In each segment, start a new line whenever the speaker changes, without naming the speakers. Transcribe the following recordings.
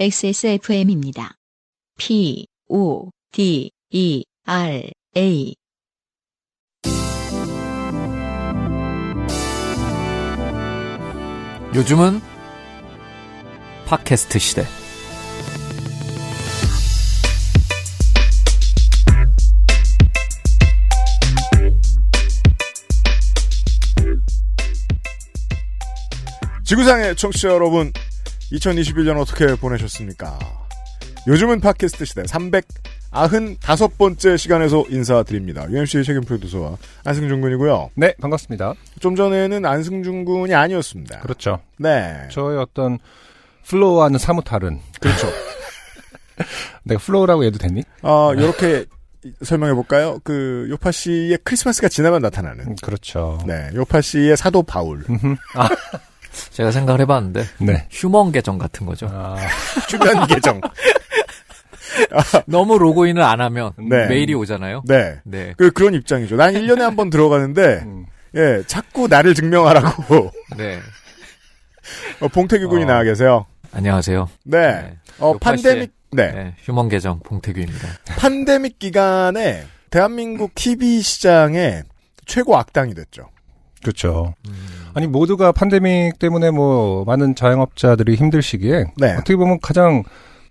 XSFM입니다. P, O, D, E, R, A.
요즘은 팟캐스트 시대.
지구상의 청취자 여러분, 2021년 어떻게 보내셨습니까? 요즘은 팟캐스트 시대 395번째 시간에서 인사드립니다. UMC의 책임 프로듀서와 안승준 군이고요.
네, 반갑습니다.
좀 전에는 안승준 군이 아니었습니다.
그렇죠.
네.
저의 어떤 플로우와는 사뭇 다른.
그렇죠.
내가 플로우라고 해도 되니?
어, 요렇게 설명해 볼까요? 그 요파 씨의 크리스마스가 지나면 나타나는
음, 그렇죠.
네, 요파 씨의 사도 바울.
음.
제가 생각을 해봤는데
네.
휴먼 계정 같은 거죠.
아,
주변 계정.
너무 로그인을 안 하면
음,
네.
메일이 오잖아요.
네.
네,
그 그런 입장이죠. 난 1년에 한 번 들어가는데
음.
예, 자꾸 나를 증명하라고
네.
어, 봉태규 군이
어.
나와 계세요.
안녕하세요.
네. 어,
요파
팬데믹, 네.
네, 휴먼 계정 봉태규입니다.
네.
팬데믹 기간에 대한민국 TV 시장의 최고 악당이 됐죠.
그렇죠.
음.
아니, 모두가 팬데믹 때문에 뭐, 많은 자영업자들이 힘들 시기에.
네.
어떻게 보면 가장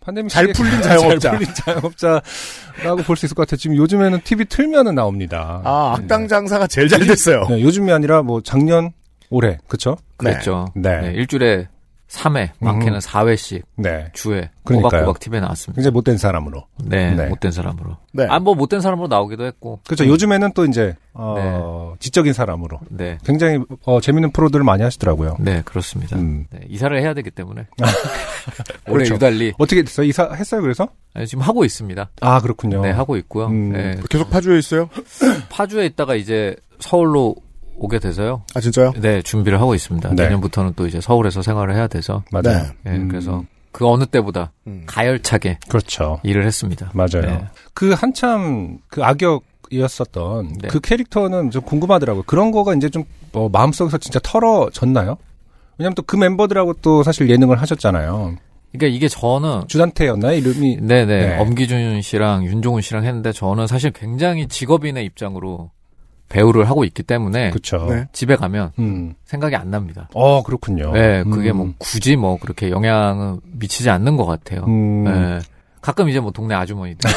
팬데믹
잘
시기에
풀린
가장
자영업자.
잘 풀린 자영업자라고 볼 수 있을 것 같아요. 지금 요즘에는 TV 틀면은 나옵니다.
아,
네.
악당 장사가 제일 잘 됐어요.
네, 요즘이 아니라 뭐, 작년, 올해. 그렇죠?
그랬죠.
네.
네, 일주일에 3회, 많게는 4회씩
네.
주에
그러니까요.
꼬박꼬박 TV에 나왔습니다.
굉장히 못된 사람으로.
네,
네.
못된 사람으로.
네.
아, 뭐 못된 사람으로 나오기도 했고.
그렇죠.
음.
요즘에는 또 이제, 어, 지적인 사람으로.
네,
굉장히, 어, 재밌는 프로들을 많이 하시더라고요.
네, 그렇습니다.
음.
네,
그렇죠.
이사를 해야 되기 때문에 올해 유달리
어떻게 됐어요? 이사 했어요? 그래서?
아니, 지금 하고 있습니다.
아 그렇군요.
네, 하고 있고요.
음.
네,
계속 파주에 있어요?
파주에 있다가 이제 서울로 오게 돼서요.
아, 진짜요?
네, 준비를 하고 있습니다.
네. 음.
내년부터는 또 이제 서울에서 생활을 해야 돼서.
맞아요.
네.
네, 그래서 그 어느 때보다
음.
가열차게
그렇죠.
일을 했습니다.
맞아요.
네.
그 한참 그 악역이었었던
네.
그 캐릭터는 좀 궁금하더라고요. 그런 거가 이제 좀 어, 마음속에서 진짜 털어졌나요? 왜냐면 또 그 멤버들하고 또 사실 예능을 하셨잖아요.
그러니까 이게 저는
주단태였나요? 이름이
네네
네.
엄기준 씨랑 윤종훈 씨랑 했는데 저는 사실 굉장히 직업인의 입장으로 배우를 하고 있기 때문에
그렇죠.
네.
집에 가면
음.
생각이 안 납니다.
어 그렇군요.
네, 그게
음.
뭐 굳이 뭐 그렇게 영향을 미치지 않는 것 같아요.
음.
네. 가끔 이제 뭐 동네 아주머니들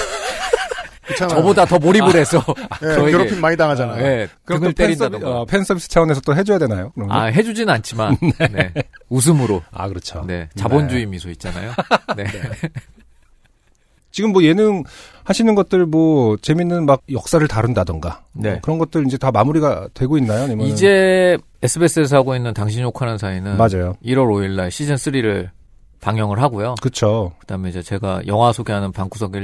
그렇잖아요.
저보다 더 몰입을 해서
예,
저에게-
괴롭힘 많이 당하잖아요.
네,
그럼
등을
또팬
때린다던가
서비스- 어, 팬 서비스 차원에서 또 해줘야 되나요? 그런 거?
아 해주진 않지만 네. 웃음으로
아, 그렇죠.
네 자본주의 미소 있잖아요. 네.
지금 뭐 예능 하시는 것들 뭐 재밌는 막 역사를 다룬다던가
네.
뭐 그런 것들 이제 다 마무리가 되고 있나요? 아니면
이제 SBS에서 하고 있는 당신 욕하는 사이는
맞아요.
1월 5일 날 시즌 3를 방영을 하고요.
그렇죠.
그다음에 이제 제가 영화 소개하는 방구석
음.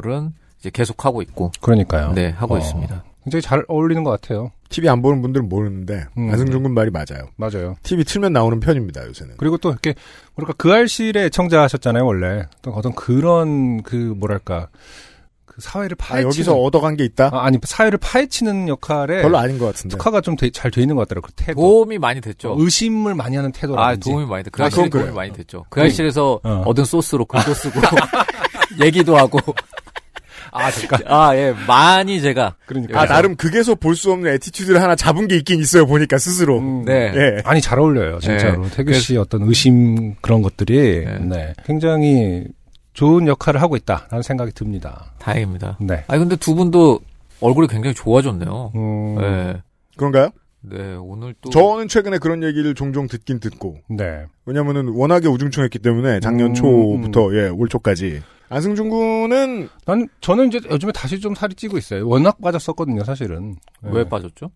1열은 이제 계속 하고 있고
그러니까요.
네 하고
어.
있습니다.
굉장히 잘 어울리는 것 같아요.
TV 안 보는 분들은 모르는데,
음.
안승준 군 말이 맞아요.
맞아요.
TV 틀면 나오는 편입니다, 요새는.
그리고 또 이렇게 뭐랄까 그 알실의 청자하셨잖아요 원래. 또 어떤 그런 그 뭐랄까 그 사회를
아,
파헤치는
여기서 얻어간 게 있다?
아, 아니 사회를 파헤치는
네.
역할돼
별로 아닌 것 같은데.
특화가 좀 잘 돼 있는 것 같더라고 그 태도.
도움이 많이 됐죠.
의심을 많이 하는
아
태도라든지.
도움이 많이 됐그
아,
아실에
그건 그래요.
도움이 많이 됐죠. 그 아실에서
어.
얻은 소스로 글도 쓰고 얘기도 하고
아 잠깐.
아 예 많이 제가
그러니까.
아, 나름 극에서 볼 수 없는 에티튜드를 하나 잡은 게 있긴 있어요, 보니까, 스스로.
음.
네
예.
아니 잘 어울려요 진짜로
네.
태규 씨 어떤 의심 그런 것들이
네.
네. 굉장히 좋은 역할을 하고 있다라는 생각이 듭니다.
다행입니다.
네.
아니 근데 두 분도 얼굴이 굉장히 좋아졌네요.
음,
네.
그런가요?
네 오늘 또
저는 최근에 그런 얘기를 종종 듣긴 듣고,
네.
왜냐면은 워낙에 우중충했기 때문에 작년
음,
초부터, 예, 올 초까지. 안승준 군은,
난 저는 이제 요즘에 다시 좀 살이 찌고 있어요. 워낙 빠졌었거든요 사실은. 네.
왜 빠졌죠?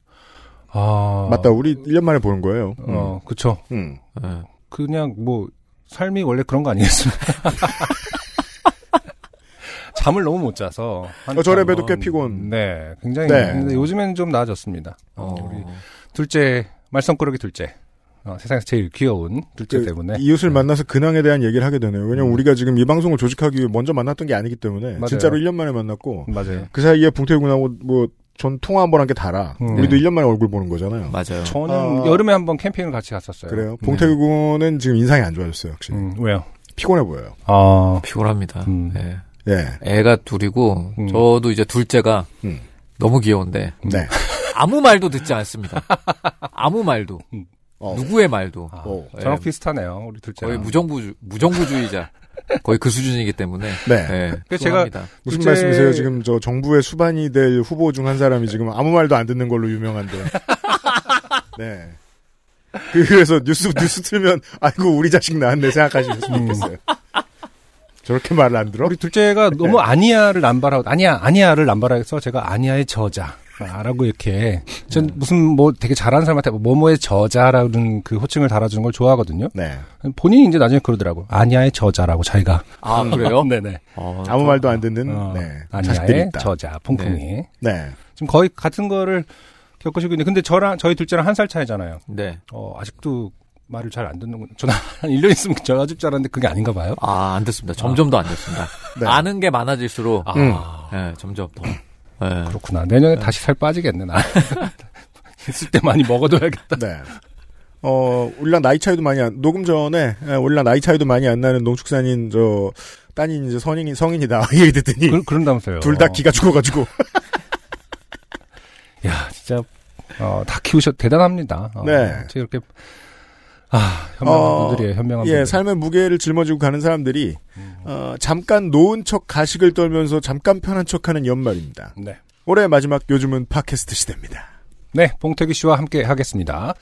아
맞다, 우리 1년 만에 보는 거예요.
어 그쵸.
음.
네.
그냥 뭐 삶이 원래 그런 거 아니겠습니까? 잠을 너무 못 자서.
어, 저래 봬도 꽤
한참.
피곤.
네, 굉장히.
네.
근데 요즘에는 좀 나아졌습니다.
어,
우리 둘째 말썽꾸러기 둘째 어, 세상에서 제일 귀여운 둘째
그
때문에
이웃을 만나서 근황에 대한 얘기를 하게 되네요. 왜냐면 우리가 지금 이 방송을 조직하기 위해 먼저 만났던 게 아니기 때문에
맞아요.
진짜로 1년 만에 만났고
맞아요
그 사이에 봉태규 군하고 뭐 전 통화 한 번 한 게 달아.
음.
우리도 1년 만에 얼굴 보는 거잖아요.
맞아요.
저는
아.
여름에 한번 어, 캠핑을 같이 갔었어요
그래요. 봉태규 군은 지금 인상이 안 좋아졌어요, 확실히.
음, 왜요
피곤해 보여요.
아,
피곤합니다.
음.
예.
예.
애가 둘이고
음.
저도 이제 둘째가
음.
너무 귀여운데
네.
아무 말도 듣지 않습니다. 아무 말도
어.
누구의 말도
아,
오.
저랑
예.
비슷하네요. 우리 둘째.
거의 무정부 무정부주의자 거의 그 수준이기 때문에
네.
예,
그래서 제가
피곤합니다.
무슨
둘째-
말씀이세요? 지금 저 정부의 수반이 될 후보 중 한 사람이 지금 아무 말도 안 듣는 걸로 유명한데. 네. 그- 그래서 뉴스 뉴스 틀면 아이고 우리 자식 낳았네 생각하시면 좋겠어요. 저렇게 말을 안 들어?
음. 우리 둘째가
네.
너무 아니야를 남발하고 아니야 아니야를 남발해서 제가 아니야의 저자라고 이렇게 전
네.
무슨 뭐 되게 잘하는 사람한테 뭐뭐의 저자라는 그 호칭을 달아주는 걸 좋아하거든요.
네.
본인이 이제 나중에 그러더라고 아니야의 저자라고 자기가
아 그래요?
네네
어,
아무 말도 안 듣는
어,
네. 자식들이
아니야의
있다.
저자 퐁퐁이
네.
지금 거의 같은 거를 겪으시고 있는데 근데 저랑 저희 둘째랑 한 살 차이잖아요.
네.
어 아직도 말을 잘 안 듣는군. 저는 한 1년 있으면 저가줄 줄 알았는데 그게 아닌가 봐요.
아, 안 됐습니다. 점점 더 안 됐습니다.
네.
아는 게 많아질수록,
아.
음.
예, 점점 더. 예.
그렇구나. 내년에 다시 살 빠지겠네, 나. 있을 때 많이 먹어둬야겠다.
네. 어, 우리랑 나이 차이도 많이 안, 녹음 전에, 예, 우리랑 나이 차이도 많이 안 나는 농축산인, 저, 따님 이제 성인이, 성인이다. 이 얘기 듣더니,
그, 그런다면서요.
둘 다 기가 죽어가지고.
야, 진짜, 어, 다 키우셔, 대단합니다. 어,
네.
어떻게 이렇게, 아, 현명한
어,
분들이에요, 현명한
예,
분들.
삶의 무게를 짊어지고 가는 사람들이, 어, 잠깐 놓은 척 가식을 떨면서 잠깐 편한 척 하는 연말입니다.
네.
올해 마지막 요즘은 팟캐스트 시대입니다.
네, 봉태기 씨와 함께 하겠습니다.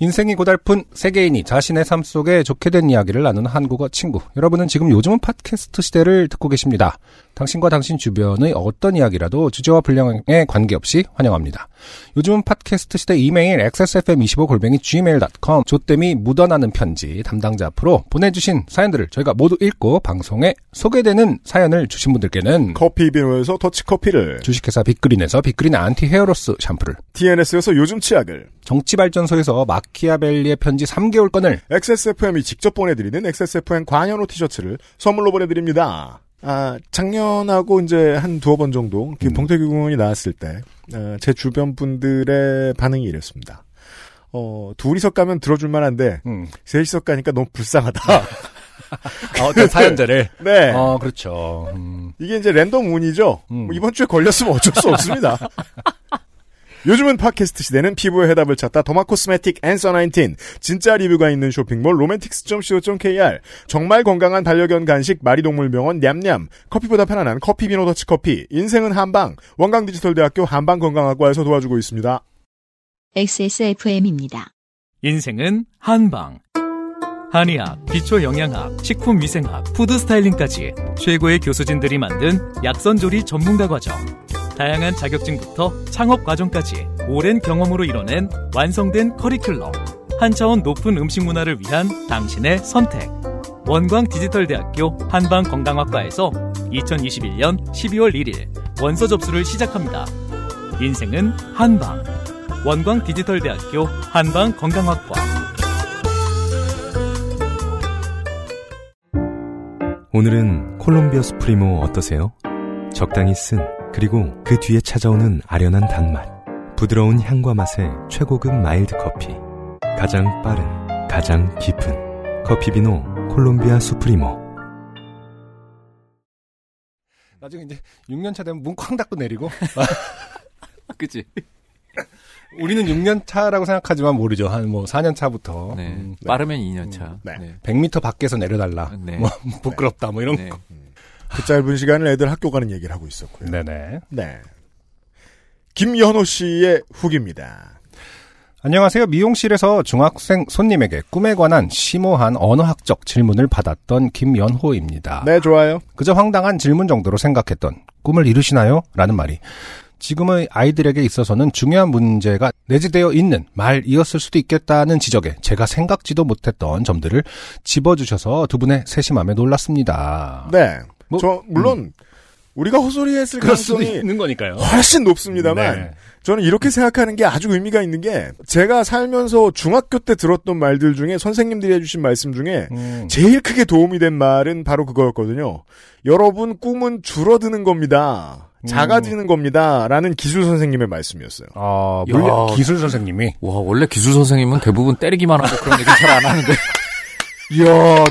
인생이 고달픈 세계인이 자신의 삶 속에 좋게 된 이야기를 나누는 한국어 친구. 여러분은 지금 요즘은 팟캐스트 시대를 듣고 계십니다. 당신과 당신 주변의 어떤 이야기라도 주제와 분량에 관계없이 환영합니다. 요즘은 팟캐스트 시대 이메일 xsfm25골뱅이 gmail.com 조땜이 묻어나는 편지 담당자 앞으로 보내주신 사연들을 저희가 모두 읽고 방송에 소개되는 사연을 주신 분들께는
커피 비누에서 더치커피를,
주식회사 빅그린에서 빅그린 안티 헤어로스 샴푸를
DNS에서 요즘 치약을,
정치발전소에서 마키아벨리의 편지 3개월권을
XSFM이 직접 보내드리는 XSFM 관현호 티셔츠를 선물로 보내드립니다. 아, 작년하고 이제 한 두어 번 정도, 그
음.
봉태규 군이 나왔을 때, 어, 제 주변 분들의 반응이 이랬습니다. 어, 둘이서 가면 들어줄 만한데,
음.
셋이서 가니까 너무 불쌍하다.
어떤 그 사연자를
네.
어 그렇죠 음,
이게 이제 랜덤 운이죠.
음.
뭐 이번 주에 걸렸으면 어쩔 수 없습니다. 요즘은 팟캐스트 시대는 피부의 해답을 찾다 더마코스메틱 앤서 19 진짜 리뷰가 있는 쇼핑몰 로맨틱스.co.kr 정말 건강한 반려견 간식 마리동물병원 냠냠 커피보다 편안한 커피비노 더치커피 인생은 한방 원광디지털대학교 한방건강학과에서 도와주고 있습니다.
XSFM입니다.
인생은 한방. 한의학, 기초영양학, 식품위생학, 푸드스타일링까지 최고의 교수진들이 만든 약선조리 전문가 과정. 다양한 자격증부터 창업 과정까지 오랜 경험으로 이뤄낸 완성된 커리큘럼. 한 차원 높은 음식 문화를 위한 당신의 선택. 원광 디지털대학교 한방건강학과에서 2021년 12월 1일 원서 접수를 시작합니다. 인생은 한방. 원광 디지털대학교 한방 건강학과.
오늘은 콜롬비아 수프리모 어떠세요? 적당히 쓴 그리고 그 뒤에 찾아오는 아련한 단맛 부드러운 향과 맛의 최고급 마일드 커피 가장 빠른 가장 깊은 커피비노 콜롬비아 수프리모
나중에 이제 6년차 되면 문 쾅 닫고 내리고
그치?
우리는 6년차라고 생각하지만 모르죠 한 뭐 4년차부터
네.
음,
빠르면 2년차.
네.
100m 밖에 밖에서 내려달라
네.
뭐 부끄럽다 뭐 이런
네.
거
그 짧은 시간을 애들 학교 가는 얘기를 하고 있었고요.
네네
네. 김연호 씨의 후기입니다.
안녕하세요. 미용실에서 중학생 손님에게 꿈에 관한 심오한 언어학적 질문을 받았던 김연호입니다.
네, 좋아요.
그저 황당한 질문 정도로 생각했던 꿈을 이루시나요? 라는 말이 지금의 아이들에게 있어서는 중요한 문제가 내재되어 있는 말이었을 수도 있겠다는 지적에 제가 생각지도 못했던 점들을 집어주셔서 두 분의 세심함에 놀랐습니다.
네.
뭐,
저 물론 우리가 호소리했을
그럴 수도
가능성이
있는 거니까요.
훨씬 높습니다만
네.
저는 이렇게 생각하는 게 아주 의미가 있는 게 제가 살면서 중학교 때 들었던 말들 중에 선생님들이 해주신 말씀 중에
음,
제일 크게 도움이 된 말은 바로 그거였거든요. 여러분 꿈은 줄어드는 겁니다.
음.
작아지는 겁니다. 라는 기술 선생님의 말씀이었어요.
아,
야.
물리- 기술 선생님이
와, 원래 기술 선생님은 대부분 때리기만 하고 그런 얘기 잘 안 하는데.
이야,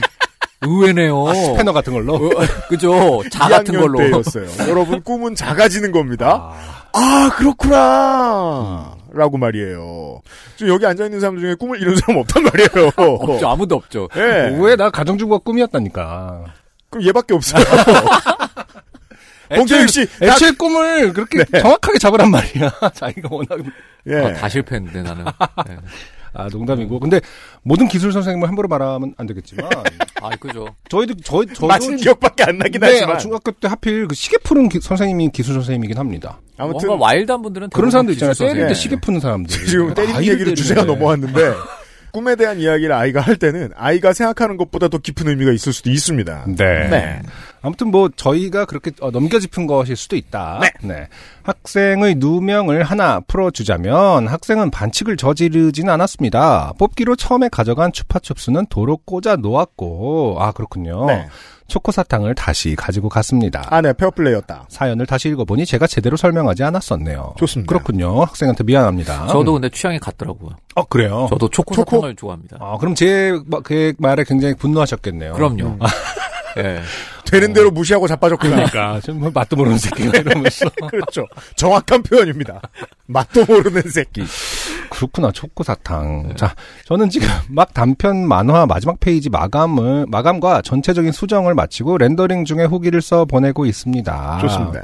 의외네요.
아, 스패너 같은 걸로.
어, 그죠? 자 같은
2학년
걸로.
때였어요. 여러분 꿈은 작아지는 겁니다.
아,
아 그렇구나. 라고 말이에요. 지금 여기 앉아 있는 사람들 중에 꿈을 이룬 사람 없단 말이에요.
없죠. 아무도 없죠.
예.
왜 나 가정주부가 꿈이었다니까.
그럼 얘밖에 없어요. 봉태익 씨,
애초에
나-
애초에 꿈을 그렇게 정확하게 잡으란 말이야. 자기가 워낙
예.
아, 다 실패했는데 나는. 네.
아 농담이고. 근데 모든 기술 선생님을 함부로 말하면 안 되겠지만
아 그죠.
저희도 저희 저희
맞은 기억밖에 안 나긴
네,
하지만.
아, 중학교 때 하필 그 시계 푸는 기- 선생님이 기술 선생님이긴 합니다.
아무튼
뭔가 와일드한 분들은
그런
대부분
사람들 있잖아요.
기술
때릴
예.
때
선생님.
시계 푸는 사람들.
지금 때리는
아이를
얘기로 주제가
때리는데. 네.
넘어왔는데 꿈에 대한 이야기를 아이가 할 때는 아이가 생각하는 것보다 더 깊은 의미가 있을 수도 있습니다.
네. 아무튼 뭐 저희가 그렇게 어, 넘겨짚은 것일 수도 있다. 네. 학생의 누명을 하나 풀어주자면 학생은 반칙을 저지르진 않았습니다. 뽑기로 처음에 가져간 추파춥스는 도로 꽂아 놓았고 아 그렇군요.
네.
초코사탕을 다시 가지고 갔습니다.
아, 네, 페어플레이였다.
사연을 다시 읽어보니 제가 제대로 설명하지 않았었네요.
좋습니다.
그렇군요. 학생한테 미안합니다.
저도 근데 취향이 같더라고요.
어 그래요.
저도 초코
초코?
사탕을 좋아합니다.
아 그럼 제 마- 그 말에 굉장히 분노하셨겠네요.
그럼요. 예.
되는 대로 무시하고 자빠졌구나.
그러니까 좀뭐 맛도 모르는 새끼가 이러면서
그렇죠. 정확한 표현입니다. 맛도 모르는 새끼.
그렇구나 초코사탕.
네.
자, 저는 지금 막 단편 만화 마지막 페이지 마감을 마감과 전체적인 수정을 마치고 렌더링 중에 후기를 써 보내고 있습니다.
좋습니다.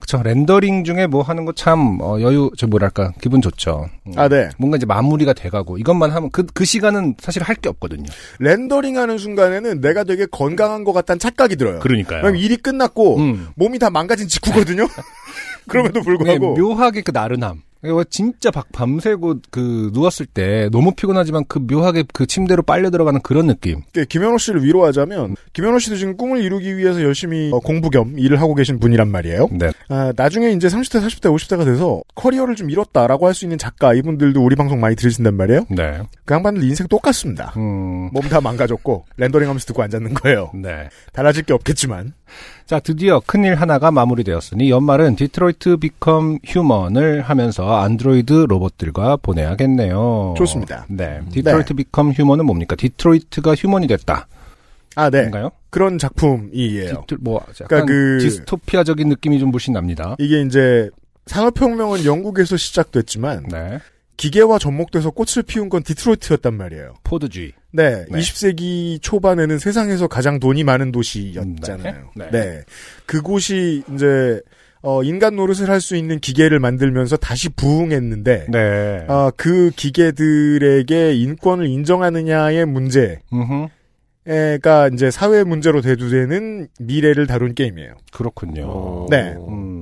그쵸 렌더링 중에 뭐 하는 거 참 여유 저 뭐랄까 기분 좋죠. 음,
아, 네.
뭔가 이제 마무리가 돼가고 이것만 하면 그 그 시간은 사실 할 게 없거든요.
렌더링 하는 순간에는 내가 되게 건강한 것 같다는 착각이 들어요.
그러니까요.
왜냐면 일이 끝났고,
음.
몸이 다 망가진 직후거든요? 그럼에도
네,
불구하고.
묘하게 그 나른함. 이거 진짜 박 밤새고 그 누웠을 때 너무 피곤하지만 그 묘하게 그 침대로 빨려 들어가는 그런 느낌.
이렇게 김현호 씨를 위로하자면, 김현호 씨도 지금 꿈을 이루기 위해서 열심히 어, 공부 겸 일을 하고 계신 분이란 말이에요.
네.
아, 나중에 이제 30대, 40대, 50대가 돼서 커리어를 좀 잃었다라고 할 수 있는 작가, 이분들도 우리 방송 많이 들으신단 말이에요?
네.
그 양반들 인생 똑같습니다.
음.
몸 다 망가졌고, 렌더링 하면서 듣고 앉았는 거예요.
네.
달라질 게 없겠지만.
자, 드디어 큰일 하나가 마무리되었으니 연말은 디트로이트 비컴 휴먼을 하면서 안드로이드 로봇들과 보내야겠네요.
좋습니다.
네. 디트로이트 비컴 휴먼은 뭡니까? 디트로이트가 휴먼이 됐다.
아, 네.
인가요?
그런 작품이에요.
디트, 뭐 약간
그러니까 그-
디스토피아적인 느낌이 좀 물씬 납니다.
이게 이제 산업혁명은 영국에서 시작됐지만
네.
기계화 접목돼서 꽃을 피운 건 디트로이트였단 말이에요.
포드주의.
네,
네.
20세기 초반에는 세상에서 가장 돈이 많은 도시였잖아요.
네. 네.
그곳이 이제 어, 인간 노릇을 할 수 있는 기계를 만들면서 다시 부흥했는데
네.
아, 그 기계들에게 인권을 인정하느냐의
음흠.
문제가 이제 사회 문제로 대두되는 미래를 다룬 게임이에요.
그렇군요.
네.
뭐.
음.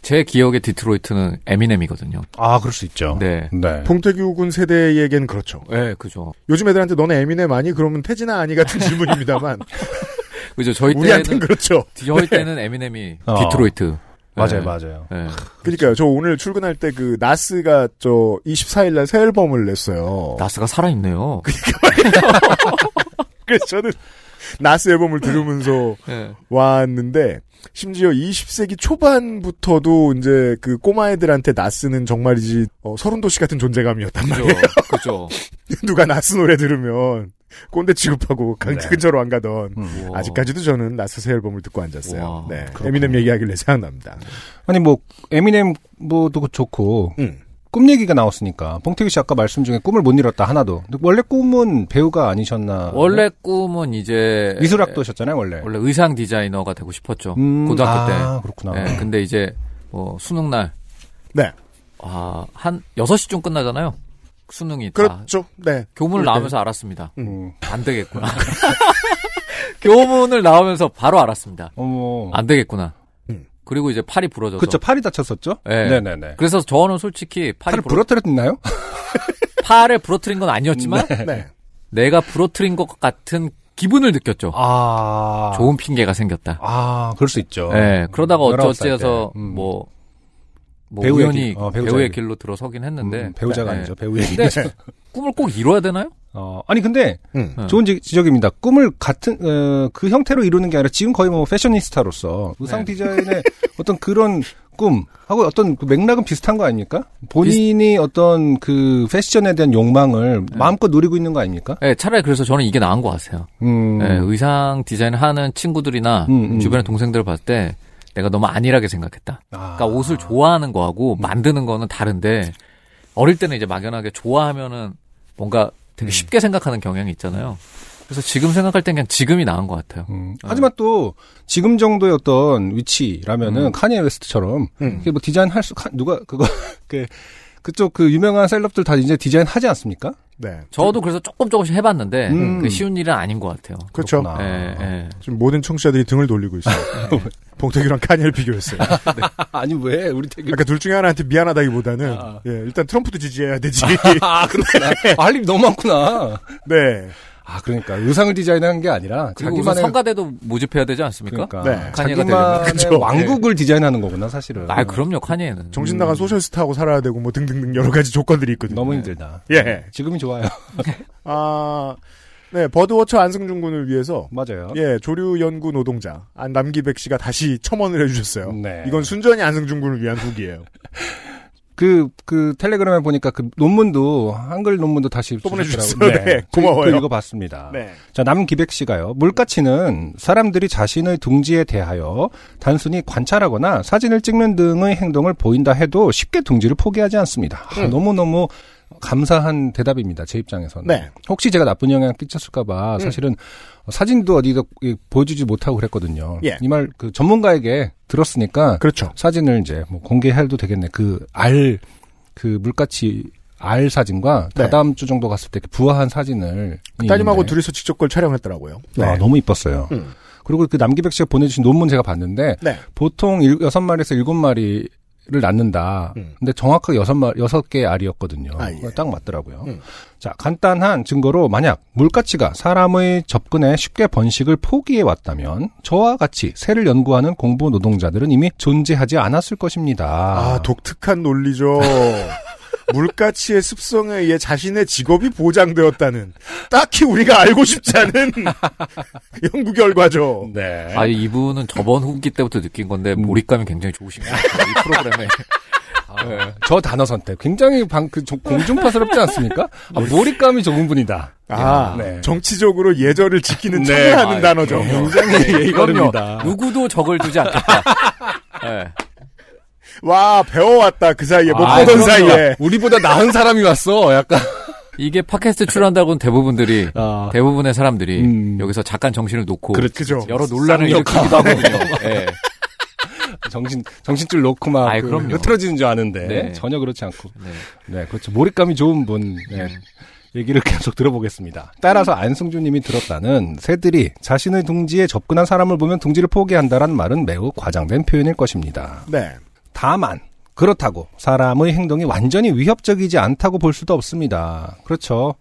제 기억에 디트로이트는 에미넴이거든요.
아, 그럴 수 있죠.
네.
네.
봉태규 군 세대에겐 그렇죠.
예, 네, 그죠.
요즘 애들한테 너네 에미넴 아니? 그러면 태진아 아니 같은 질문입니다만
그죠. 저희
우리한테는
때는
그렇죠.
저희 때는 에미넴이
어.
디트로이트.
맞아요, 맞아요.
네.
그러니까요. 저 오늘 출근할 때 그 나스가 저 24일 날 새 앨범을 냈어요.
나스가 살아있네요.
그
그래서 저는 나스 앨범을 들으면서
예.
왔는데 심지어 20세기 초반부터도 이제 그 꼬마 애들한테 나스는 정말이지 어, 서른도시 같은 존재감이었단 말이에요.
그죠. 그죠.
누가 나스 노래 들으면 꼰대 취급하고 강
네.
근처로 안 가던
우와.
아직까지도 저는 나스 새 앨범을 듣고 앉았어요.
음. 와,
네.
그렇군요.
에미넴 얘기하길래 생각납니다.
아니 뭐 에미넴 뭐도 그 좋고
음.
꿈 얘기가 나왔으니까 봉태규 씨 아까 말씀 중에 꿈을 못 이뤘다 하나도 근데 원래 꿈은 배우가 아니셨나
원래 꿈은 이제
미술학도셨잖아요 원래
원래 의상 디자이너가 되고 싶었죠.
음,
고등학교
아,
때.
그렇구나
예, 근데 이제 뭐 수능 날
네.
아, 한 6시쯤 끝나잖아요. 수능이 다.
그렇죠. 네.
교문을
네.
나오면서 알았습니다.
음.
안 되겠구나. 교문을 나오면서 바로 알았습니다.
어머
안 되겠구나.
음.
그리고 이제 팔이 부러져서.
그쵸 팔이 다쳤었죠
예.
네네네
그래서 저는 솔직히 팔이
팔을
부러,
부러뜨렸나요
팔을 부러뜨린 건 아니었지만
네.
내가 부러뜨린 것 같은 기분을 느꼈죠.
아
좋은 핑계가 생겼다.
아 그럴 수 있죠
예, 그러다가
19살 때.
어쩌어찌해서
음.
뭐, 뭐
배우의
우연히
길, 어, 배우자의
배우의,
길.
길로 들어서긴 했는데
음, 배우자가
예.
아니죠 네. 배우의
근데 꿈을 꼭 이뤄야 되나요?
어, 아니 근데
음.
네.
좋은 지- 지적입니다. 꿈을 같은 어, 그 형태로 이루는 게 아니라 지금 거의 뭐 패셔니스타로서 의상
네.
디자인의 어떤 그런 꿈 하고 어떤 그 맥락은 비슷한 거 아닙니까? 본인이 어떤 그 패션에 대한 욕망을 마음껏 노리고 있는 거 아닙니까?
예, 차라리 그래서 저는 이게 나은 것 같아요.
음,
예, 의상 디자인 하는 친구들이나
음, 음.
주변의 동생들을 봤을 때 내가 너무 안일하게 생각했다.
아, 음.
그러니까 옷을 좋아하는 거하고 만드는 거는 다른데 어릴 때는 이제 막연하게 좋아하면은 뭔가
음.
되게 쉽게 생각하는 경향이 있잖아요. 그래서 지금 생각할 땐 그냥 지금이 나은 것 같아요.
음. 하지만 또 지금 정도의 어떤 위치라면은
음.
카니에 웨스트처럼
음.
이게 뭐 디자인 할 수 누가 그거 그 그쪽 그 유명한 셀럽들 다 이제 디자인 하지 않습니까?
네.
저도 그래서 조금 조금씩 해봤는데
음.
그 쉬운 일은 아닌 것 같아요.
그렇죠.
그렇구나.
예, 예.
지금 모든 청취자들이 등을 돌리고 있어요. 봉태규랑 카니엘 비교했어요.
아니 왜 우리 되게
아까 둘 중에 하나한테 미안하다기보다는 예, 일단 트럼프도 지지해야 되지.
아 그렇구나 아, 할 일이 너무 많구나
네.
아 그러니까 의상을 디자인한 게 아니라
그리고 우선
자기만의
성가대도 모집해야 되지 않습니까?
그러니까
네.
카니가
자기만의
되려면.
그쵸.
왕국을 디자인하는 거구나 사실은
아 그럼요 카니에는.
정신
음.
나간 소셜스타하고 살아야 되고 뭐 등등등 여러 가지 조건들이 있거든요.
네.
너무 힘들다
예.
지금이 좋아요
아, 네 버드워처 안승준 군을 위해서
맞아요
예 조류 연구 노동자 안 남기백 씨가 다시 첨언을 해주셨어요.
네.
이건 순전히 안승준 군을 위한 후기예요.
그, 그, 텔레그램에 보니까 그 논문도, 한글 논문도 다시
또 보내주셨어요.
주셨더라고요.
네, 고마워요.
또 읽어봤습니다.
네.
자, 남기백 씨가요. 물가치는 사람들이 자신의 둥지에 대하여 단순히 관찰하거나 사진을 찍는 등의 행동을 보인다 해도 쉽게 둥지를 포기하지 않습니다. 아,
음.
너무너무 감사한 대답입니다. 제 입장에서는.
네. 음.
혹시 제가 나쁜 영향 끼쳤을까봐 사실은 사진도 어디다 이- 보여주지 못하고 그랬거든요.
예.
이 말 그 전문가에게 들었으니까
그렇죠.
사진을 이제 뭐 공개해도 되겠네. 그 알, 그 물가치 알
네.
사진과
그
다다음 주 정도 갔을 때 이렇게 부화한 사진을.
따님하고
있는데
둘이서 직접 걸 촬영했더라고요. 네.
아, 너무 이뻤어요.
음.
그리고 그 남기백 씨가 보내주신 논문 제가 봤는데
네.
보통 일- 여섯 마리에서 일곱 마리를 낳는다.
음.
근데 정확하게 여섯 마 여섯 개의 알이었거든요.
아, 예.
그거 딱 맞더라고요.
음.
자 간단한 증거로 만약 물가치가 사람의 접근에 쉽게 번식을 포기해 왔다면 저와 같이 새를 연구하는 공부 노동자들은 이미 존재하지 않았을 것입니다.
아, 독특한 논리죠. 물가치의 습성에 의해 자신의 직업이 보장되었다는 딱히 우리가 알고 싶지 않은 연구 결과죠.
네.
아 이분은 저번 후기 때부터 느낀 건데
음.
몰입감이 굉장히 좋으신 것 같아요. 이 프로그램에. 예.
저 단어 선택 굉장히 방, 그, 좀 공중파스럽지 않습니까? 아, 몰입감이 좋은 분이다.
아,
네.
정치적으로 예절을 지키는
네.
척하는
아,
단어죠. 네,
굉장히
그럼요.
예의바릅니다.
누구도 적을 두지 않겠다. 예.
와, 배워왔다. 그 사이에, 못
아,
보던
그럼요.
사이에.
우리보다 나은 사람이 왔어. 약간.
이게 팟캐스트 출연한다고는 대부분들이
아.
대부분의 사람들이
음.
여기서 잠깐 정신을 놓고
그렇죠.
여러 논란을 일으키기도 하거든요. 예.
정신 정신줄 놓고 막
아이,
그
그럼요.
흐트러지는 줄 아는데
네.
전혀 그렇지 않고
네.
네 그렇죠 몰입감이 좋은 분 네, 얘기를 계속 들어보겠습니다. 따라서 안승준님이 들었다는 새들이 자신의 둥지에 접근한 사람을 보면 둥지를 포기한다라는 말은 매우 과장된 표현일 것입니다.
네.
다만 그렇다고 사람의 행동이 완전히 위협적이지 않다고 볼 수도 없습니다. 그렇죠.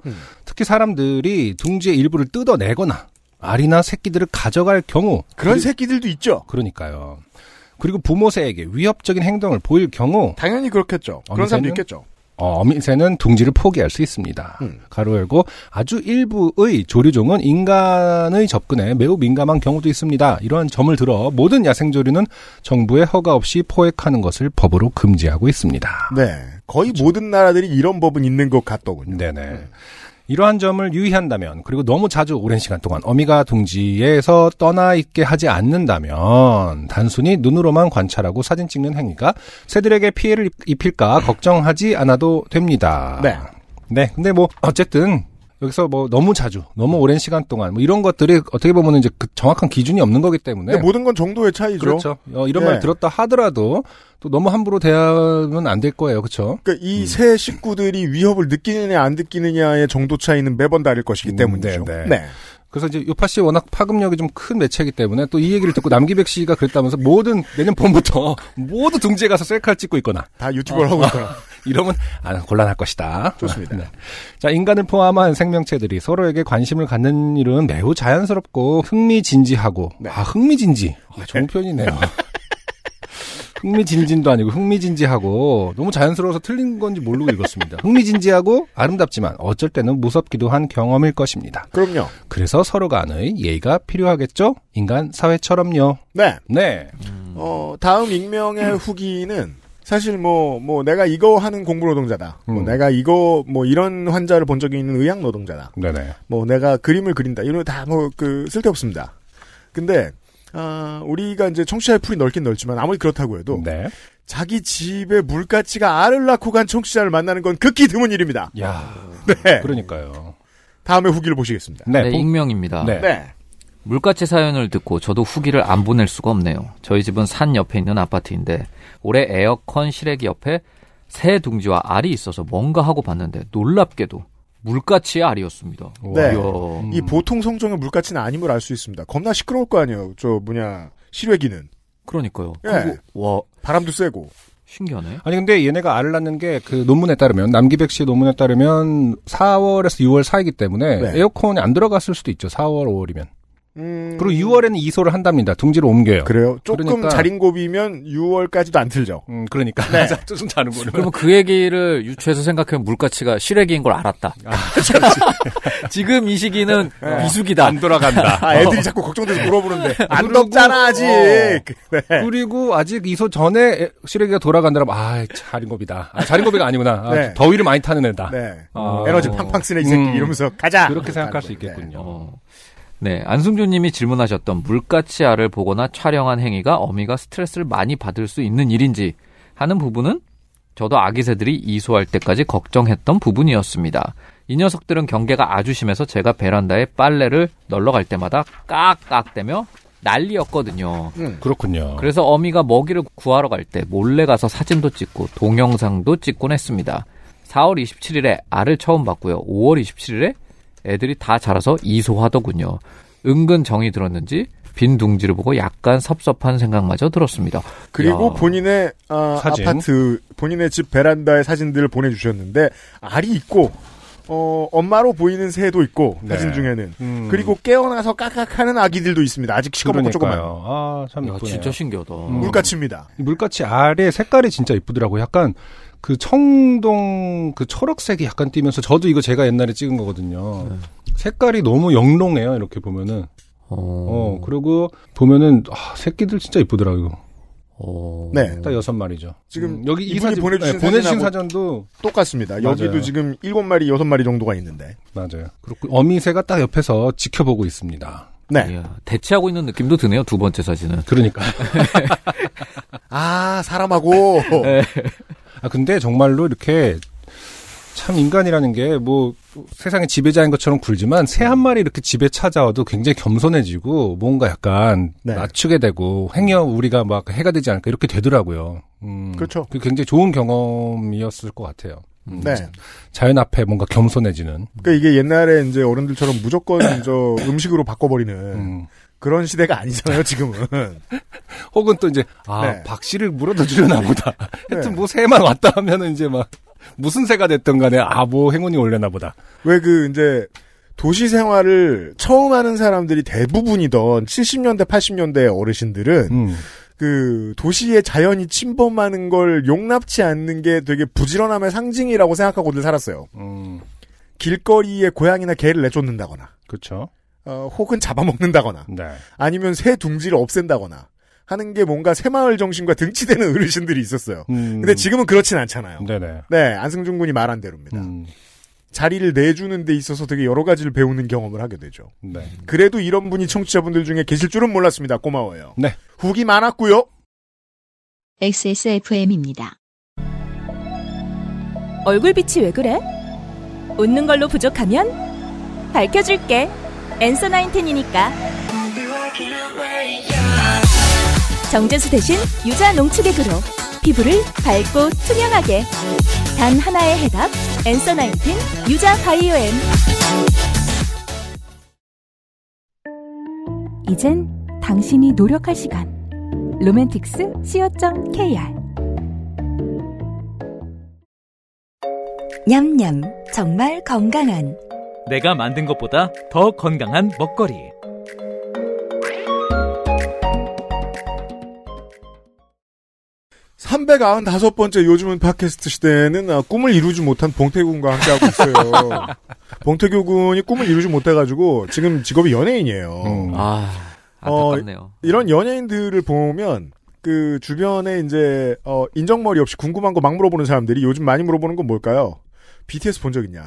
특히 사람들이 둥지의 일부를 뜯어내거나 알이나 새끼들을 가져갈 경우
그런 새끼들도 있죠.
그러니까요. 그리고 부모 새에게 위협적인 행동을 보일 경우
당연히 그렇겠죠. 그런 사람도
언제는?
있겠죠.
어, 어미새는 둥지를 포기할 수 있습니다.
음.
가로 열고 아주 일부의 조류종은 인간의 접근에 매우 민감한 경우도 있습니다. 이러한 점을 들어 모든 야생조류는 정부의 허가 없이 포획하는 것을 법으로 금지하고 있습니다.
네. 거의 모든 나라들이 이런 법은 있는 것 같더군요.
네네. 음. 이러한 점을 유의한다면 그리고 너무 자주 오랜 시간 동안 어미가 둥지에서 떠나 있게 하지 않는다면 단순히 눈으로만 관찰하고 사진 찍는 행위가 새들에게 피해를 입- 입힐까 걱정하지 않아도 됩니다.
네.
네. 근데 뭐 어쨌든 여기서 뭐 너무 자주 너무 오랜 시간 동안 뭐 이런 것들이 어떻게 보면 이제 그 정확한 기준이 없는 거기 때문에
근데 모든 건 정도의 차이죠.
네, 뭐, 그렇죠. 어, 이런
예.
말 들었다 하더라도 또 너무 함부로 대하면 안 될 거예요. 그렇죠?
그러니까 이 새 식구들이 위협을 느끼느냐 안 느끼느냐의 정도 차이는 매번 다를 것이기
음,
때문이죠.
네, 네.
네.
그래서 이제 요파 씨 워낙 파급력이 좀 큰 매체이기 때문에 또 이 얘기를 듣고 남기백 씨가 그랬다면서 모든 내년 봄부터 모두 등지에 가서 셀카를 찍고 있거나
다 유튜브를 하고 있더라.
이러면 아, 곤란할 것이다.
좋습니다.
네. 자, 인간을 포함한 생명체들이 서로에게 관심을 갖는 일은 매우 자연스럽고 흥미진지하고
네.
아, 흥미진지. 아, 좋은 표현이네요. 흥미진진도 아니고 흥미진지하고 너무 자연스러워서 틀린 건지 모르고 읽었습니다. 흥미진지하고 아름답지만 어쩔 때는 무섭기도 한 경험일 것입니다.
그럼요.
그래서 서로 간의 예의가 필요하겠죠? 인간 사회처럼요.
네.
네.
어, 다음 익명의 후기는 사실 뭐, 뭐 내가 이거 하는 공부 노동자다. 뭐
음.
내가 이거 뭐 이런 환자를 본 적이 있는 의학 노동자다.
네네.
뭐 내가 그림을 그린다 이런 다 뭐 그 쓸데없습니다. 근데 아, 우리가 이제 청취자의 풀이 넓긴 넓지만 아무리 그렇다고 해도
네.
자기 집에 물가치가 알을 낳고 간 청취자를 만나는 건 극히 드문 일입니다.
야,
네.
그러니까요.
다음에 후기를 보시겠습니다.
네.
네,
봉-
익명입니다.
네.
네.
물가치 사연을 듣고 저도 후기를 안 보낼 수가 없네요. 저희 집은 산 옆에 있는 아파트인데 올해 에어컨 실외기 옆에 새 둥지와 알이 있어서 뭔가 하고 봤는데 놀랍게도 물가치의 알이었습니다.
네.
이야.
이 보통 성종의 물가치는 아님을 알 수 있습니다. 겁나 시끄러울 거 아니에요. 저 뭐냐 실외기는
그러니까요.
예.
그리고 와
바람도 세고
신기하네.
아니 근데 얘네가 알을 낳는 게 그 논문에 따르면 남기백 씨의 논문에 따르면 4월에서 6월 사이기 때문에
네.
에어컨이 안 들어갔을 수도 있죠. 4월, 5월이면.
음,
그리고 6월에는 이소를 한답니다. 둥지로 옮겨요.
그래요. 조금
그러니까-
자린고비면 6월까지도 안 틀죠.
음, 그러니까.
네.
뜻은 다른 거요
그러면 그 얘기를 유추해서 생각하면 물가치가 실외기인 걸 알았다. 지금 이 시기는 미숙이다.
안 돌아간다.
아, 애들이 자꾸 걱정돼서 물어보는데 안
그리고-
덥잖아 아직.
어.
네.
그리고 아직 이소 전에 에- 시래기가 돌아간다라면 아 자린고비다. 아, 자린고비가 아니구나. 아,
네.
더위를 많이 타는 애다.
네.
어.
에너지 팡팡 쓰네 이 새끼
음.
이러면서
아.
가자.
그렇게 생각할 수
네.
있겠군요.
어. 네, 안승준님이 질문하셨던 물가치 알을 보거나 촬영한 행위가 어미가 스트레스를 많이 받을 수 있는 일인지 하는 부분은 저도 아기새들이 이소할 때까지 걱정했던 부분이었습니다. 이 녀석들은 경계가 아주 심해서 제가 베란다에 빨래를 널러 갈 때마다 깍깍대며 난리였거든요.
음.
그렇군요.
그래서 어미가 먹이를 구하러 갈 때 몰래 가서 사진도 찍고 동영상도 찍곤 했습니다. 4월 27일에 알을 처음 봤고요. 5월 27일에 애들이 다 자라서 이소하더군요. 은근 정이 들었는지 빈 둥지를 보고 약간 섭섭한 생각마저 들었습니다.
그리고
야.
본인의 아,
사진.
파트 본인의 집 베란다의 사진들을 보내주셨는데 알이 있고 어, 엄마로 보이는 새도 있고
네.
사진 중에는
음.
그리고 깨어나서 깍깍하는 아기들도 있습니다. 아직 시커멓고 조그만
그러니까요. 아참
야,
이쁘네요.
진짜 신기하다.
물가칩니다.
물같이 알의 색깔이 진짜 이쁘더라고요. 약간 그 청동 그 초록색이 약간 띄면서 저도 이거 제가 옛날에 찍은 거거든요. 색깔이 너무 영롱해요. 이렇게 보면은.
네.
어,
어,
그리고 보면은 아, 새끼들 진짜 이쁘더라고요.
어.
네.
딱 여섯 마리죠.
지금
음, 여기 이
이분이
사진
보내주신
보내주신
사진하고-
사진도
똑같습니다. 여기도
맞아요.
지금 일곱 마리 여섯 마리 정도가 있는데.
맞아요. 그렇고 어미새가 딱 옆에서 지켜보고 있습니다.
네.
이야, 예. 대체하고 있는 느낌도 드네요. 두 번째 사진은.
그러니까.
아, 사람하고.
아 근데 정말로 이렇게 참 인간이라는 게 뭐 세상의 지배자인 것처럼 굴지만 새 한 마리 이렇게 집에 찾아와도 굉장히 겸손해지고 뭔가 약간
네.
낮추게 되고 행여 우리가 막 해가 되지 않을까 이렇게 되더라고요. 음.
그렇죠.
그 굉장히 좋은 경험이었을 것 같아요. 음,
네.
자연 앞에 뭔가 겸손해지는.
그러니까 이게 옛날에 이제 어른들처럼 무조건 저 음식으로 바꿔버리는
음.
그런 시대가 아니잖아요, 지금은.
혹은 또 이제 아
네.
박씨를 물어다 주려나 보다. 하여튼
네.
뭐 새만 왔다 하면은 이제 막 무슨 새가 됐던 간에 아 뭐 행운이 올려나 보다.
왜 그 이제 도시 생활을 처음 하는 사람들이 대부분이던 70년대, 80년대 어르신들은
음.
그 도시의 자연이 침범하는 걸 용납치 않는 게 되게 부지런함의 상징이라고 생각하고들 살았어요.
음.
길거리에 고양이나 개를 내쫓는다거나,
그렇죠.
어, 혹은 잡아먹는다거나,
네.
아니면 새 둥지를 없앤다거나 하는 게 뭔가 새마을 정신과 등치되는 어르신들이 있었어요.
음.
근데 지금은 네. 그렇진 않잖아요.
네네.
네, 안승준 군이 말한 대로입니다.
음,
자리를 내주는 데 있어서 되게 여러 가지를 배우는 경험을 하게 되죠.
네.
그래도 이런 분이 청취자분들 중에 계실 줄은 몰랐습니다. 고마워요.
네.
후기 많았고요.
XSFM입니다.
얼굴빛이 왜 그래? 웃는 걸로 부족하면 밝혀줄게. 엔서 나인텐이니까. 정제수 대신 유자 농축액으로 피부를 밝고 투명하게. 단 하나의 해답. 엔서 나인텐 유자 바이오엠. 이젠 당신이 노력할 시간. 로맨틱스 co.kr 냠냠 정말 건강한
내가 만든 것보다 더 건강한 먹거리.
삼 395번째 요즘은 팟캐스트 시대에는 아, 꿈을 이루지 못한 봉태규 군과 함께하고 있어요. 봉태규 군이 꿈을 이루지 못해가지고 뭐. 지금 직업이 연예인이에요.
음.
아
어,
안타깝네요.
이런 연예인들을 보면 그 주변에 이제 어, 인정머리 없이 궁금한 거 막 물어보는 사람들이 요즘 많이 물어보는 건 뭘까요? BTS 본 적 있냐?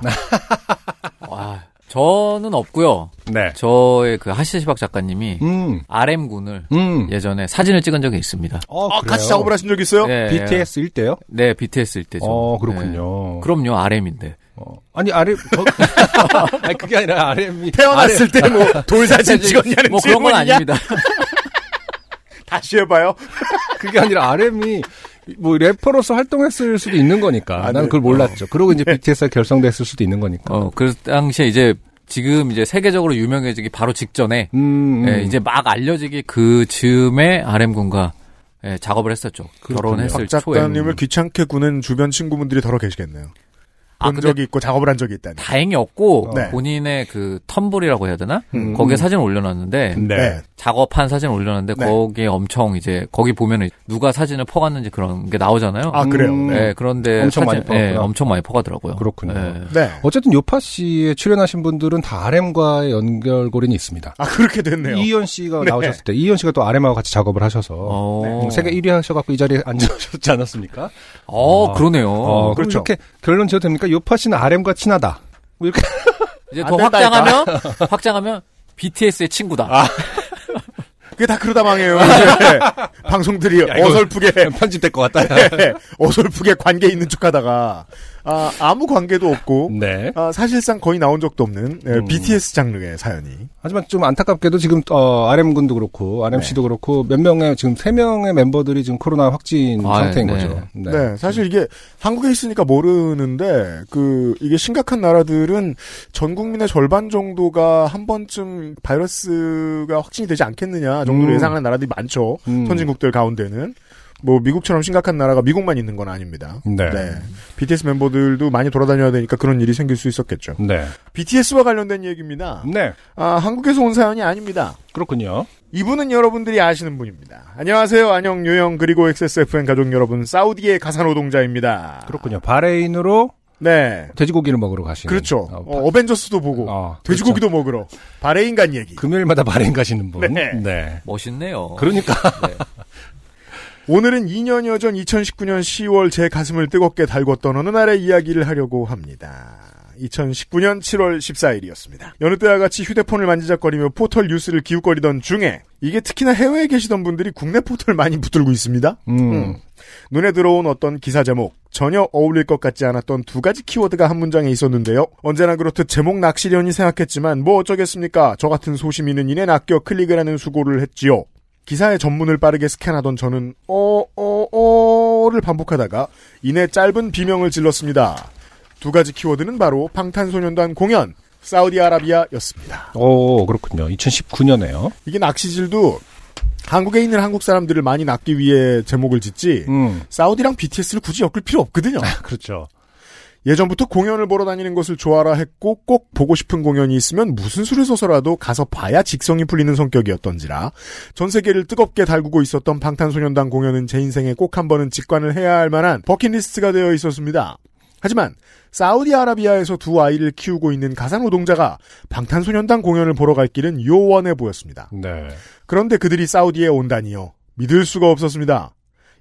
와, 저는 없고요.
네.
저의 그 하시시박 작가님이
음.
RM 군을
음.
예전에 사진을 찍은 적이 있습니다.
어,
아,
그래요?
같이 작업을 하신 적 있어요?
네,
BTS 일 때요?
네, BTS일 때죠.
어, 그렇군요.
네. 그럼요, RM인데.
어. 아니 RM 저... 아니 그게 아니라 RM이
태어났을 때 뭐 돌사진 찍었냐는
뭐 그런 건
질문이냐?
아닙니다.
다시 해봐요.
그게 아니라 RM이 뭐 래퍼로서 활동했을 수도 있는 거니까
아,
나는
네.
그걸 몰랐죠. 그리고 이제 BTS가 결성됐을 수도 있는 거니까.
어, 그 당시에 이제 지금 이제 세계적으로 유명해지기 바로 직전에
음, 음.
예, 이제 막 알려지기 그 즈음에 RM 군과 예, 작업을 했었죠. 결혼했을
박
초에.
작가님을 귀찮게 구는 주변 친구분들이 더러 계시겠네요.
아,
본
근데
적이 있고 작업을 한 적이 있다니.
다행히 없고
네.
본인의 그 텀블이라고 해야 되나?
어. 음.
거기에 사진 올려놨는데
네.
작업한 사진 올려놨는데
네.
거기에 엄청 이제 거기 보면은 누가 사진을 퍼갔는지 그런 게 나오잖아요.
아 그래요.
음.
네.
예, 그런데
엄청
사진-
많이 퍼갔구나.
예, 엄청 많이 퍼가더라고요.
그렇군요.
예.
네.
어쨌든 요파 씨에 출연하신 분들은 다 RM과의 연결고리는 있습니다.
아 그렇게 됐네요.
이현 씨가
네.
나오셨을 때 이현 씨가 또 RM하고 같이 작업을 하셔서
어,
음, 세계 1위 하셔갖고 이 자리에 앉으셨지 않았습니까?
어,
아.
그러네요.
어, 그럼
그럼요.
좋게 결론 지어도 됩니까? 요파 씨는 RM과 친하다. 뭐 이렇게
이제
안
더
된다니까.
확장하면 확장하면 BTS의 친구다.
아.
그게 다 그러다
아.
망해요. 이제. 방송들이
이거-
어설프게
네,
네.
편집될 것 같다.
어설프게 관계 있는 척하다가 아, 아무 관계도 없고
음.
네.
아, 사실상 거의 나온 적도 없는 예,
음.
BTS 장르의 사연이.
하지만 좀 안타깝게도 지금 어, RM 군도 그렇고 RM 씨도 그렇고 몇 명의 지금 세 명의 멤버들이 지금 코로나 확진
아,
상태인
네.
거죠.
네. 사실 이게 한국에 있으니까 모르는데 그 이게 심각한 나라들은 전 국민의 절반 정도가 한 번쯤 바이러스가 확진이 되지 않겠느냐 정도로
음.
예상하는 나라들이 많죠.
음.
선진국들 가운데는 뭐 미국처럼 심각한 나라가 미국만 있는 건 아닙니다.
네.
BTS 멤버들도 많이 돌아다녀야 되니까 그런 일이 생길 수 있었겠죠.
네.
BTS와 관련된 얘기입니다.
네.
아, 한국에서 온 사연이 아닙니다.
그렇군요.
이분은 여러분들이 아시는 분입니다. 안녕하세요. 안녕, 요영, 그리고 XSFN 가족 여러분, 사우디의 가사노동자입니다.
그렇군요. 바레인으로
네.
돼지고기를 먹으러 가시는.
그렇죠.
어, 바-
어, 벤져스도 보고,
어,
돼지고기도 먹으러, 바레인 간 얘기.
금요일마다 바레인 가시는 분.
네.
멋있네요.
그러니까
오늘은 2년여 전 2019년 10월 제 가슴을 뜨겁게 달궜던 어느 날의 이야기를 하려고 합니다. 2019년 7월 14일이었습니다. 여느 때와 같이 휴대폰을 만지작거리며 포털 뉴스를 기웃거리던 중에 이게 특히나 해외에 계시던 분들이 국내 포털을 많이 붙들고 있습니다.
음.
음. 눈에 들어온 어떤 기사 제목, 전혀 어울릴 것 같지 않았던 두 가지 키워드가 한 문장에 있었는데요. 언제나 그렇듯 제목 낚시려니 생각했지만 뭐 어쩌겠습니까? 저 같은 소심이는 이내 낚여 클릭을 하는 수고를 했지요. 기사의 전문을 빠르게 스캔하던 저는 어, 어어어를 반복하다가 이내 짧은 비명을 질렀습니다. 두 가지 키워드는 바로 방탄소년단 공연, 사우디아라비아였습니다.
오 어, 그렇군요. 2019년에요.
이게 낚시질도 한국에 있는 한국 사람들을 많이 낚기 위해 제목을 짓지
음.
사우디랑 BTS를 굳이 엮을 필요 없거든요.
그렇죠.
예전부터 공연을 보러 다니는 것을 좋아라 했고 꼭 보고 싶은 공연이 있으면 무슨 수를 써서라도 가서 봐야 직성이 풀리는 성격이었던지라 전 세계를 뜨겁게 달구고 있었던 방탄소년단 공연은 제 인생에 꼭 한 번은 직관을 해야 할 만한 버킷리스트가 되어 있었습니다. 하지만 사우디아라비아에서 두 아이를 키우고 있는 가사노동자가 방탄소년단 공연을 보러 갈 길은 요원해 보였습니다.
네.
그런데 그들이 사우디에 온다니요. 믿을 수가 없었습니다.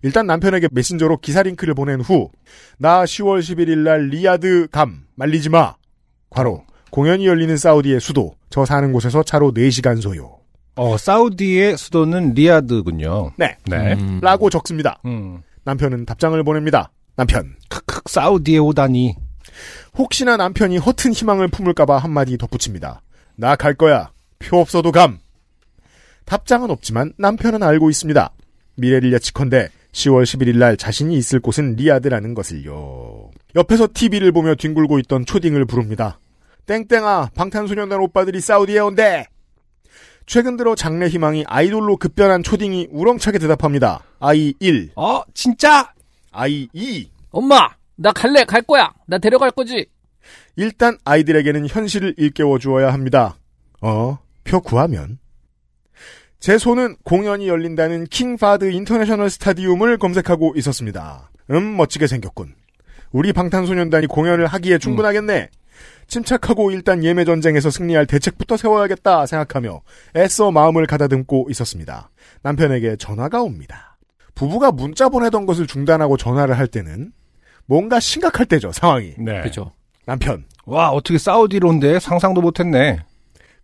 일단 남편에게 메신저로 기사 링크를 보낸 후, 나 10월 11일 날 리야드 감, 말리지 마. 과로, 공연이 열리는 사우디의 수도, 저 사는 곳에서 차로 4시간 소요.
어 사우디의 수도는 리야드군요.
네.
네.
음.
라고 적습니다.
음.
남편은 답장을 보냅니다. 남편.
크크 사우디에 오다니.
혹시나 남편이 허튼 희망을 품을까봐 한마디 덧붙입니다. 나 갈 거야. 표 없어도 감. 답장은 없지만 남편은 알고 있습니다. 미래를 예측컨대 10월 11일 날 자신이 있을 곳은 리아드라는 것을요. 옆에서 TV를 보며 뒹굴고 있던 초딩을 부릅니다. 땡땡아, 방탄소년단 오빠들이 사우디에 온대! 최근 들어 장래 희망이 아이돌로 급변한 초딩이 우렁차게 대답합니다. 아이 1,
어 진짜.
아이 2,
엄마, 나 갈래, 갈 거야. 나 데려갈 거지.
일단 아이들에게는 현실을 일깨워 주어야 합니다. 어, 표 구하면. 제 손은 공연이 열린다는 킹파드 인터내셔널 스타디움을 검색하고 있었습니다. 음, 멋지게 생겼군. 우리 방탄소년단이 공연을 하기에 충분하겠네. 침착하고 일단 예매 전쟁에서 승리할 대책부터 세워야겠다 생각하며 애써 마음을 가다듬고 있었습니다. 남편에게 전화가 옵니다. 부부가 문자 보내던 것을 중단하고 전화를 할 때는 뭔가 심각할 때죠 상황이
네.
그죠.
남편
와, 어떻게 사우디론데 상상도 못했네.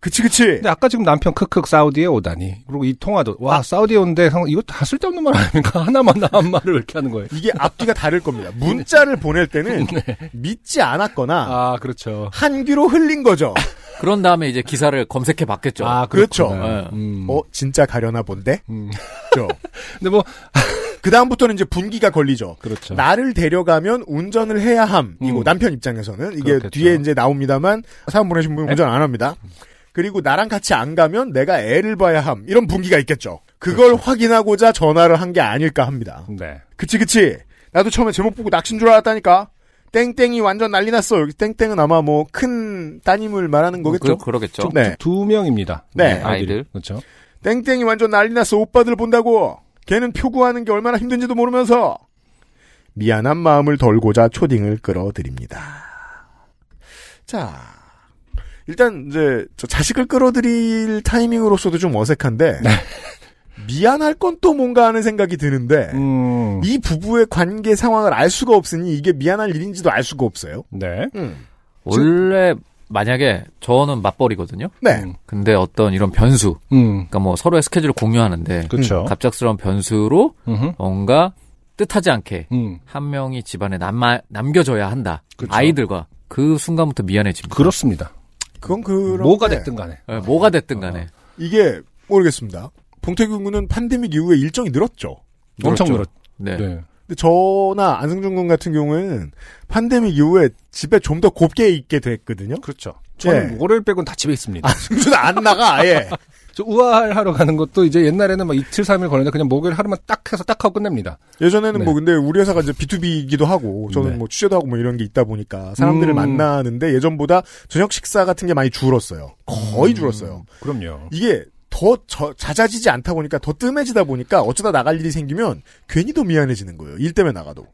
그치 그치
근데 아까 지금 남편 크크 사우디에 오다니. 그리고 이 통화도 와 사우디에 온데 상- 이거 다 쓸데없는 말 아닙니까? 하나만 나한 말을 왜 이렇게 하는 거예요?
이게 앞뒤가 다를 겁니다 문자를 보낼 때는 믿지 않았거나
아 그렇죠.
한 귀로 흘린 거죠
그런 다음에 이제 기사를 검색해 봤겠죠.
아
그렇죠.
그렇구나. 음.
어 진짜 가려나 본데 그죠
근데 뭐
그 다음부터는 이제 분기가 걸리죠
그렇죠.
나를 데려가면 운전을 해야 함이고
음.
남편 입장에서는 이게
그렇겠죠.
뒤에 이제 나옵니다만 사연 보내신 분은 운전 안 합니다. 그리고 나랑 같이 안 가면 내가 애를 봐야 함 이런 분기가 있겠죠. 그걸
그렇죠.
확인하고자 전화를 한 게 아닐까 합니다.
네.
그치 그치. 나도 처음에 제목 보고 낙신 줄 알았다니까. 땡땡이 완전 난리 났어. 여기 땡땡은 아마 뭐 큰 따님을 말하는 거겠죠.
그, 러겠죠
좀- 네.
두 명입니다.
네.
아이들.
그렇죠.
땡땡이 완전 난리 났어. 오빠들 본다고. 걔는 표구하는 게 얼마나 힘든지도 모르면서. 미안한 마음을 덜고자 초딩을 끌어들입니다. 자. 일단, 이제, 저 자식을 끌어들일 타이밍으로서도 좀 어색한데.
네.
미안할 건 또 뭔가 하는 생각이 드는데.
음.
이 부부의 관계 상황을 알 수가 없으니 이게 미안할 일인지도 알 수가 없어요.
네.
음.
원래 만약에 저는 맞벌이거든요.
네.
근데 어떤 이런 변수,
음.
그러니까 뭐 서로의 스케줄을 공유하는데
그렇죠.
갑작스러운 변수로
음.
뭔가 뜻하지 않게
음.
한 명이 집안에 남아, 남겨져야 한다.
그쵸.
아이들과 그 순간부터 미안해집니다.
그렇습니다.
그건 그런. 네.
뭐가 됐든 간에.
예, 뭐가 됐든 간에.
아.
이게 모르겠습니다. 봉태균 군은 팬데믹 이후에 일정이 늘었죠.
엄청 늘었.
네.
네.
근데 저나 안승준 군 같은 경우는 팬데믹 이후에 집에 좀 더 곱게 있게 됐거든요.
그렇죠. 저는
예.
월요일 빼곤 다 집에 있습니다.
안승준 안 나가 아예.
저 우아할 하러 가는 것도 이제 옛날에는 막 이틀 삼일 걸렸는데 그냥 목요일 하루만 딱 해서 딱 하고 끝냅니다.
예전에는
네.
뭐 근데 우리 회사가 이제 B2B이기도 하고 저는
네.
뭐 취재도 하고 뭐 이런 게 있다 보니까 사람들을
음.
만나는데 예전보다 저녁 식사 같은 게 많이 줄었어요. 거의 줄었어요.
그럼요.
이게 더 저- 잦아지지 않다 보니까 더 뜸해지다 보니까 어쩌다 나갈 일이 생기면 괜히 더 미안해지는 거예요. 일 때문에 나가도.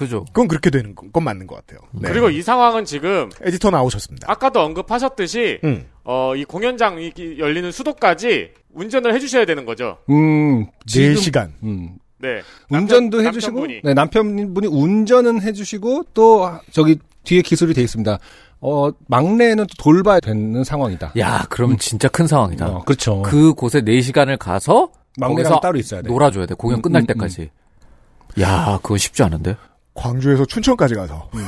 그죠.
그건 그렇게 되는 건, 건 맞는 것 같아요. 네.
그리고 이 상황은 지금
에디터 나오셨습니다.
아까도 언급하셨듯이
음.
어, 이 공연장 이- 이 열리는 수도까지 운전을 해주셔야 되는 거죠.
음. 지금-
4시간.
음.
네.
운전도
남편-
해주시고
남편분이.
네, 남편분이 운전은 해주시고 또 저기 뒤에 기술이 돼 있습니다. 어 막내는 또 돌봐야 되는 상황이다.
야, 그럼 진짜 큰
예.
상황이다.
어, 그렇죠.
음. 그 곳에 4시간을 가서
막내랑
거기서
따로 있어야 돼.
놀아줘야 돼. 공연
음,
끝날
음, 음.
때까지. 야, 그거 쉽지 않은데?
광주에서 춘천까지 가서.
음.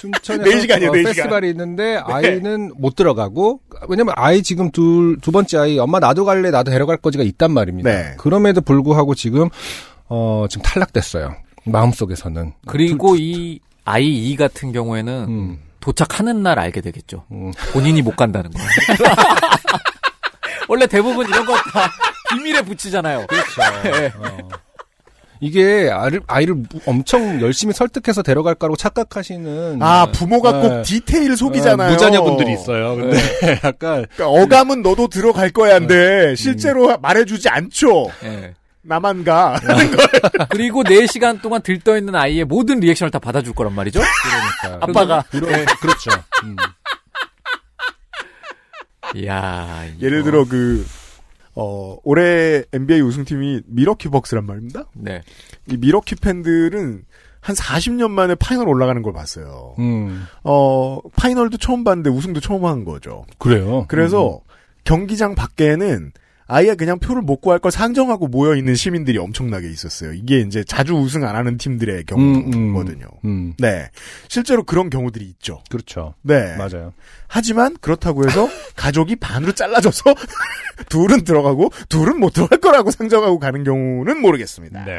춘천에
네 시간이에요, 네 시간.
페스티벌이 있는데 아이는 못 들어가고 왜냐면 아이 지금 둘 두 번째 아이 엄마 나도 갈래 나도 데려갈 거지가 있단 말입니다.
네.
그럼에도 불구하고 지금 어 지금 탈락됐어요. 마음속에서는
그리고 이 아이 2 같은 경우에는
음.
도착하는 날 알게 되겠죠.
음.
본인이 못 간다는 거. 원래 대부분 이런 거 다 비밀에 붙이잖아요. 그렇죠.
이게 아이를, 아이를 무- 엄청 열심히 설득해서 데려갈 거라고 착각하시는
아, 부모가
네.
꼭 디테일 속이잖아요.
어, 무자녀분들이 있어요. 근데 약간
그러니까 어감은 너도 들어갈
네.
거야인데 네.
음.
실제로 말해주지 않죠. 나만 가.
예.
네.
그리고 4시간 동안 들떠 있는 아이의 모든 리액션을 다 받아줄 거란 말이죠.
그러니까
아빠가.
이런- 그렇죠. 음.
이야. 이거.
예를 들어 그 어, 올해 NBA 우승팀이 미러키 벅스란 말입니다.
네.
이 미러키 팬들은 한 40년 만에 파이널 올라가는 걸 봤어요.
음.
어, 파이널도 처음 봤는데 우승도 처음 한 거죠.
그래요. 음.
그래서 경기장 밖에는 아예 그냥 표를 못 구할 걸 상정하고 모여 있는 시민들이 엄청나게 있었어요. 이게 이제 자주 우승 안 하는 팀들의
음, 음.
경우거든요.
음.
네. 실제로 그런 경우들이 있죠.
그렇죠.
네.
맞아요.
하지만 그렇다고 해서 가족이 반으로 잘라져서 둘은 들어가고 둘은 못 들어갈 거라고 상정하고 가는 경우는 모르겠습니다.
네.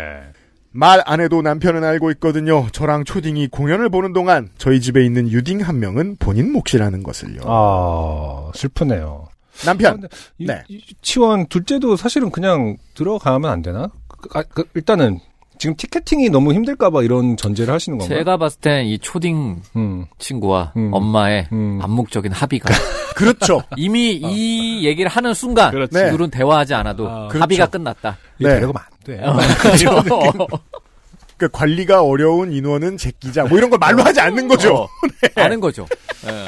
말 안 해도 남편은 알고 있거든요. 저랑 초딩이 공연을 보는 동안 저희 집에 있는 유딩 한 명은 본인 몫이라는 것을요.
아, 슬프네요.
남편.
근데 이-
네.
이 유치원 둘째도 사실은 그냥 들어가면 안 되나? 그- 아, 그 일단은 지금 티켓팅이 너무 힘들까봐 이런 전제를 하시는 건가요?
제가 봤을 땐 이 초딩
음,
친구와
음.
엄마의
음. 어.
암묵적인 합의가
그렇죠.
이미 이 얘기를 하는 순간
그렇지.
네.
둘은 대화하지 않아도
아,
합의가 끝났다.
이거
네.
데려가면 안 돼.
그렇죠.
그 관리가 어려운 인원은 제끼자. 뭐 이런 걸 말로 하지 않는 거죠.
어, 아는 거죠. 예.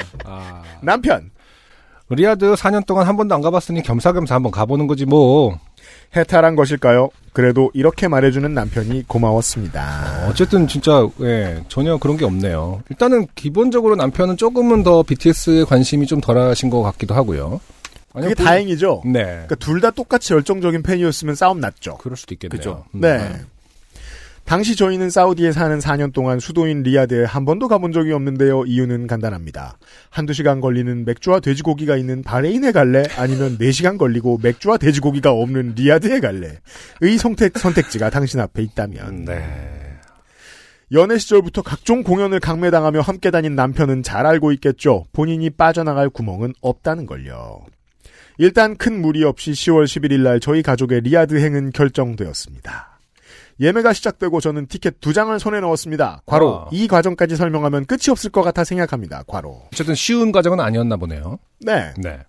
남편.
리아드 4년 동안 한 번도 안 가봤으니 겸사겸사 한번 가보는 거지 뭐.
해탈한 것일까요? 그래도 이렇게 말해주는 남편이 고마웠습니다.
어쨌든 진짜 예, 전혀 그런 게 없네요. 일단은 기본적으로 남편은 조금은 더 BTS에 관심이 좀 덜하신 것 같기도 하고요.
그게
아니면 본-
다행이죠.
네.
그러니까 둘 다 똑같이 열정적인 팬이었으면 싸움 났죠.
그럴 수도 있겠네요.
그죠.
음,
네. 당시 저희는 사우디에 사는 4년 동안 수도인 리야드에 한 번도 가본 적이 없는데요. 이유는 간단합니다. 한두 시간 걸리는 맥주와 돼지고기가 있는 바레인에 갈래? 아니면 4시간 걸리고 맥주와 돼지고기가 없는 리야드에 갈래? 의 선택, 선택지가 당신 앞에 있다면.
네.
연애 시절부터 각종 공연을 강매당하며 함께 다닌 남편은 잘 알고 있겠죠. 본인이 빠져나갈 구멍은 없다는 걸요. 일단 큰 무리 없이 10월 11일 날 저희 가족의 리야드 행은 결정되었습니다. 예매가 시작되고 저는 티켓 두 장을 손에 넣었습니다. 과로.
아.
이 과정까지 설명하면 끝이 없을 것 같아 생각합니다. 과로.
어쨌든 쉬운 과정은 아니었나 보네요.
네.
네.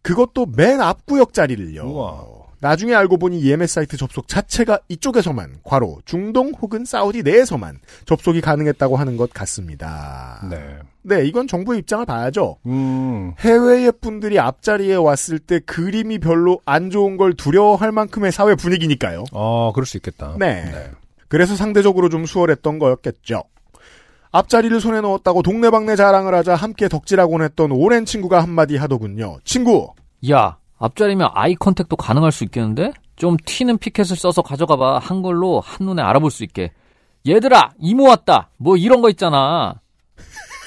그것도 맨 앞구역 자리를요.
우와.
나중에 알고 보니 예매 사이트 접속 자체가 이쪽에서만, 과로, 중동 혹은 사우디 내에서만 접속이 가능했다고 하는 것 같습니다.
네.
네, 이건 정부의 입장을 봐야죠.
음.
해외의 분들이 앞자리에 왔을 때 그림이 별로 안 좋은 걸 두려워할 만큼의 사회 분위기니까요.
어, 그럴 수 있겠다.
네. 그래서 상대적으로 좀 수월했던 거였겠죠. 앞자리를 손에 넣었다고 동네방네 자랑을 하자 함께 덕질하곤 했던 오랜 친구가 한마디 하더군요. 친구,
야, 앞자리면 아이 컨택도 가능할 수 있겠는데? 좀 튀는 피켓을 써서 가져가 봐. 한글로 한눈에 알아볼 수 있게. 얘들아, 이모 왔다. 뭐 이런 거 있잖아.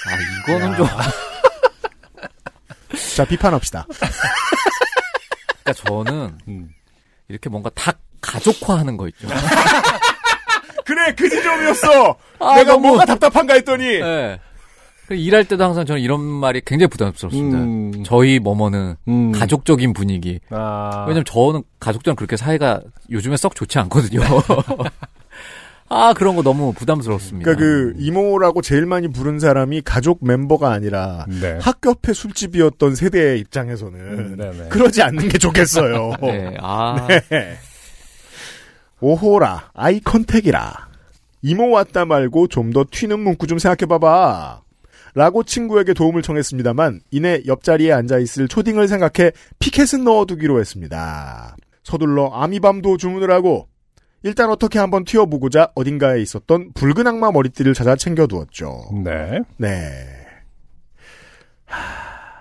아, 이거는 좀
자 비판합시다.
그러니까 저는
음. 네.
이렇게 뭔가 다 가족화하는 거 있죠.
그래 그 지점이었어.
아,
내가
너무-
뭐가 답답한가 했더니
예. 그 일할 때도 항상 저는 이런 말이 굉장히 부담스럽습니다.
음.
저희 머머는
음.
가족적인 분위기.
아.
왜냐면 저는 가족들이랑 그렇게 사이가 요즘에 썩 좋지 않거든요. 아 그런 거 너무 부담스럽습니다.
그러니까 그 이모라고 제일 많이 부른 사람이 가족 멤버가 아니라
네.
학교 앞에 술집이었던 세대의 입장에서는
음, 네네.
그러지 않는 게 좋겠어요.
네, 아
오호라 아이 컨택이라 이모 왔다 말고 좀 더 튀는 문구 좀 생각해봐봐 라고 친구에게 도움을 청했습니다만 이내 옆자리에 앉아있을 초딩을 생각해 피켓은 넣어두기로 했습니다 서둘러 아미밤도 주문을 하고 일단 어떻게 한번 튀어보고자 어딘가에 있었던 붉은 악마 머리띠를 찾아 챙겨두었죠
네.
네 하,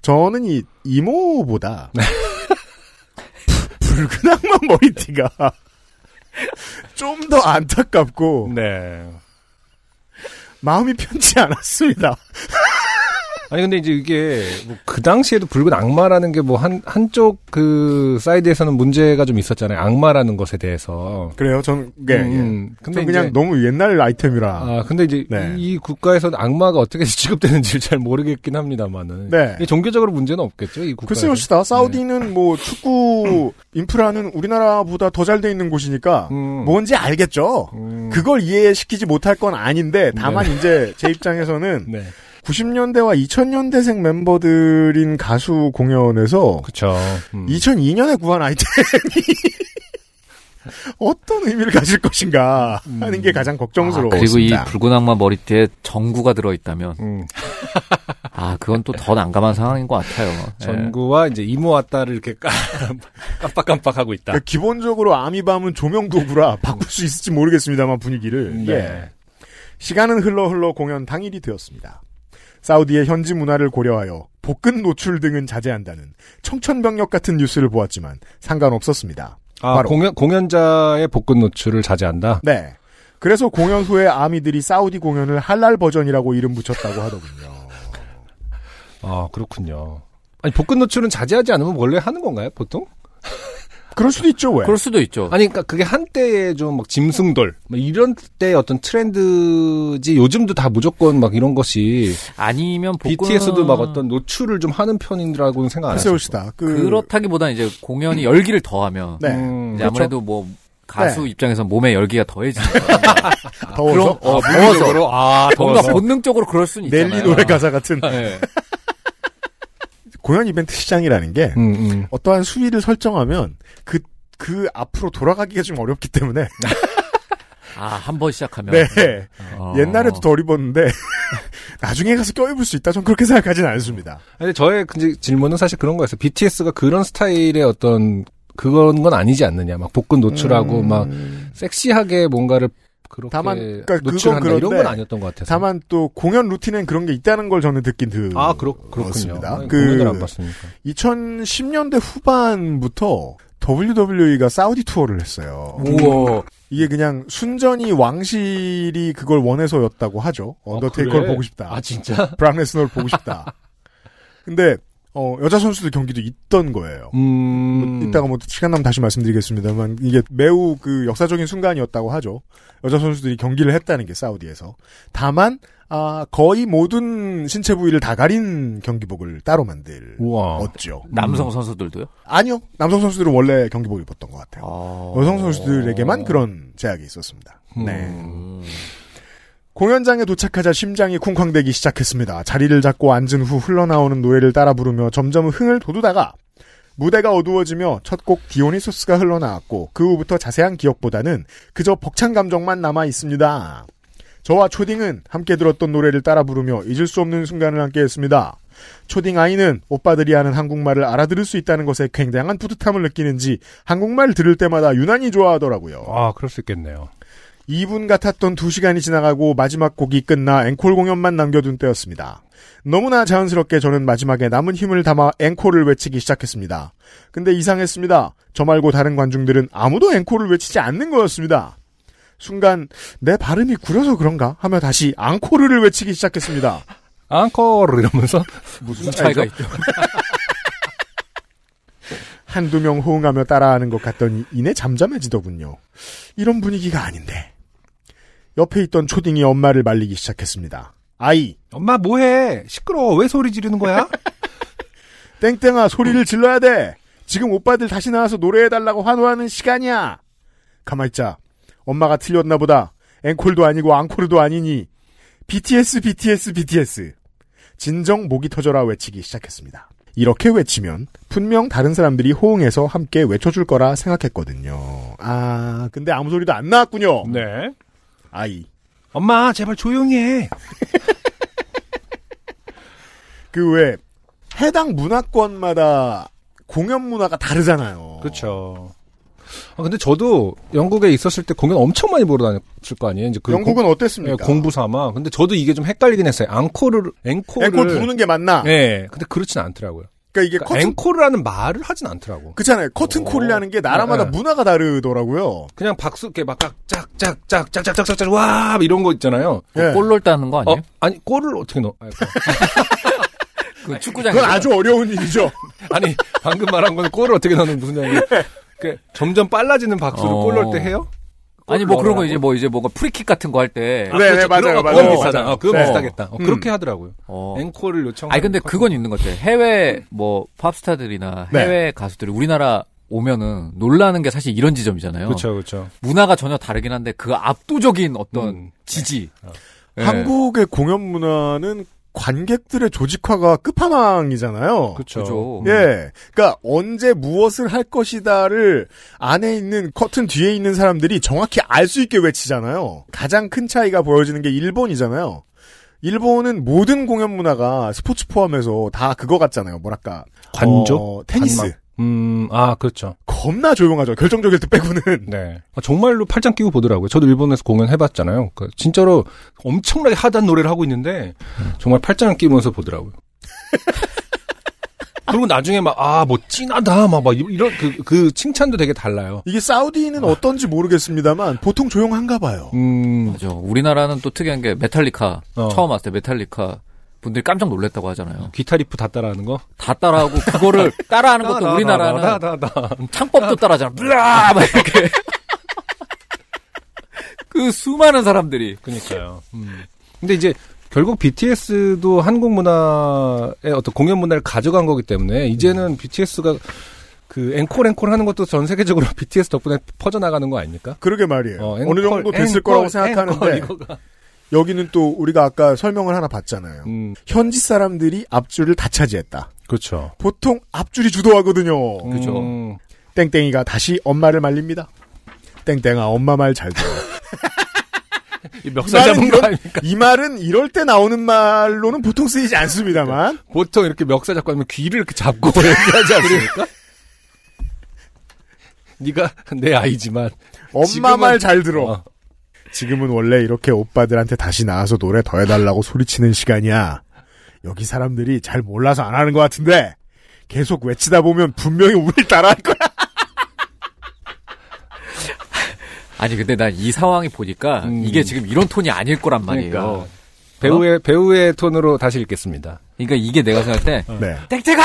저는 이 이모보다
네.
붉은 악마 머리띠가 좀 더 안타깝고
네.
마음이 편치 않았습니다.
아니 근데 이제 이게 뭐 그 당시에도 붉은 악마라는 게 뭐 한 한쪽 그 사이드에서는 문제가 좀 있었잖아요. 악마라는 것에 대해서.
그래요, 전 네, 예.
음,
전 그냥
이제-
너무 옛날 아이템이라.
아, 근데 이제
네.
이 국가에서는 악마가 어떻게 취급되는지를 잘 모르겠긴 합니다만은.
네.
이게 네. 종교적으로 문제는 없겠죠, 이 국가.
글쎄요, 시다 사우디는 뭐 축구 인프라는 우리나라보다 더 잘 돼 있는 곳이니까
음.
뭔지 알겠죠.
음.
뭐 그걸 이해시키지 못할 건 아닌데 다만 이제 제 입장에서는
네.
90년대와 2000년대생 멤버들인 가수 공연에서
그쵸. 음.
2002년에 구한 아이템이 어떤 의미를 가질 것인가 하는 게 가장 걱정스러웠습니다.
아, 그리고 이 붉은 악마 머리띠에 전구가 들어있다면
음.
아 그건 또 더 난감한 상황인 것 같아요. 예.
네.
전구와 이제 이모와 딸을 이렇게 까- 깜빡깜빡하고 있다.
그러니까 기본적으로 아미밤은 조명 도구라 바꿀 수 있을지 모르겠습니다만
음,
분위기를 예.
네.
시간은 흘러 흘러 공연 당일이 되었습니다. 사우디의 현지 문화를 고려하여 복근 노출 등은 자제한다는 청천벽력 같은 뉴스를 보았지만 상관없었습니다.
아,
바로.
공연, 공연자의 복근 노출을 자제한다?
네. 그래서 공연 후에 아미들이 사우디 공연을 할랄 버전이라고 이름 붙였다고 하더군요.
아, 그렇군요. 아니, 복근 노출은 자제하지 않으면 원래 하는 건가요, 보통?
그럴 수도 있죠, 왜?
그럴 수도
어.
있죠.
아니, 그러니까 그게 한때에 좀 막 짐승돌, 막 이런 때 어떤 트렌드지, 요즘도 다 무조건 막 이런 것이,
아니면 복근...
BTS도 막 어떤 노출을 좀 하는 편이라고는 생각 안 했어요.
글쎄요시다.
그렇다기보다는 이제 공연이 열기를 더하면
네.
음,
이제
그렇죠.
아무래도 뭐 가수
네.
입장에서 몸의 열기가 더해지죠.
더워서
어, 더워서 아, 뭔가 본능적으로 그럴 수는 있잖아요.
넬리 노래 가사 같은
예.
공연 이벤트 시장이라는 게
음, 음.
어떠한 수위를 설정하면 그, 그 앞으로 돌아가기가 좀 어렵기 때문에.
아, 한 번 시작하면.
네.
어.
옛날에도 덜 입었는데, 나중에 가서 껴입을 수 있다? 전 그렇게 생각하진 않습니다.
근데 저의 그 질문은 사실 그런 거였어요. BTS가 그런 스타일의 어떤 그건 건 아니지 않느냐. 막 복근 노출하고 막 섹시하게 뭔가를 그렇게
음. 다만, 그러니까 그건
노출한다 이런 건
그런데
아니었던 것 같아서.
다만 또 공연 루틴엔 그런 게 있다는 걸 저는 듣긴 들.
아 그렇 그렇군요.
그렇습니다.
아니,
그-
공연을 안 봤으니까.
2010년대 후반부터 WWE가 사우디 투어를 했어요. 음.
우와.
이게 그냥 순전히 왕실이 그걸 원해서였다고 하죠. 언더테이커를
아, 그래?
보고 싶다.
아 진짜?
브락 레스너를 보고 싶다. 근데 어, 여자 선수들 경기도 있던 거예요.
음.
이따가 뭐 시간 나면 다시 말씀드리겠습니다만 이게 매우 그 역사적인 순간이었다고 하죠. 여자 선수들이 경기를 했다는 게 사우디에서. 다만 아, 거의 모든 신체 부위를 다 가린 경기복을 따로 만들었죠.
우와.
남성 선수들도요?
아니요. 남성 선수들은 원래 경기복을 입었던 것 같아요.
아.
여성 선수들에게만 그런 제약이 있었습니다. 네.
음.
공연장에 도착하자 심장이 쿵쾅대기 시작했습니다. 자리를 잡고 앉은 후 흘러나오는 노래를 따라 부르며 점점 흥을 돋우다가 무대가 어두워지며 첫 곡 디오니소스가 흘러나왔고 그 후부터 자세한 기억보다는 그저 벅찬 감정만 남아 있습니다. 저와 초딩은 함께 들었던 노래를 따라 부르며 잊을 수 없는 순간을 함께했습니다. 초딩 아이는 오빠들이 하는 한국말을 알아들을 수 있다는 것에 굉장한 뿌듯함을 느끼는지 한국말 들을 때마다 유난히 좋아하더라고요.
아 그럴 수 있겠네요.
2분 같았던 2시간이 지나가고 마지막 곡이 끝나 앵콜 공연만 남겨둔 때였습니다. 너무나 자연스럽게 저는 마지막에 남은 힘을 담아 앵콜을 외치기 시작했습니다. 근데 이상했습니다. 저 말고 다른 관중들은 아무도 앵콜을 외치지 않는 거였습니다. 순간 내 발음이 구려서 그런가 하며 다시 앙코르를 외치기 시작했습니다.
앙코르 이러면서
무슨
차이가 있죠.
한두 명 호응하며 따라하는 것 같더니 이내 잠잠해지더군요. 이런 분위기가 아닌데. 옆에 있던 초딩이 엄마를 말리기 시작했습니다. 아이,
엄마 뭐해? 시끄러워. 왜 소리 지르는 거야?
땡땡아 소리를 질러야 돼. 지금 오빠들 다시 나와서 노래해달라고 환호하는 시간이야. 가만있자. 엄마가 틀렸나 보다. 앵콜도 아니고 앙코르도 아니니. BTS BTS BTS. 진정 목이 터져라 외치기 시작했습니다. 이렇게 외치면 분명 다른 사람들이 호응해서 함께 외쳐줄 거라 생각했거든요. 아 근데 아무 소리도 안 나왔군요.
네.
아이.
엄마 제발 조용히 해.
그 외 해당 문화권마다 공연 문화가 다르잖아요.
그렇죠. 아 근데 저도 영국에 있었을 때 공연 엄청 많이 보러 다녔을 거 아니에요. 이제 그
영국은
공, 예,
어땠습니까?
공부 삼아. 근데 저도 이게 좀 헷갈리긴 했어요. 앙코르 앵코를
앵콜 부르는 게 맞나?
예. 근데 그렇진 않더라고요.
네. 그러니까 이게
그러니까
커튼
앵코르라는 말을 하진 않더라고.
그렇잖아요. 커튼
어.
콜이라는 게 나라마다
네, 네.
문화가 다르더라고요.
그냥 박수 이렇게 막 짝짝짝짝짝짝짝짝 와 이런 거 있잖아요.
예.
골 넣을 따는 거
어,
아니에요?
아니 골을 어떻게 넣어? 아니,
그 축구장.
그건 아주 어려운 일이죠.
아니 방금 말한 건 골을 어떻게 넣는 무슨 얘기? 그 점점 빨라지는 박수를
어.
골 넣을 때 해요?
아니 뭐 그런 거
골
이제 뭐 이제 뭐가 프리킥 같은 거 할 때.
네, 네, 맞아요,
그거
맞아요.
비슷하다. 어, 그거
네.
비슷하겠다. 어, 그렇게 하더라고요.
어.
앵콜을 요청.
아니 근데 그건 있는 것 같아. 해외 뭐 팝스타들이나
네.
해외 가수들이 우리나라 오면은 놀라는 게 사실 이런 지점이잖아요.
그렇죠, 그렇죠.
문화가 전혀 다르긴 한데 그 압도적인 어떤
음.
지지.
네.
예.
한국의 공연 문화는 관객들의 조직화가 끝판왕이잖아요.
그렇죠.
그죠.
예. 그러니까 언제 무엇을 할 것이다를 안에 있는 커튼 뒤에 있는 사람들이 정확히 알 수 있게 외치잖아요. 가장 큰 차이가 보여지는 게 일본이잖아요. 일본은 모든 공연 문화가 스포츠 포함해서 다 그거 같잖아요. 뭐랄까
관조?
어, 테니스
관망. 음, 아 그렇죠.
겁나 조용하죠. 결정적일 때 빼고는.
네. 아, 정말로 팔짱 끼고 보더라고요. 저도 일본에서 공연 해봤잖아요. 그 진짜로 엄청나게 하단 노래를 하고 있는데 정말 팔짱 끼면서 보더라고요. 그리고 나중에 막 아 멋지나다 막 막 이런 그, 그 칭찬도 되게 달라요.
이게 사우디는 어떤지 모르겠습니다만 보통 조용한가 봐요.
아. 음,
맞아. 우리나라는 또 특이한 게 메탈리카
어.
처음 왔을 때 메탈리카 분들이 깜짝 놀랐다고 하잖아요.
기타 리프 다 따라하는 거.
다 따라하고 그거를 따라하는 것도 우리나라는
다다다다.
창법도 따라하잖아. 블라 막 이렇게. 그 수많은 사람들이
그니까요. 음. 근데 이제 결국 BTS도 한국 문화의 어떤 공연 문화를 가져간 거기 때문에 이제는 BTS가 그 앵콜 앵콜 하는 것도 전 세계적으로 BTS 덕분에 퍼져 나가는 거 아닙니까?
그러게 말이에요.
어,
어,
앵콜,
느 정도 됐을
앵콜,
거라고
앵콜
생각하는데
이거가.
여기는 또 우리가 아까 설명을 하나 봤잖아요.
음,
현지 사람들이 앞줄을 다 차지했다.
그렇죠.
보통 앞줄이 주도하거든요.
그죠.
음,
땡땡이가 다시 엄마를 말립니다. 땡땡아 엄마 말 잘 들어.
이 멱살 잡은 거 아닙니까?
이 말은 이럴 때 나오는 말로는 보통 쓰이지 않습니다만
그러니까. 보통 이렇게 멱살 잡고 하면 귀를 이렇게 잡고 얘기하지 않습니까? 네가 내 아이지만
엄마
지금은-
말 잘 들어.
어,
지금은 원래 이렇게 오빠들한테 다시 나와서 노래 더해달라고 소리치는 시간이야. 여기 사람들이 잘 몰라서 안 하는 것 같은데 계속 외치다 보면 분명히 우리 따라할 거야.
아니 근데 난 이 상황이 보니까
음.
이게 지금 이런 톤이 아닐 거란 말이에요.
그러니까
그러니까,
배우의 배우의 톤으로 다시 읽겠습니다.
이게 내가 생각할 때
네.
어. 땡땡아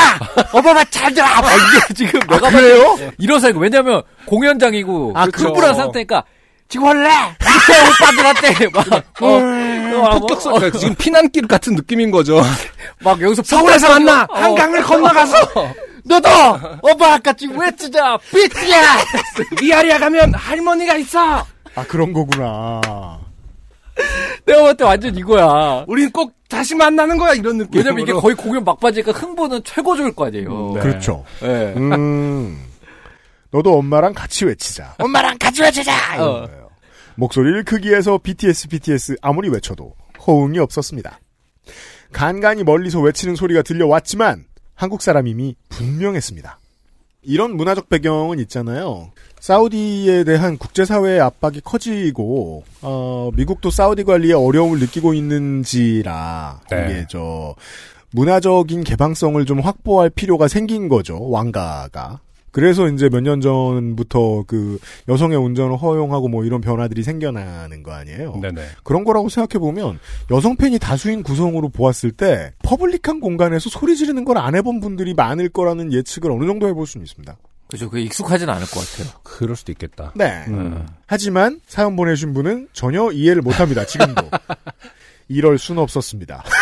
오바마 잘 들어. 아, 이게 지금 내가 봤을
그래요?
때 이런 생각 왜냐면 공연장이고
아, 그쵸.
흥분한 상태니까 지금 원래 이렇게 오빠들한테 막 어, 어,
폭격성 그러니까 지금 피난길 같은 느낌인 거죠.
막 여기서
서울에서 만나
어.
한강을 건너가서
너도 오빠 아까 지금 왜 진짜 삐뚤야
리아리아 가면 할머니가 있어.
아 그런 거구나.
내가 봤을 때 완전 이거야.
우린 꼭 다시 만나는 거야 이런 느낌.
왜냐면 이게 거의 공연 막바지니까 흥분은 최고조일 거 아니에요.
네.
그렇죠.
예.
음. 너도 엄마랑 같이 외치자. 엄마랑 같이 외치자. 음. 이런
어.
거예요. 목소리를 크기에서 BTS BTS 아무리 외쳐도 호응이 없었습니다. 간간히 멀리서 외치는 소리가 들려왔지만 한국 사람임이 분명했습니다. 이런 문화적 배경은 있잖아요. 사우디에 대한 국제사회의 압박이 커지고 어, 미국도 사우디 관리에 어려움을 느끼고 있는지라
네.
이게 저 문화적인 개방성을 좀 확보할 필요가 생긴 거죠 왕가가. 그래서 이제 몇 년 전부터 그 여성의 운전을 허용하고 뭐 이런 변화들이 생겨나는 거 아니에요.
네네.
그런 거라고 생각해 보면 여성 팬이 다수인 구성으로 보았을 때 퍼블릭한 공간에서 소리 지르는 걸 안 해본 분들이 많을 거라는 예측을 어느 정도 해볼 수는 있습니다.
그죠. 그게 익숙하진 않을 것 같아요.
그럴 수도 있겠다.
네.
음.
하지만 사연 보내주신 분은 전혀 이해를 못합니다. 지금도 이럴 순 없었습니다.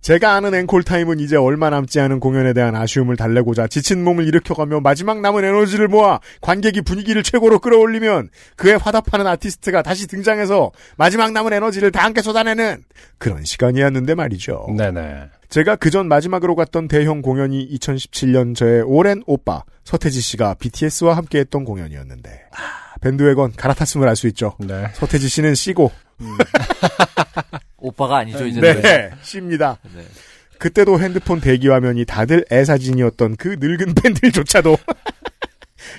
제가 아는 앵콜 타임은 이제 얼마 남지 않은 공연에 대한 아쉬움을 달래고자 지친 몸을 일으켜가며 마지막 남은 에너지를 모아 관객이 분위기를 최고로 끌어올리면 그에 화답하는 아티스트가 다시 등장해서 마지막 남은 에너지를 다 함께 쏟아내는 그런 시간이었는데 말이죠.
네네.
제가 그전 마지막으로 갔던 대형 공연이 2017년 저의 오랜 오빠 서태지 씨가 BTS와 함께했던 공연이었는데 아, 밴드웨건 갈아탔음을 알 수 있죠.
네.
서태지 씨는 C고
오빠가 아니죠, 이제.
네 C입니다.
네.
그때도 핸드폰 대기화면이 다들 애사진이었던 그 늙은 팬들조차도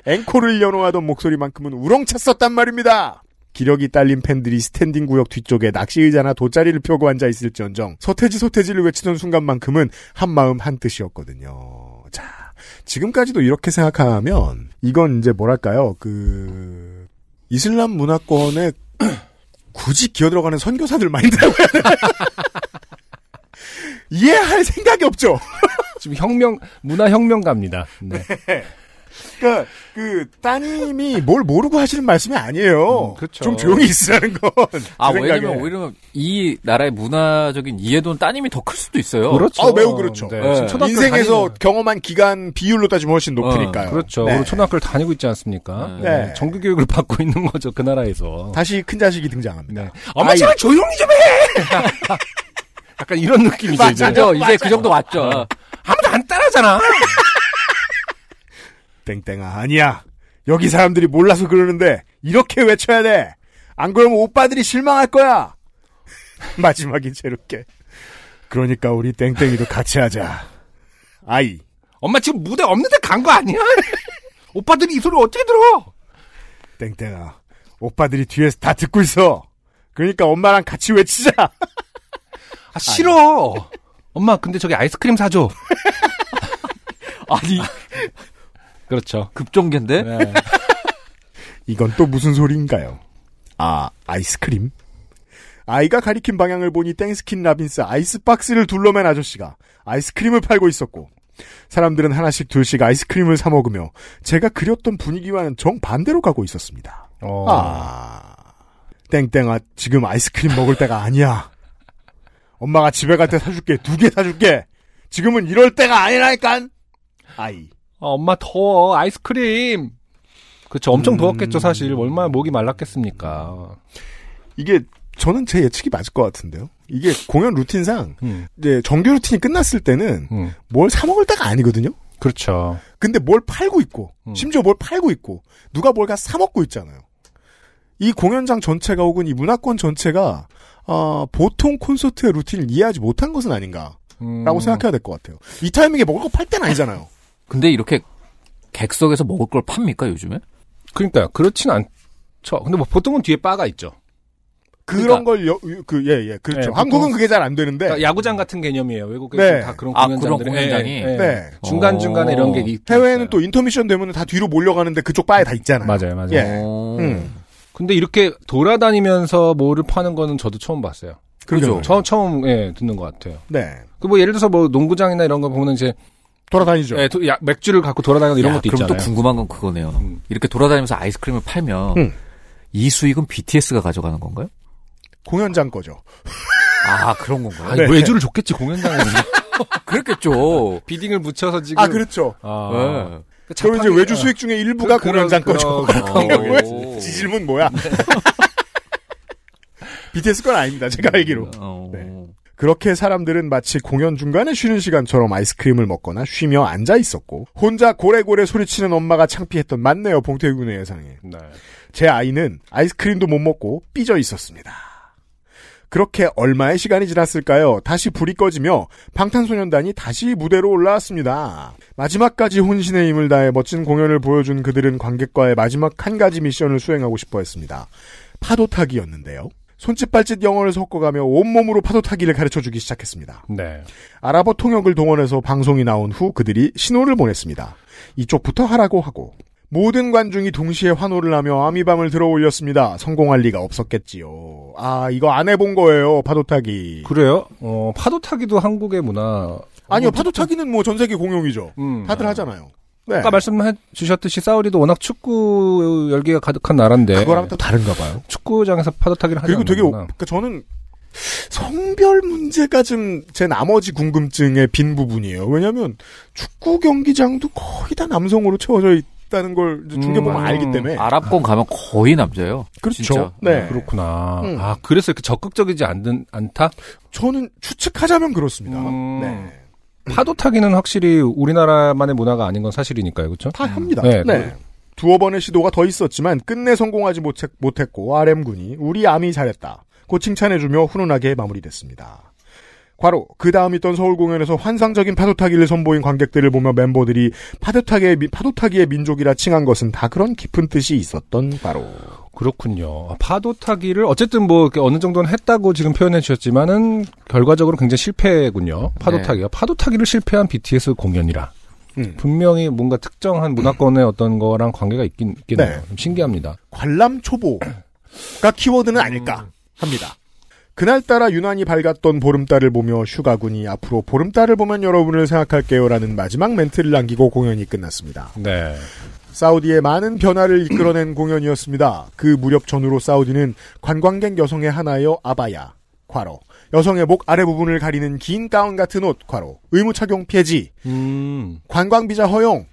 앵콜을 연호하던 목소리만큼은 우렁찼었단 말입니다. 기력이 딸린 팬들이 스탠딩 구역 뒤쪽에 낚시 의자나 돗자리를 펴고 앉아 있을지언정 서태지 서태지를 외치던 순간만큼은 한 마음 한 뜻이었거든요. 자, 지금까지도 이렇게 생각하면 이건 이제 뭐랄까요? 그 이슬람 문화권에 굳이 기어 들어가는 선교사들 마인드라고 해야 되나요? 이해할 생각이 없죠.
지금 혁명 문화 혁명가입니다. 네.
그러니까 그 따님이 뭘 모르고 하시는 말씀이 아니에요.
음, 그쵸.
좀 조용히 있으라는 건.
아,
제그 생각에.
왜냐면 오히려 이 나라의 문화적인 이해도는 따님이 더 클 수도 있어요.
아, 매우 그렇죠.
네.
지금 초등학교
인생에서
다니는-
경험한 기간 비율로 따지면 훨씬 높으니까요.
그렇죠.
네.
우리 초등학교를 다니고 있지 않습니까?
네.
네. 정규 교육을 받고 있는 거죠. 그 나라에서.
다시 큰 자식이 등장합니다.
네. 엄마
아이.
제발 조용히 좀 해. 약간 이런 느낌이죠. 이제.
맞죠. 이제 그 정도 왔죠.
아무도 안 따라하잖아.
땡땡아 아니야. 여기 사람들이 몰라서 그러는데 이렇게 외쳐야 돼. 안 그러면 오빠들이 실망할 거야. 마지막인 새롭게. 그러니까 우리 땡땡이도 같이 하자. 아이.
엄마 지금 무대 없는데 간 거 아니야? 오빠들이 이 소리 어떻게 아, 들어?
땡땡아. 오빠들이 뒤에서 다 듣고 있어. 그러니까 엄마랑 같이 외치자.
아, 싫어. 엄마 근데 저기 아이스크림 사줘.
아니,
그렇죠.
급종계인데?
네.
이건 또 무슨 소리인가요? 아, 아이스크림? 아이가 가리킨 방향을 보니 땡스킨 라빈스 아이스박스를 둘러맨 아저씨가 아이스크림을 팔고 있었고, 사람들은 하나씩 둘씩 아이스크림을 사먹으며, 제가 그렸던 분위기와는 정반대로 가고 있었습니다.
어.
아, 땡땡아, 지금 아이스크림 먹을 때가 아니야. 엄마가 집에 갈 때 사줄게. 두 개 사줄게. 지금은 이럴 때가 아니라니깐! 아이.
아, 엄마 더워. 아이스크림. 그렇죠. 엄청 더웠겠죠, 사실. 얼마나 목이 말랐겠습니까.
이게, 저는 제 예측이 맞을 것 같은데요? 이게 공연 루틴상,
음.
이제 정규 루틴이 끝났을 때는
음.
뭘 사 먹을 때가 아니거든요.
그렇죠.
근데 뭘 팔고 있고
음.
심지어 뭘 팔고 있고 누가 뭘가 사 먹고 있잖아요. 이 공연장 전체가 혹은 이 문화권 전체가 아, 보통 콘서트의 루틴을 이해하지 못한 것은 아닌가라고
음.
생각해야 될 것 같아요. 이 타이밍에 먹을 거 팔 때는 아니잖아요.
근데 이렇게 객석에서 먹을 걸 팝니까 요즘에?
그러니까요. 그렇진 않죠. 근데 뭐 보통은 뒤에 바가 있죠.
그런 걸 그 예 예 그렇죠.
그러니까. 예, 보통-
한국은 그게 잘 안 되는데
그러니까 야구장 같은 개념이에요. 외국에
네.
다 그런
아,
공연장들이 예,
그런 공연장이?
네.
중간 중간에
어.
이런 게 있-
해외에는
있어요.
또 인터미션 되면 다 뒤로 몰려가는데 그쪽 바에 다 있잖아요.
맞아요, 맞아요.
예.
어.
음.
근데 이렇게 돌아다니면서 뭐를 파는 거는 저도 처음 봤어요.
그죠.
처음 처음 예, 듣는 것 같아요.
네.
그 뭐 예를 들어서 뭐 농구장이나 이런 거 보면 이제
돌아다니죠.
예, 도- 야- 맥주를 갖고 돌아다니는 이런
야,
것도
그럼
있잖아요.
또 궁금한 건 그거네요.
음.
이렇게 돌아다니면서 아이스크림을 팔면
음.
이 수익은 BTS가 가져가는 건가요?
공연장 거죠.
아 그런 건가요?
아니,
네.
외주를 줬겠지 공연장에
그랬겠죠.
비딩을 묻혀서 지금
아 그렇죠.
아.
예.
그
그럼 이제
자판기가-
외주 수익 중에 일부가
그-
공연장
그런- 네.
거죠.
그런
어. 거겠지.
지 질문 뭐야? BTS 건 아닙니다. 제가 알기로.
어.
네. 그렇게 사람들은 마치 공연 중간에 쉬는 시간처럼 아이스크림을 먹거나 쉬며 앉아 있었고 혼자 고래고래 소리치는 엄마가 창피했던 맞네요 봉태군의 예상에
네.
제 아이는 아이스크림도 못 먹고 삐져 있었습니다. 그렇게 얼마의 시간이 지났을까요? 다시 불이 꺼지며 방탄소년단이 다시 무대로 올라왔습니다. 마지막까지 혼신의 힘을 다해 멋진 공연을 보여준 그들은 관객과의 마지막 한 가지 미션을 수행하고 싶어 했습니다. 파도 타기였는데요. 손짓발짓 영어를 섞어가며 온몸으로 파도 타기를 가르쳐 주기 시작했습니다.
네.
아랍어 통역을 동원해서 방송이 나온 후 그들이 신호를 보냈습니다. 이쪽부터 하라고 하고 모든 관중이 동시에 환호를 하며 아미밤을 들어 올렸습니다. 성공할 리가 없었겠지요. 아 이거 안 해본 거예요 파도타기.
그래요? 어, 파도 타기도 한국의 문화.
아니요 파도타기는 뭐 전 세계 공용이죠.
음.
다들 하잖아요. 네.
아까 말씀해 주셨듯이 사우디도 워낙 축구 열기가 가득한 나라인데
그거랑 또 다른가 봐요.
축구장에서 파도 타기를 하는
그리고 되게 오- 그러니까 저는 성별 문제가 좀 제 나머지 궁금증의 빈 부분이에요. 왜냐하면 축구 경기장도 거의 다 남성으로 채워져 있다는 걸 이제 중계
음,
보면 알기
음.
때문에
아랍권 가면 거의 남자예요.
그렇죠.
진짜.
네.
아, 그렇구나.
음.
아 그래서 이렇게 적극적이지 않든 않다.
저는 추측하자면 그렇습니다.
음.
네.
파도 타기는 확실히 우리나라만의 문화가 아닌 건 사실이니까요, 그렇죠?
다 합니다.
네,
두어 번의 시도가 더 있었지만 끝내 성공하지 못해- 못했고 RM군이 우리 암이 잘했다. 고 칭찬해주며 훈훈하게 마무리됐습니다. 과로 그 다음 있던 서울 공연에서 환상적인 파도타기를 선보인 관객들을 보며 멤버들이 파도타기의, 미- 파도타기의 민족이라 칭한 것은 다 그런 깊은 뜻이 있었던 바로
그렇군요. 아, 파도 타기를 어쨌든 뭐 이렇게 어느 정도는 했다고 지금 표현해 주셨지만은 결과적으로 굉장히 실패군요. 파도
네.
타기가 파도 타기를 실패한 BTS 공연이라
음.
분명히 뭔가 특정한 문화권의 어떤 거랑 관계가 있긴 있긴 해요. 좀 신기합니다.
관람 초보가 키워드는 아닐까 합니다. 그날따라 유난히 밝았던 보름달을 보며 슈가군이 앞으로 보름달을 보면 여러분을 생각할게요라는 마지막 멘트를 남기고 공연이 끝났습니다.
네.
사우디의 많은 변화를 이끌어낸 공연이었습니다. 그 무렵 전후로 사우디는 관광객 여성의 하나여 아바야 과로 여성의 목 아래 부분을 가리는 긴 가운 같은 옷 과로 의무 착용 폐지
음.
관광비자 허용.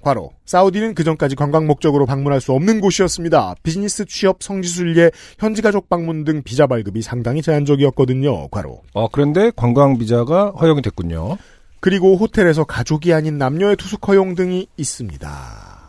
과로 사우디는 그 전까지 관광 목적으로 방문할 수 없는 곳이었습니다. 비즈니스 취업, 성지순례, 현지 가족 방문 등 비자 발급이 상당히 제한적이었거든요. 과로
어 그런데 관광 비자가 허용이 됐군요.
그리고 호텔에서 가족이 아닌 남녀의 투숙 허용 등이 있습니다.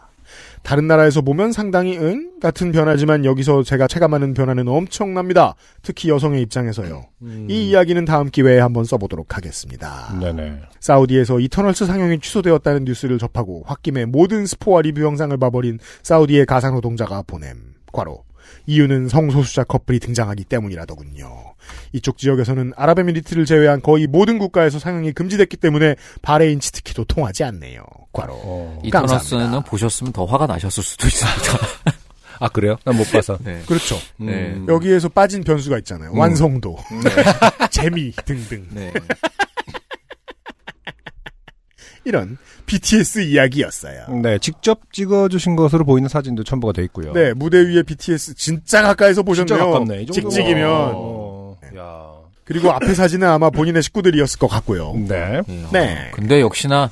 다른 나라에서 보면 상당히 은 같은 변화지만 여기서 제가 체감하는 변화는 엄청납니다. 특히 여성의 입장에서요. 이 이야기는 다음 기회에 한번 써보도록 하겠습니다.
네네.
사우디에서 이터널스 상영이 취소되었다는 뉴스를 접하고 홧김에 모든 스포와 리뷰 영상을 봐버린 사우디의 가상노동자가 보냄. 과로. 이유는 성소수자 커플이 등장하기 때문이라더군요. 이쪽 지역에서는 아랍에미리트를 제외한 거의 모든 국가에서 상영이 금지됐기 때문에 바레인 치트키도 통하지 않네요. 과로.
어.
이터너스는
감사합니다.
보셨으면 더 화가 나셨을 수도 있습니다.
아 그래요? 난 못 봐서.
네.
그렇죠.
네.
음.
여기에서 빠진 변수가 있잖아요.
음. 네.
완성도, 재미 등등.
네.
이런 BTS 이야기였어요.
네, 직접 찍어주신 것으로 보이는 사진도 첨부가 돼 있고요.
네, 무대 위에 BTS 진짜 가까이서 보셨네요.
그러니까. 진짜 가깝네. 이 정도면.
찍찍이면.
어, 야.
그리고 앞에 사진은 아마 본인의 식구들이었을 것 같고요.
네.
네.
네.
근데 역시나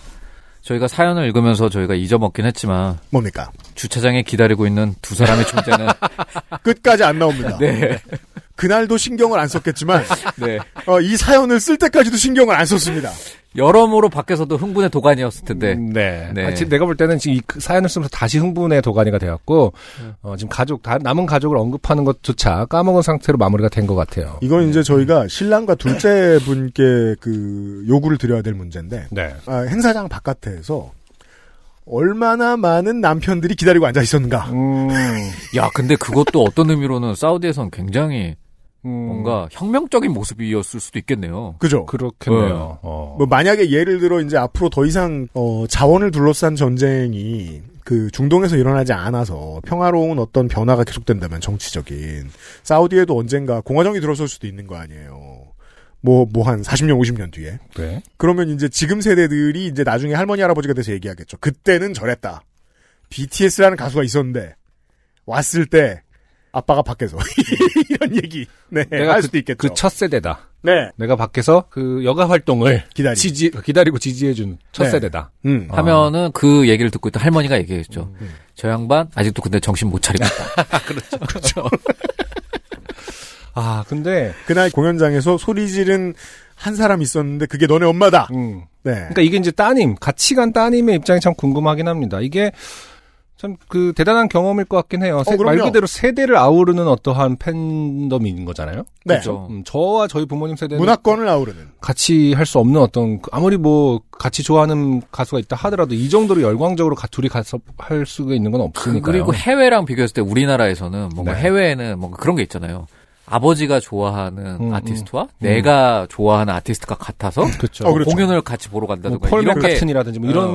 저희가 사연을 읽으면서 저희가 잊어먹긴 했지만
뭡니까?
주차장에 기다리고 있는 두 사람의 존재는
끝까지 안 나옵니다.
네.
그날도 신경을 안 썼겠지만
네.
어, 이 사연을 쓸 때까지도 신경을 안 썼습니다.
여러모로 밖에서도 흥분의 도가니였을 텐데
음, 네.
네.
아, 지금 내가 볼 때는 지금 이그 사연을 쓰면서 다시 흥분의 도가니가 되었고, 어, 지금 가족, 다- 남은 가족을 언급하는 것조차 까먹은 상태로 마무리가 된 것 같아요.
이건 이제 저희가 신랑과 둘째 분께 그 요구를 드려야 될 문제인데
네.
아, 행사장 바깥에서 얼마나 많은 남편들이 기다리고 앉아 있었는가.
음,
야, 근데 그것도 어떤 의미로는 사우디에선 굉장히
음,
뭔가 혁명적인 모습이었을 수도 있겠네요.
그죠?
그렇겠네요.
네.
어.
뭐 만약에 예를 들어 이제 앞으로 더 이상 어, 자원을 둘러싼 전쟁이 그 중동에서 일어나지 않아서 평화로운 어떤 변화가 계속된다면 정치적인 사우디에도 언젠가 공화정이 들어설 수도 있는 거 아니에요. 뭐 뭐 한 40년 50년 뒤에
네.
그러면 이제 지금 세대들이 이제 나중에 할머니 할아버지가 돼서 얘기하겠죠. 그때는 저랬다. BTS라는 가수가 있었는데 왔을 때 아빠가 밖에서 이런 얘기 네,
내가
할
그-
수도 있겠죠.
그 첫 세대다.
네,
내가 밖에서 그 여가 활동을
기다리.
지지 기다리고 지지해준 첫
네.
세대다.
음.
아.
하면은 그 얘기를 듣고 있던 할머니가 얘기했죠.
네.
저 양반 아직도 근데 정신 못 차리고 있다.
그렇죠. 아 근데
그날 공연장에서 소리 지른 한 사람 있었는데 그게 너네 엄마다.
음.
네.
그러니까 이게 이제 따님 같이 간 따님의 입장이 참 궁금하긴 합니다. 이게 참 그 대단한 경험일 것 같긴 해요. 세- 말
어, 그럼요.
그대로 세대를 아우르는 어떠한 팬덤인 거잖아요.
네.
그죠?
음, 저와 저희 부모님 세대는
문화권을 아우르는.
같이 할 수 없는 어떤 그- 아무리 뭐 같이 좋아하는 가수가 있다 하더라도 이 정도로 열광적으로 가- 둘이 가서 할 수가 있는 건 없으니까요.
그리고 해외랑 비교했을 때 우리나라에서는 뭔가
네.
해외에는 뭔가 그런 게 있잖아요. 아버지가 좋아하는
음,
아티스트와 내가 좋아하는 아티스트가 같아서
그렇죠.
어, 그렇죠.
공연을 같이 보러 간다든가
뭐 폴
이런 게
맥카튼이라든지 뭐
어,
이런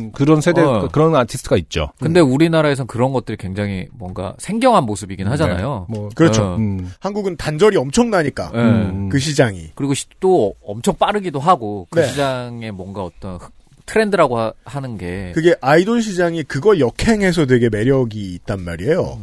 음.
그런 세대
어.
그런 아티스트가 있죠.
근데 우리나라에선 그런 것들이 굉장히 뭔가 생경한 모습이긴 하잖아요.
네, 뭐
그렇죠.
어.
음,
한국은 단절이 엄청나니까.
예.
음.
그 시장이.
그리고 시- 또 엄청 빠르기도 하고 그
네.
시장에 뭔가 어떤 흑- 트렌드라고 하- 하는 게
그게 아이돌 시장이 그걸 역행해서 되게 매력이 있단 말이에요.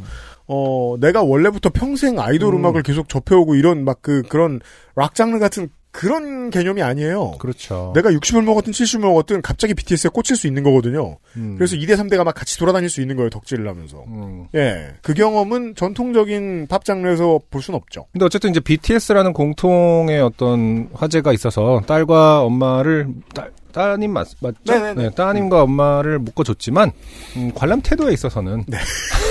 어, 내가 원래부터 평생 아이돌 음. 악을 계속 접해오고 이런 막 그 그런 락 장르 같은 그런 개념이 아니에요.
그렇죠.
내가 60을 먹었든 70을 먹었든 갑자기 BTS에 꽂힐 수 있는 거거든요.
음.
그래서 2대 3대가 막 같이 돌아다닐 수 있는 거예요. 덕질을 하면서.
음.
예. 그 경험은 전통적인 팝 장르에서 볼 순 없죠.
근데 어쨌든 이제 BTS라는 공통의 어떤 화제가 있어서 딸과 엄마를 딸 따님 맞, 맞죠?
네네네.
네, 따님과 엄마를 묶어줬지만 음, 관람 태도에 있어서는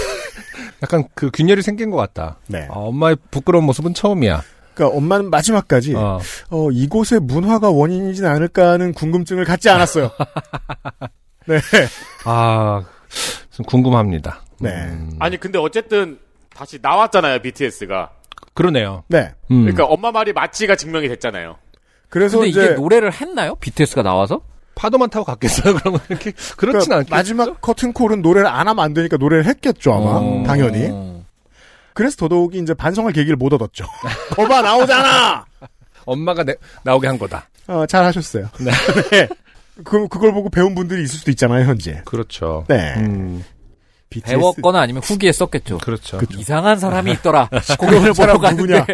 약간 그 균열이 생긴 것 같다.
네.
아, 엄마의 부끄러운 모습은 처음이야.
그러니까 엄마는 마지막까지
어,
어, 이곳의 문화가 원인이진 않을까 하는 궁금증을 갖지 않았어요. 네.
아, 좀 궁금합니다.
네.
아니 근데 어쨌든 다시 나왔잖아요 BTS가.
그러네요.
네.
음.
그러니까 엄마 말이 맞지가 증명이 됐잖아요.
그래서
근데 이게
이제
노래를 했나요? BTS가 나와서?
파도만 타고 갔겠어요. 그러면 이렇게 그렇진
그러니까
않겠죠.
마지막 커튼콜은 노래를 안 하면 안 되니까 노래를 했겠죠 아마
어.
당연히. 그래서 더더욱이 이제 반성할 계기를 못 얻었죠. 거봐 나오잖아.
엄마가 내- 나오게 한 거다.
어, 잘 하셨어요. 네. 그 그걸 보고 배운 분들이 있을 수도 있잖아요 현재.
그렇죠.
네.
음,
BTS.
배웠거나 아니면 후기에 썼겠죠.
그렇죠.
이상한 사람이 있더라. 공연을 보러
사람
갔는데
누구냐?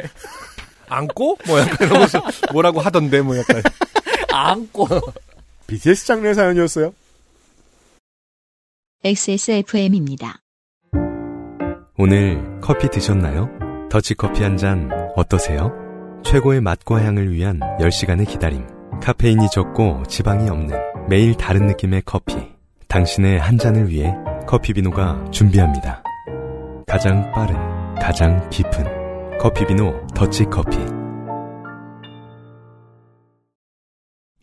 안고 뭐 약간 이러면서 뭐라고 하던데 뭐 약간
안고
BTS 장르의 사연이었어요.
XSFM입니다.
오늘 커피 드셨나요? 더치커피 한 잔 어떠세요? 최고의 맛과 향을 위한 10시간의 기다림. 카페인이 적고 지방이 없는 매일 다른 느낌의 커피. 당신의 한 잔을 위해 커피비노가 준비합니다. 가장 빠른, 가장 깊은 커피비노 더치커피.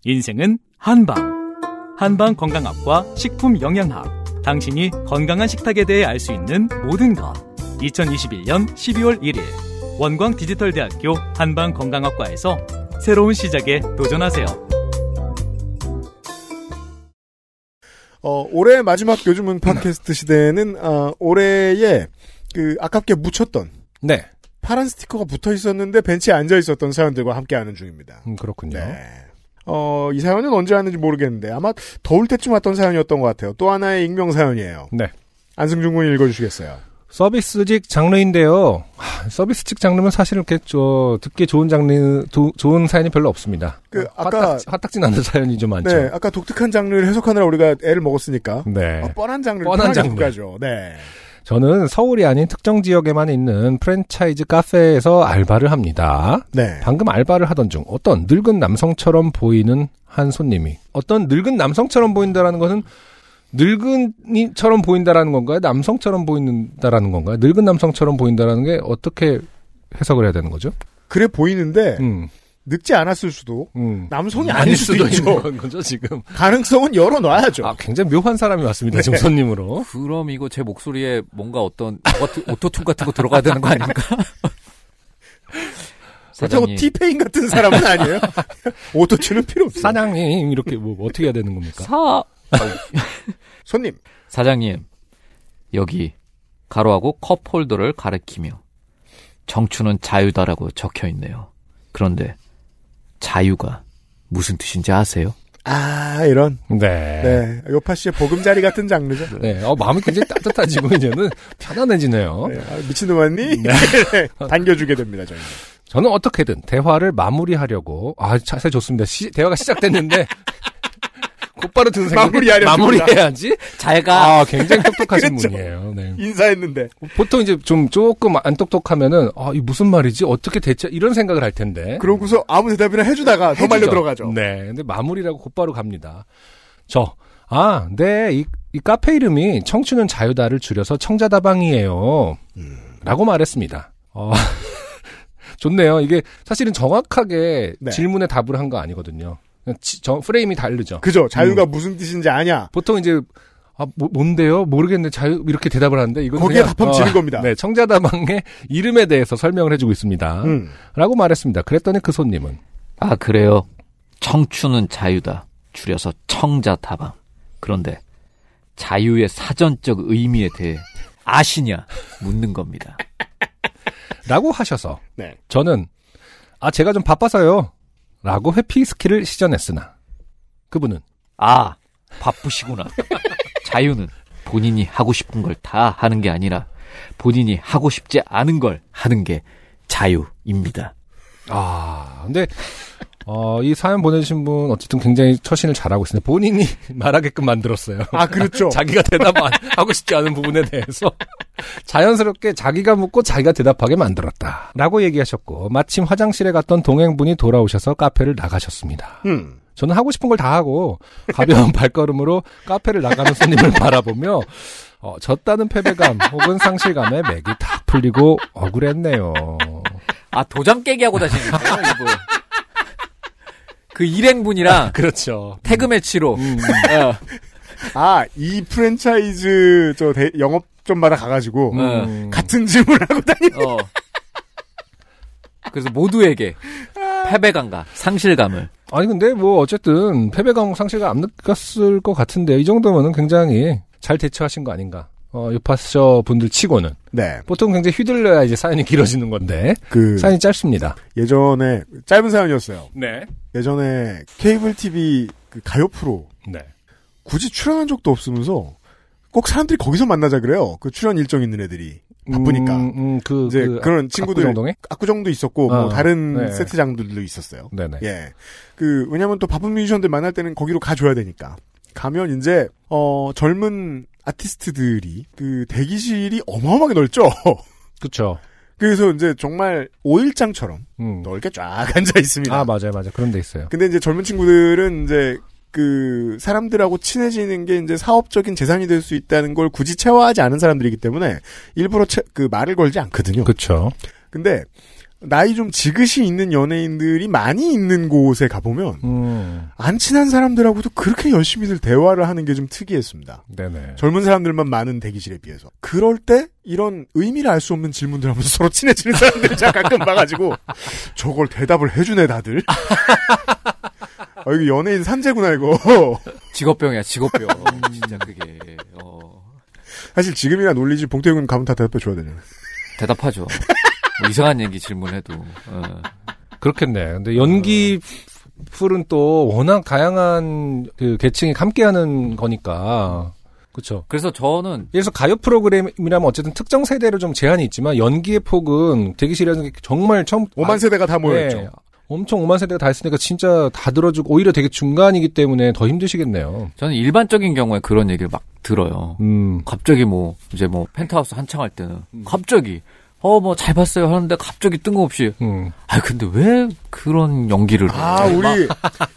인생은 한방. 한방 건강학과 식품 영양학. 당신이 건강한 식탁에 대해 알 수 있는 모든 것. 2021년 12월 1일 원광 디지털대학교 한방 건강학과에서 새로운 시작에 도전하세요.
어, 올해 마지막 요즘은 팟캐스트 시대에는 아, 올해에 그 아깝게 묻혔던
네
파란 스티커가 붙어 있었는데 벤치에 앉아 있었던 사연들과 함께하는 중입니다.
음, 그렇군요.
네. 어, 이 사연은 언제 왔는지 모르겠는데 아마 더울 때쯤 왔던 사연이었던 것 같아요. 또 하나의 익명 사연이에요.
네.
안승준 군이 읽어주시겠어요?
서비스직 장르인데요. 하, 서비스직 장르면 사실 이렇게 저 듣기 좋은 장르 조- 좋은 사연이 별로 없습니다.
그
어,
아까-
화딱지, 화딱지 나는 사연이 좀 많죠.
네, 아까 독특한 장르를 해석하느라 우리가 애를 먹었으니까.
네.
아, 뻔한 장르를
뻔한 장르.
가죠. 네.
저는 서울이 아닌 특정 지역에만 있는 프랜차이즈 카페에서 알바를 합니다.
네.
방금 알바를 하던 중 어떤 늙은 남성처럼 보이는 한 손님이 어떤 늙은 남성처럼 보인다라는 것은 늙은이처럼 보인다라는 건가요? 남성처럼 보인다라는 건가요? 늙은 남성처럼 보인다라는 게 어떻게 해석을 해야 되는 거죠?
그래 보이는데
음.
늙지 않았을 수도
음.
남성이 네. 아닐 수도 있죠.
있는 거죠 지금.
가능성은 열어놔야죠.
아 굉장히 묘한 사람이 왔습니다
네.
지금 손님으로.
그럼 이거 제 목소리에 뭔가 어떤 오토- 오토튠 같은 거 들어가야 되는 거 아닙니까?
그렇다고
사장님.
티페인 같은 사람은 아니에요. 오토치는 필요 없어요.
사장님 이렇게 뭐 어떻게 해야 되는 겁니까?
사
손님
사장님 여기 가로하고 컵홀더를 가리키며 정추는 자유다라고 적혀 있네요. 그런데 자유가 무슨 뜻인지 아세요?
아 이런
네.
네 요파 씨의 보금자리 같은 장르죠.
네, 어, 마음이 굉장히 따뜻해지고 이제는 편안해지네요.
네, 아, 미친놈 왔니? 네. 당겨주게 됩니다 저희.
저는 어떻게든 대화를 마무리하려고 아 자세 좋습니다. 시- 대화가 시작됐는데 곧바로 든 생각이
마무리하려고
마무리해야지.
잘가
아 굉장히 똑똑하신
그렇죠.
분이에요. 네.
인사했는데
보통 이제 좀 조금 안 똑똑하면은 아이 무슨 말이지 어떻게 대체 이런 생각을 할 텐데.
그러고서 아무 대답이나 해주다가 더
해주죠.
말려 들어가죠. 음.
네, 근데 마무리라고 곧바로 갑니다. 저, 아, 네, 이, 이 카페 이름이 청춘은 자유다를 줄여서 청자다방이에요.
음.
라고 말했습니다. 어, 좋네요. 이게 사실은 정확하게
네.
질문에 답을 한 거 아니거든요. 그냥 지- 저, 프레임이 다르죠.
그죠? 자유가 무슨 뜻인지 아냐?
보통 이제 아, 뭐- 뭔데요? 모르겠는데 자유 이렇게 대답을 하는데 이건
거기에
그냥,
답하면
어,
지는 겁니다.
네, 청자다방의 이름에 대해서 설명을 해주고 있습니다.
음.
라고 말했습니다. 그랬더니 그 손님은
아 그래요. 청춘은 자유다. 줄여서 청자다방. 그런데 자유의 사전적 의미에 대해 아시냐 묻는 겁니다.
라고 하셔서
네.
저는 아 제가 좀 바빠서요 라고 회피 스킬을 시전했으나 그분은
아, 바쁘시구나. 자유는 본인이 하고 싶은 걸 다 하는 게 아니라 본인이 하고 싶지 않은 걸 하는 게 자유입니다.
아 근데 어, 이 사연 보내주신 분 어쨌든 굉장히 처신을 잘하고 있습니다 본인이 말하게끔 만들었어요
아 그렇죠.
자기가 대답 안, 하고 싶지 않은 부분에 대해서 자연스럽게 자기가 묻고 자기가 대답하게 만들었다 라고 얘기하셨고 마침 화장실에 갔던 동행분이 돌아오셔서 카페를 나가셨습니다
음.
저는 하고 싶은 걸 다 하고 가벼운 발걸음으로 카페를 나가는 손님을 바라보며 어, 졌다는 패배감 혹은 상실감에 맥이 탁 풀리고 억울했네요.
아, 도장 깨기 하고 다니는 거예요, 이분. 그 일행분이랑
그렇죠.
태그 매치로 어,
아 이 프랜차이즈 저 대- 영업점마다 가가지고
음.
같은 질문을 하고 다니.
어. 그래서 모두에게 패배감과 상실감을
아니 근데 뭐 어쨌든 패배감 상실감 안 느꼈을 것 같은데 이 정도면은 굉장히 잘 대처하신 거 아닌가. 어, 요파셔 분들 치고는
네.
보통 굉장히 휘둘려야 이제 사연이 길어지는 건데
그
사연이 짧습니다.
예전에 짧은 사연이었어요.
네.
예전에 케이블 TV 그 가요 프로
네.
굳이 출연한 적도 없으면서 꼭 사람들이 거기서 만나자 그래요. 그 출연 일정 있는 애들이 바쁘니까.
음, 음, 그,
이제
그
그런 친구들
정동에?
압구정도 있었고
어,
뭐 다른
네.
세트장들도 있었어요.
네네.
예. 그 왜냐면 또 바쁜 뮤지션들 만날 때는 거기로 가줘야 되니까. 가면 이제 어 젊은 아티스트들이 그 대기실이 어마어마하게 넓죠.
그쵸.
그래서 이제 정말 오일장처럼
음.
넓게 쫙 앉아 있습니다.
아 맞아요 맞아요 그런 데 있어요.
근데 이제 젊은 친구들은 이제 그 사람들하고 친해지는 게 이제 사업적인 재산이 될 수 있다는 걸 굳이 채워하지 않은 사람들이기 때문에 일부러 채- 그 말을 걸지 않거든요.
그렇죠.
근데 나이 좀 지긋이 있는 연예인들이 많이 있는 곳에 가보면
음,
안 친한 사람들하고도 그렇게 열심히들 대화를 하는 게 좀 특이했습니다.
네네.
젊은 사람들만 많은 대기실에 비해서. 그럴 때 이런 의미를 알 수 없는 질문들 하면서 서로 친해지는 사람들이 제가 가끔 봐가지고 저걸 대답을 해주네 다들. 아 이거 연예인 산재구나 이거.
직업병이야, 직업병. 진짜 그게. 어.
사실 지금이나 논리지 봉태군 가면 다 대답해 줘야 되잖아요.
대답하죠. 뭐 이상한 얘기 질문해도. 어.
그렇겠네. 근데 연기 풀은 또 워낙 다양한 그 계층이 함께하는 거니까 그렇죠.
그래서 저는
그래서 가요 프로그램이라면 어쨌든 특정 세대로 좀 제한이 있지만 연기의 폭은 대기실에서 정말 처음
오만 세대가 다 모였죠.
아, 네. 엄청 오만 세대가 다 있으니까 진짜 다 들어주고 오히려 되게 중간이기 때문에 더 힘드시겠네요.
저는 일반적인 경우에 그런 얘기를 막 들어요.
음.
갑자기 뭐 이제 뭐 펜트하우스 한창 할 때는
음.
갑자기 어 뭐 잘 봤어요 하는데 갑자기 뜬금없이
음.
아 근데 왜 그런 연기를
아 우리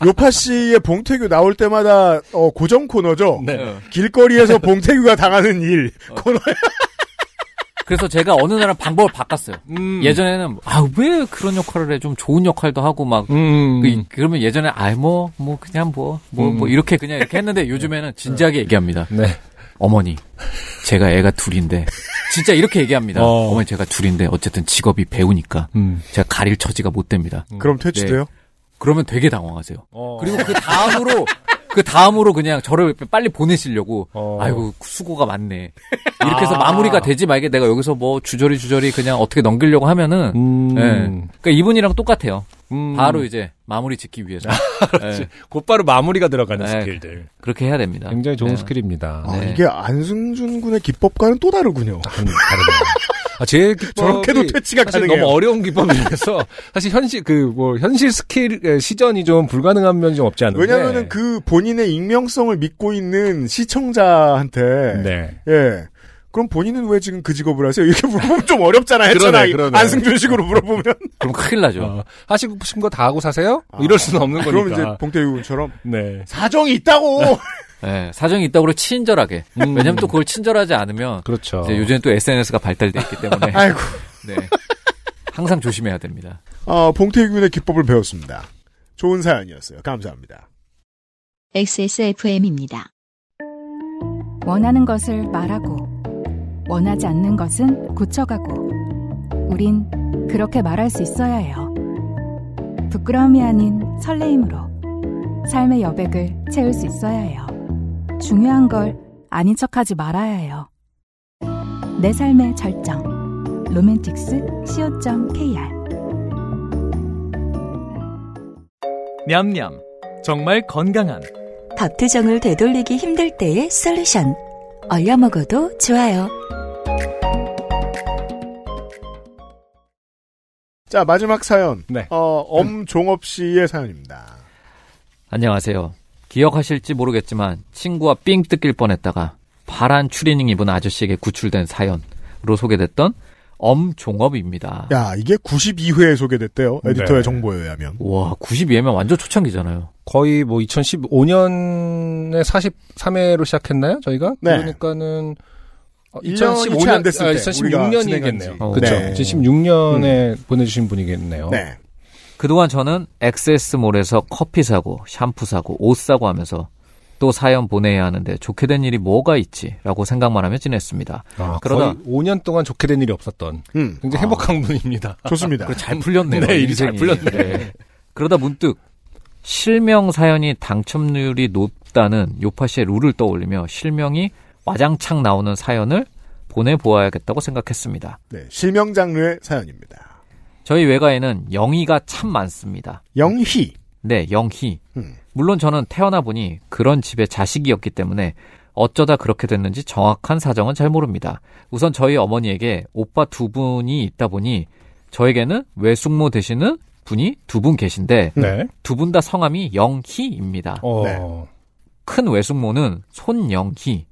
요파 씨의 봉태규 나올 때마다 어,
어.
고정 코너죠.
네.
길거리에서 봉태규가 당하는 일 코너.
그래서 제가 어느 날은 방법을 바꿨어요.
음.
예전에는 아 왜 그런 역할을 해 좀 좋은 역할도 하고 막
음.
그, 러면 예전에 아뭐뭐 뭐 그냥 뭐 뭐 뭐
음.
이렇게 그냥 이렇게 했는데 요즘에는 진지하게 얘기합니다.
네.
어머니 제가 애가 둘인데 진짜 이렇게 얘기합니다.
어.
어. 머니 제가 둘인데 어쨌든 직업이 배우니까
음.
제가 가릴 처지가 못 됩니다.
그럼 퇴치돼요?
그러면 되게 당황하세요.
어.
그리고 그 다음으로 그 다음으로 그냥 저를 빨리 보내시려고
어. 아.
아이고 수고가 많네 이렇게 해서 마무리가 되지 말게 내가 여기서 뭐 주저리 주저리 그냥 어떻게 넘기려고 하면은
음.
예. 그러니까 이분이랑 똑같아요
음.
바로 이제 마무리 짓기 위해서 예.
곧바로 마무리가 들어가는
네.
스킬들.
그렇게 해야 됩니다
굉장히 좋은
예.
스킬입니다.
아,
네.
이게 안승준 군의 기법과는 또 다르군요.
다른, 다르네요. 아, 제 기법이
저렇게도 퇴치가
사실
가능해요.
너무 어려운 기법이라서 사실 현실 그 뭐 현실 스킬 에, 시전이 좀 불가능한 면이 좀 없지 않은데.
왜냐면은 그 본인의 익명성을 믿고 있는 시청자한테
네.
예. 그럼 본인은 왜 지금 그 직업을 하세요? 이렇게 물어보면 좀 어렵잖아요.
그러네,
했잖아.
그러네.
안승준 식으로 물어보면.
그럼 큰일 나죠
어, 하시고 싶은 거 다 하고 사세요? 뭐 이럴 수는 없는 거니까.
아. 그럼 이제 봉태규 군처럼
네.
사정이 있다고.
예. 사정이 있다고 그러 친절하게
음.
왜냐면 또 그걸 친절하지 않으면
그렇죠.
이제 요즘에 또 SNS가 발달돼 있기 때문에
아이고.
네. 항상 조심해야 됩니다
아, 봉태규 군의 기법을 배웠습니다. 좋은 사연이었어요. 감사합니다.
XSFM입니다.
원하는 것을 말하고 원하지 않는 것은 고쳐가고 우린 그렇게 말할 수 있어야 해요. 부끄러움이 아닌 설레임으로 삶의 여백을 채울 수 있어야 해요. 중요한 걸 아닌 척하지 말아야 해요. 내 삶의 절정 로맨틱스 co.kr
냠냠. 정말 건강한
밥투정을 되돌리기 힘들 때의 솔루션. 얼려 먹어도 좋아요.
자, 마지막 사연.
네.
어, 엄종업 씨의 사연입니다.
안녕하세요. 기억하실지 모르겠지만 친구와 삥 뜯길 뻔했다가 파란 추리닝 입은 아저씨에게 구출된 사연으로 소개됐던 엄종업입니다.
야, 이게 92회에 소개됐대요. 에디터의
네.
정보에 의하면.
와 92회면 완전 초창기잖아요.
거의 뭐 2015년에 43회로 시작했나요? 저희가?
네.
그러니까는 어, 아,
일 년이 채안 됐을 때 우리가
2016년이겠네요.
진행한 지.
그렇
네. 음.
2016년에 보내주신 분이겠네요.
네.
그동안 저는 XS몰에서 커피 사고 샴푸 사고 옷 사고 하면서 또 사연 보내야 하는데 좋게 된 일이 뭐가 있지라고 생각만 하며 지냈습니다.
아,
그러다-
거의 5년 동안 좋게 된 일이 없었던
음.
굉장히 행복한 분입니다.
좋습니다.
잘 풀렸네요.
네, 일이 잘
인생이.
풀렸네.
네. 그러다 문득 실명 사연이 당첨률이 높다는 요파 씨의 룰을 떠올리며 실명이 와장창 나오는 사연을 보내보아야겠다고 생각했습니다.
네. 실명 장르의 사연입니다.
저희 외가에는 영희가 참 많습니다.
영희.
네, 영희.
음.
물론 저는 태어나 보니 그런 집의 자식이었기 때문에 어쩌다 그렇게 됐는지 정확한 사정은 잘 모릅니다. 우선 저희 어머니에게 오빠 두 분이 있다 보니 저에게는 외숙모 되시는 분이 두 분 계신데
음.
네.
두 분 다 성함이 영희입니다.
어.
네.
큰 외숙모는 손영희,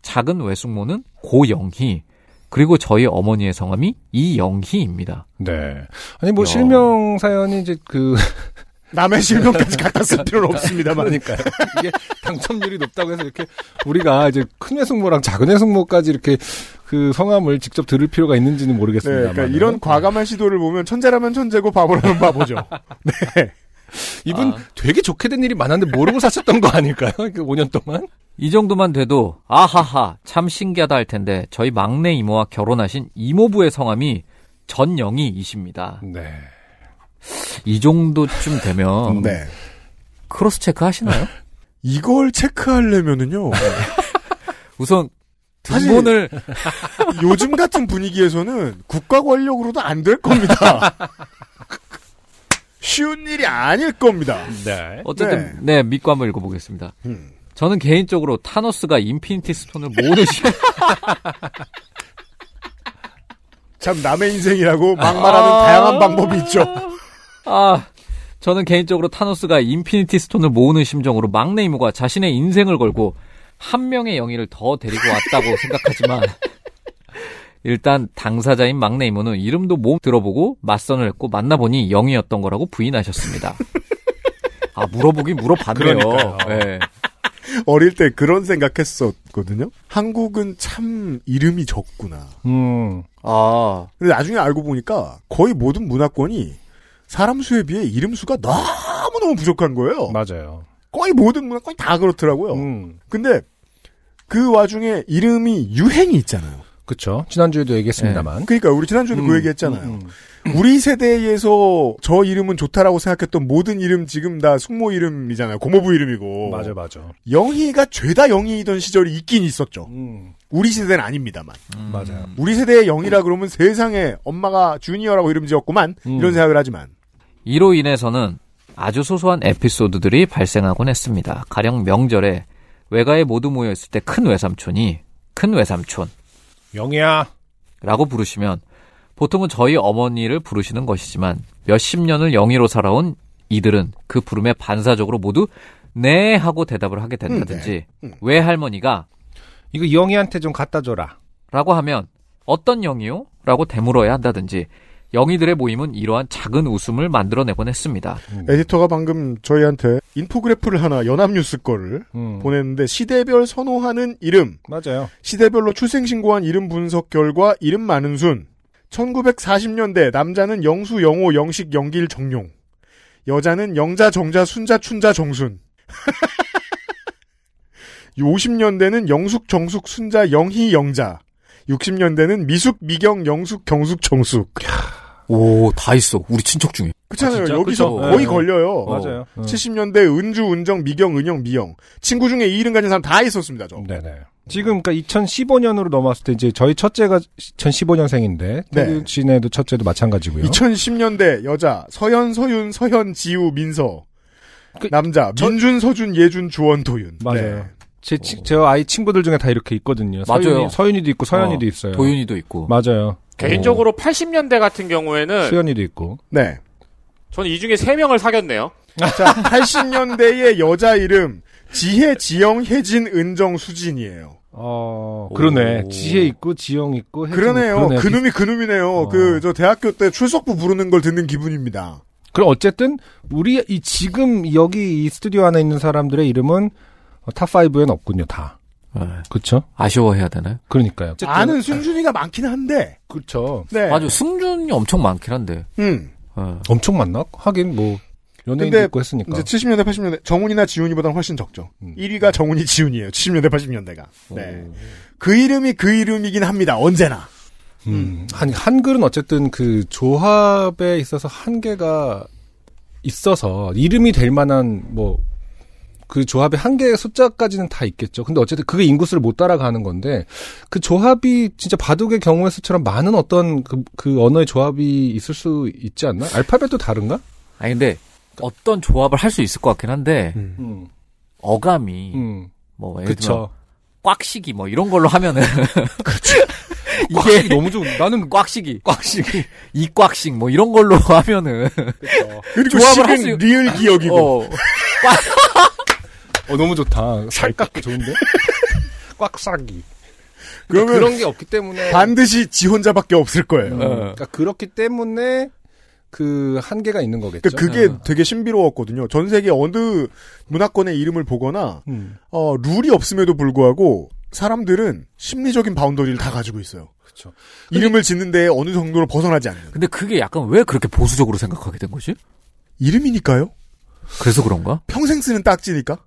작은 외숙모는 고영희, 그리고 저희 어머니의 성함이 이영희입니다.
네. 아니
어.
뭐
야.
실명 사연이 이제 그
남의 실명까지 갖다 쓸 필요는 없습니다만.
그러니까요. 이게 당첨률이 높다고 해서 이렇게 우리가 이제 큰 회승모랑 작은 회승모까지 이렇게 그 성함을 직접 들을 필요가 있는지는
네,
모르겠습니다.
그러니까 이런 과감한 시도를 보면 천재라면 천재고 바보라면 바보죠.
아.
이분 되게 좋게 된 일이 많았는데 모르고 사셨던 거 아닐까요? 그 5년 동안?
이 정도만 돼도 아하하 참 신기하다 할 텐데 저희 막내 이모와 결혼하신 이모부의 성함이 전영희이십니다.
네.
이 정도쯤
어.
되면
네.
크로스 체크 하시나요?
이걸 체크하려면은요.
우선
네. 사실- 네.
등본을
요즘 같은 분위기에서는 국가 권력으로도 안 될 겁니다. 쉬운 일이 아닐 겁니다.
네.
어쨌든 네. 믿고 한번 읽어보겠습니다.
음.
저는 개인적으로 타노스가 인피니티 스톤을 모으는 시
참 남의 인생이라고 막말하는 다양한 방법이 있죠.
아, 저는 개인적으로 타노스가 인피니티 스톤을 모으는 심정으로 막내 이모가 자신의 인생을 걸고 한 명의 영희를 더 데리고 왔다고 생각하지만 일단 당사자인 막내 이모는 이름도 못 들어보고 맞선을 했고 만나보니 영희였던 거라고 부인하셨습니다. 아 물어보긴 물어봤네요. 예.
어릴 때 그런 생각했었거든요. 한국은 참 이름이 적구나.
음,
아,
근데 나중에 알고 보니까 거의 모든 문화권이 사람 수에 비해 이름 수가 너무너무 부족한 거예요.
맞아요.
거의 모든 문화권이 다 그렇더라고요.
음,
근데 그 와중에 이름이 유행이 있잖아요.
그쵸. 지난주에도 얘기했습니다만.
그러니까 우리 지난주에도 그 얘기했잖아요.
음,
우리 세대에서 저 이름은 좋다라고 생각했던 모든 이름 지금 다 숙모 이름이잖아요. 고모부 이름이고.
맞아, 맞아.
영희가 죄다 영희이던 시절이 있긴 있었죠.
음,
우리 세대는 아닙니다만.
맞아요.
우리 세대의 영희라 그러면 세상에 엄마가 주니어라고 이름 지었구만.
음.
이런 생각을 하지만.
이로 인해서는 아주 소소한 에피소드들이 발생하곤 했습니다. 가령 명절에 외가에 모두 모여있을 때 큰 외삼촌이 큰 외삼촌이라고
영희야.
부르시면 보통은 저희 어머니를 부르시는 것이지만 몇십 년을 영희로 살아온 이들은 그 부름에 반사적으로 모두 네 하고 대답을 하게 된다든지
음, 네. 음.
외할머니가
이거 영희한테 좀 갖다 줘라.
라고 하면 어떤 영이요? 라고 되물어야 한다든지 영희들의 모임은 이러한 작은 웃음을 만들어내곤 했습니다.
에디터가 방금 저희한테 인포그래프를 하나 연합뉴스 거를
음,
보냈는데 시대별 선호하는 이름,
맞아요.
시대별로 출생신고한 이름 분석 결과 이름 많은 순 1940년대 남자는 영수, 영호, 영식, 영길, 정용 여자는 영자, 정자, 순자, 춘자, 정순 50년대는 영숙, 정숙, 순자, 영희, 영자 60년대는 미숙, 미경, 영숙, 경숙, 정숙
오, 다 있어. 우리 친척 중에.
그렇잖아요
아, 진짜?
여기서
그죠?
거의
네.
걸려요
맞아요. 음.
70년대 어. 은주, 은정, 미경, 은영, 미영 친구 중에 이 이름 가진 사람 다 있었습니다 저.
네네. 지금 그러니까 2015년으로 넘어왔을 때 이제 저희 첫째가 2015년생인데
네.
태진에도 첫째도 마찬가지고요.
2010년대 여자 서현 서윤 서현 지우 민서
그-
남자 민준 서준 예준 주원 도윤
맞아요.
네.
제, 치- 제 아이 친구들 중에 다 이렇게 있거든요.
맞아요.
서윤이, 서윤이도 있고 서현이도 있어요.
도윤이도 있고.
맞아요.
개인적으로 80년대 같은 경우에는
수현이도 있고.
네.
저는 이 중에 세명을 사귀었네요.
자 80년대의 여자 이름 지혜 지영 혜진 은정 수진이에요.
어, 그러네.
오.
지혜 있고 지영 있고 혜진
그러네요.
있고. 그러네.
그놈이 그놈이네요.
어.
그 저 대학교 때 출석부 부르는 걸 듣는 기분입니다.
그럼 어쨌든 우리 이 지금 여기 이 스튜디오 안에 있는 사람들의 이름은 어, 탑 5에는 없군요, 다.
네.
그렇죠?
아쉬워해야 되나요?
그러니까요.
아는 순순이가 많긴 한데.
그렇죠.
네.
맞아. 승준이 엄청 많긴 한데.
음.
어.
엄청 많나? 하긴 뭐 연예인도
근데
있고 했으니까.
이제 70년대 80년대 정훈이나 지훈이보다는 훨씬 적죠.
음.
1위가 정훈이 지훈이에요. 70년대 80년대가. 네. 그 이름이 그 이름이긴 합니다. 언제나.
음, 한, 한글은 어쨌든 그 조합에 있어서 한계가 있어서 이름이 될 만한 뭐 그 조합의 한계의 숫자까지는 다 있겠죠. 근데 어쨌든 그게 인구수를 못 따라가는 건데 그 조합이 진짜 바둑의 경우의 수처럼 많은 어떤 그, 그 언어의 조합이 있을 수 있지 않나? 알파벳도 다른가?
아니 근데 어떤 조합을 할 수 있을 것 같긴 한데
음.
어감이
음.
뭐 예를 들면
그쵸.
꽉시기 뭐 이런 걸로 하면은
이게 너무 좋은 나는
꽉시기, 꽉시기, 이꽉식 뭐 이런 걸로 하면은
그리고
조합을
식은
할 수-
리을 기억이고.
어,
어 너무 좋다. 살깎고 좋은데. 꽉싸기.
그러면
그런 게 없기 때문에
반드시 지 혼자밖에 없을 거예요.
음,
어.
그러니까 그렇기 때문에 그 한계가 있는 거겠죠.
그러니까 그게 되게 신비로웠거든요. 전 세계 어느 문화권의 이름을 보거나
음.
어, 룰이 없음에도 불구하고 사람들은 심리적인 바운더리를 다 가지고 있어요.
그쵸.
이름을 짓는데 어느 정도로 벗어나지 않는.
근데 그게 약간 왜 그렇게 보수적으로 생각하게 된 거지?
이름이니까요.
그래서 그런가?
평생 쓰는 딱지니까.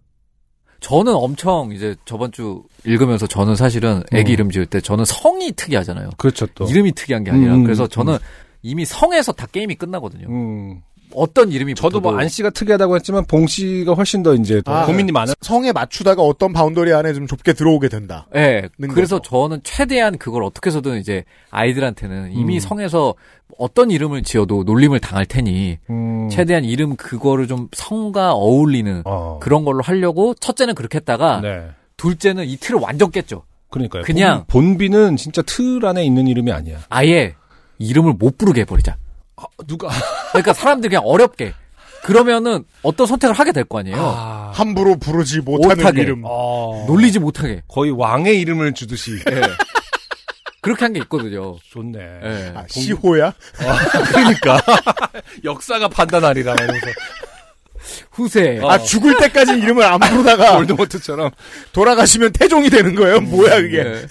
저는 엄청 이제 저번 주 읽으면서 저는 사실은 애기
음.
이름 지을 때 저는 성이 특이하잖아요.
그렇죠 또.
이름이 특이한 게 아니라
음,
그래서
음.
저는 이미 성에서 다 게임이 끝나거든요.
음.
어떤 이름이
저도 뭐
붙어도 네.
안 씨가 특이하다고 했지만 봉 씨가 훨씬 더 이제 더
아,
고민이 많은.
성에 맞추다가 어떤 바운더리 안에 좀 좁게 들어오게 된다.
예.
는
그래서
거죠.
저는 최대한 그걸 어떻게 해서든 이제 아이들한테는 이미
음.
성에서 어떤 이름을 지어도 놀림을 당할 테니
음.
최대한 이름 그거를 좀 성과 어울리는
어.
그런 걸로 하려고 첫째는 그렇게 했다가
네.
둘째는 이 틀을 완전 깼죠.
그러니까요.
그냥-
본, 비는 진짜 틀 안에 있는 이름이 아니야.
아예 이름을 못 부르게 해버리자.
누가
그러니까 사람들이 그냥 어렵게. 그러면은 어떤 선택을 하게 될 거 아니에요.
함부로 부르지 못하는
못하게.
이름.
어.
놀리지 못하게.
거의 왕의 이름을 주듯이. 네.
예. 그렇게 한 게 있거든요.
좋네.
예.
아, 시호야?
아, 그러니까 역사가 판단하리라 면서
후세.
아 죽을 때까지 이름을 안 부르다가
볼드모트처럼
돌아가시면 태종이 되는 거예요. 뭐야 그게?
네.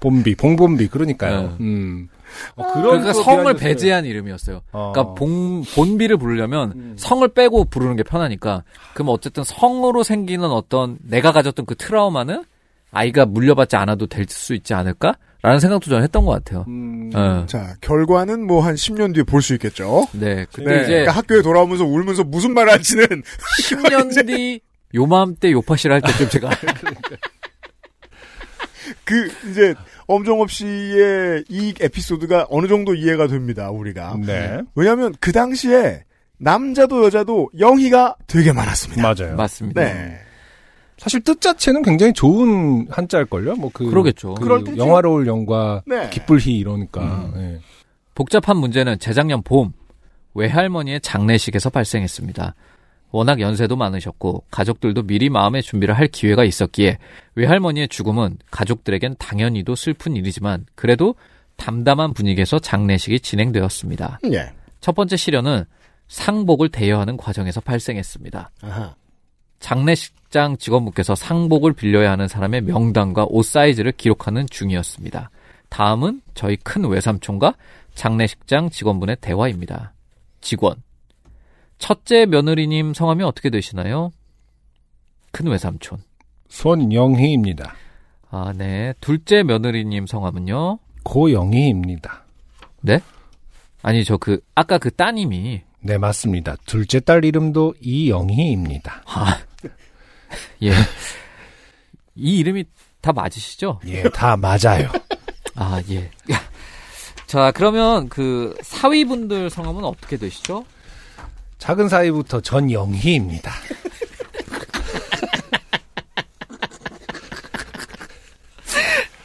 봄비, 봉봄비 그러니까요.
네.
음. 어,
그러니까
또
성을
비하인드를-
배제한 이름이었어요.
어.
그러니까 봉, 본비를 부르려면 성을 빼고 부르는 게 편하니까 그럼 어쨌든 성으로 생기는 어떤 내가 가졌던 그 트라우마는 아이가 물려받지 않아도 될 수 있지 않을까라는 생각도 저는 했던 것 같아요.
음.
어.
자 결과는 뭐 한 10년 뒤에 볼 수 있겠죠.
네. 근데
네.
이제
그러니까 학교에 돌아오면서 울면서 무슨 말을 할지는
10년 뒤 요맘때 요파실 할 때쯤 제가
그 이제 엄정업 씨의 이 에피소드가 어느 정도 이해가 됩니다. 우리가
네.
왜냐하면 그 당시에 남자도 여자도 영희가 되게 많았습니다.
맞아요.
맞습니다.
네.
사실 뜻 자체는 굉장히 좋은 한자일걸요? 뭐 그.
그러겠죠.
그
그럴 때죠.
영화로울 영과
네.
기쁠히 이러니까. 예.
복잡한 문제는 재작년 봄 외할머니의 장례식에서 발생했습니다. 워낙 연세도 많으셨고 가족들도 미리 마음의 준비를 할 기회가 있었기에 외할머니의 죽음은 가족들에겐 당연히도 슬픈 일이지만 그래도 담담한 분위기에서 장례식이 진행되었습니다.
예.
첫 번째 시련은 상복을 대여하는 과정에서 발생했습니다.
아하.
장례식장 직원분께서 상복을 빌려야 하는 사람의 명단과 옷 사이즈를 기록하는 중이었습니다. 다음은 저희 큰 외삼촌과 장례식장 직원분의 대화입니다. 직원. 첫째 며느리님 성함이 어떻게 되시나요? 큰 외삼촌.
손영희입니다.
아, 네. 둘째 며느리님 성함은요?
고영희입니다.
아니, 저 그, 아까 그 따님이.
네, 맞습니다. 둘째 딸 이름도 이영희입니다.
아, 예. 이 이름이 다 맞으시죠?
예, 다 맞아요.
아, 예. 자, 그러면 그 사위분들 성함은 어떻게 되시죠?
작은 사이부터 전영희입니다.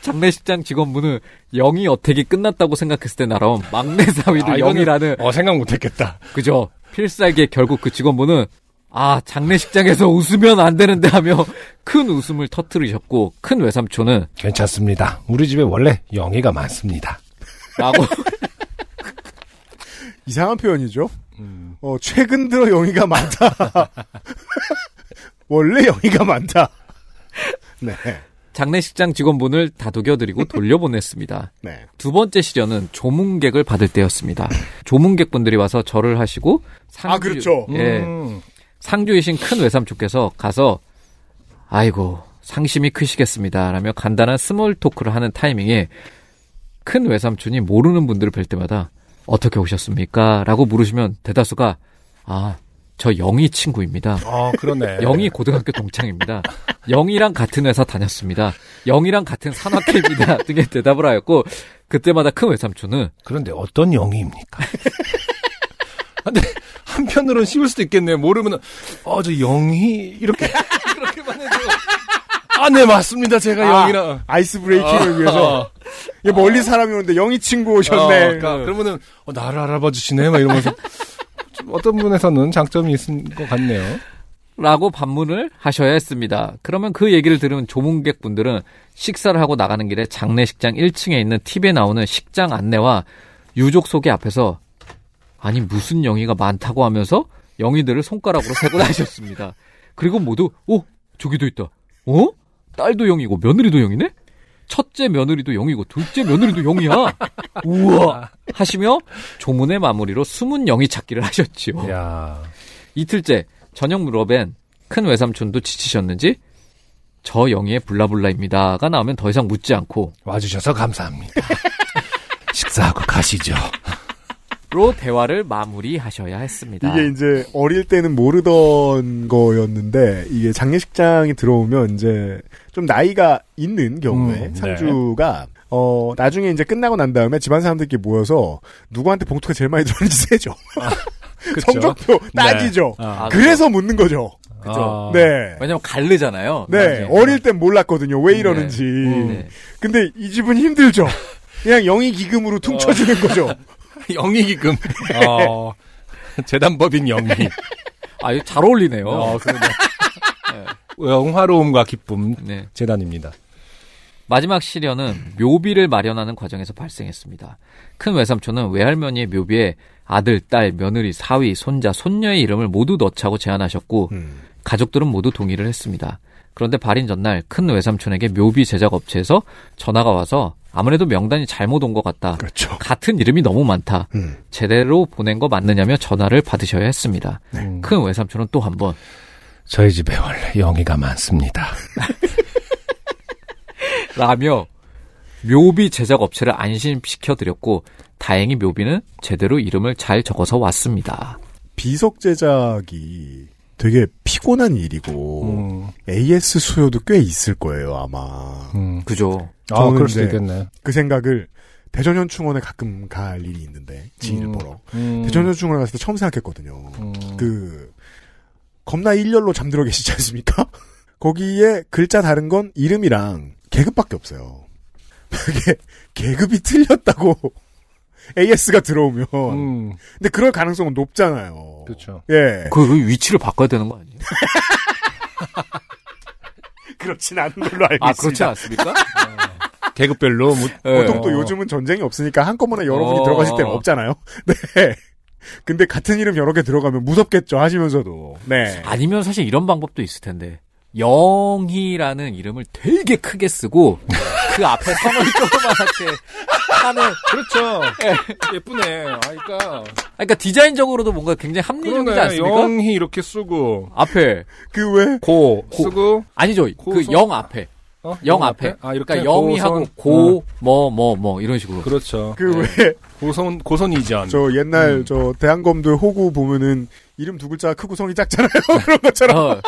장례식장 직원분은 영희 어택이 끝났다고 생각했을 때 나름 막내 사위도
아, 이거는-
영희라는
어, 생각 못했겠다.
그죠 필살기에 결국 그 직원분은 아 장례식장에서 웃으면 안 되는데 하며 큰 웃음을 터뜨리셨고 큰 외삼촌은
괜찮습니다. 우리 집에 원래 영희가 많습니다.
라고
이상한 표현이죠.
음.
어, 최근 들어 영희가 많다. 원래 영희가 많다. 네.
장례식장 직원분을 다독여드리고 돌려보냈습니다.
네.
두 번째 시련은 조문객을 받을 때였습니다. 조문객분들이 와서 절을 하시고 상주,
아, 그렇죠.
예,
음,
상주이신 큰 외삼촌께서 가서 아이고 상심이 크시겠습니다라며 간단한 스몰 토크를 하는 타이밍에 큰 외삼촌이 모르는 분들을 뵐 때마다 어떻게 오셨습니까라고 물으시면 대다수가 아 저 영희 친구입니다.
아, 그러네.
영희 고등학교 동창입니다. 영희랑 같은 회사 다녔습니다. 영희랑 같은 산학회입니다. 등의 대답을 하였고 그때마다 큰 외삼촌은
그런데 어떤 영희입니까? 아, 근데 한편으론 쉬울 수도 있겠네요. 모르면 어저 영희 이렇게 그렇게만 해도 아네 어, 맞습니다. 제가 영희라.
아이스 브레이킹을 위해서. 이게 멀리 사람이 오는데 영희 친구
어,
오셨네.
그러니까 그러면은 어, 나를 알아봐 주시네 막 이러면서 좀 어떤 분에서는 장점이 있는 것 같네요.
라고 반문을 하셔야 했습니다. 그러면 그 얘기를 들으면 조문객분들은 식사를 하고 나가는 길에 장례식장 1층에 있는 TV에 나오는 식장 안내와 유족 소개 앞에서 아니 무슨 영희가 많다고 하면서 영희들을 손가락으로 세고 나셨습니다. 그리고 모두 오 저기도 있다. 어? 딸도 영이고 며느리도 영이네? 첫째 며느리도 영이고 둘째 며느리도 영이야. 우와 하시며 조문의 마무리로 숨은 영희 찾기를 하셨지요.
야
이틀째 저녁 무렵엔 큰 외삼촌도 지치셨는지 저 영희의 블라블라입니다가 나오면 더 이상 묻지 않고
와주셔서 감사합니다. 식사하고 가시죠.
로 대화를 마무리하셔야 했습니다.
아.
이게 이제 어릴 때는 모르던 거였는데 이게 장례식장에 들어오면 이제 좀 나이가 있는 경우에
음, 네.
상주가 어 나중에 이제 끝나고 난 다음에 집안 사람들끼리 모여서 누구한테 봉투가 제일 많이 들었는지 세죠 성적표 따지죠
네. 아,
그래서 묻는 거죠
그죠.
네.
왜냐면 갈르잖아요. 그러니까
네, 어릴 땐 몰랐거든요. 왜 이러는지.
네.
근데 이 집은 힘들죠. 그냥 영희 기금으로
어.
퉁쳐주는 거죠.
영희기금. 어, 재단법인 영희.
아, 이거 잘 어울리네요.
어, 영화로움과 기쁨
네.
재단입니다.
마지막 시련은 묘비를 마련하는 과정에서 발생했습니다. 큰 외삼촌은 외할머니의 묘비에 아들, 딸, 며느리, 사위, 손자, 손녀의 이름을 모두 넣자고 제안하셨고
음.
가족들은 모두 동의를 했습니다. 그런데 발인 전날 큰 외삼촌에게 묘비 제작 업체에서 전화가 와서 아무래도 명단이 잘못 온 것 같다.
그렇죠.
같은 이름이 너무 많다.
음.
제대로 보낸 거 맞느냐며 전화를 받으셔야 했습니다.
음.
음.
큰 외삼촌은 또 한 번
네. 저희 집에 원래 영희가 많습니다.
라며 묘비 제작 업체를 안심시켜 드렸고 다행히 묘비는 제대로 이름을 잘 적어서 왔습니다.
비석 제작이 되게 피곤한 일이고
음,
AS 수요도 꽤 있을 거예요 아마.
음.
그죠?
아, 그럴 수도
저는 이제
있겠네.
그 생각을 대전현충원에 가끔 갈 일이 있는데 지인을
음.
보러
음,
대전현충원에 갔을 때 처음 생각했거든요.
음.
그 겁나 일렬로 잠들어 계시지 않습니까? 거기에 글자 다른 건 이름이랑 계급밖에 없어요. 그게 계급이 틀렸다고 AS가 들어오면
음,
근데 그럴 가능성은 높잖아요.
그렇죠.
예.
그 위치를 바꿔야 되는 거 아니에요?
그렇진 않은 걸로 알고
아 그렇지
있습니다.
않습니까?
계급별로 무-
네.
보통 또
어.
요즘은 전쟁이 없으니까 한꺼번에 여러 분이
어.
들어가실 때는 없잖아요. 네. 근데 같은 이름 여러 개 들어가면 무섭겠죠 하시면서도. 네.
아니면 사실 이런 방법도 있을 텐데 영희라는 이름을 되게 크게 쓰고 그 앞에 성을 조그맣게 하는
그렇죠. 예쁘네. 아, 그러니까.
그러니까 디자인적으로도 뭔가 굉장히 합리적이지
그러네.
않습니까?
영희 이렇게 쓰고,
앞에
그 왜?
고, 고
쓰고,
아니죠 그
고소-
영 앞에
어?
영 앞에
아, 이렇게
그러니까 영희하고 고
고선- 어,
뭐 뭐 뭐 이런 식으로
그렇죠.
그 왜?
고선 고선 이전.
저 옛날 저 대한검도의 호구 보면은 이름 두 글자 크고 성이 작잖아요. 그런 것처럼.
어,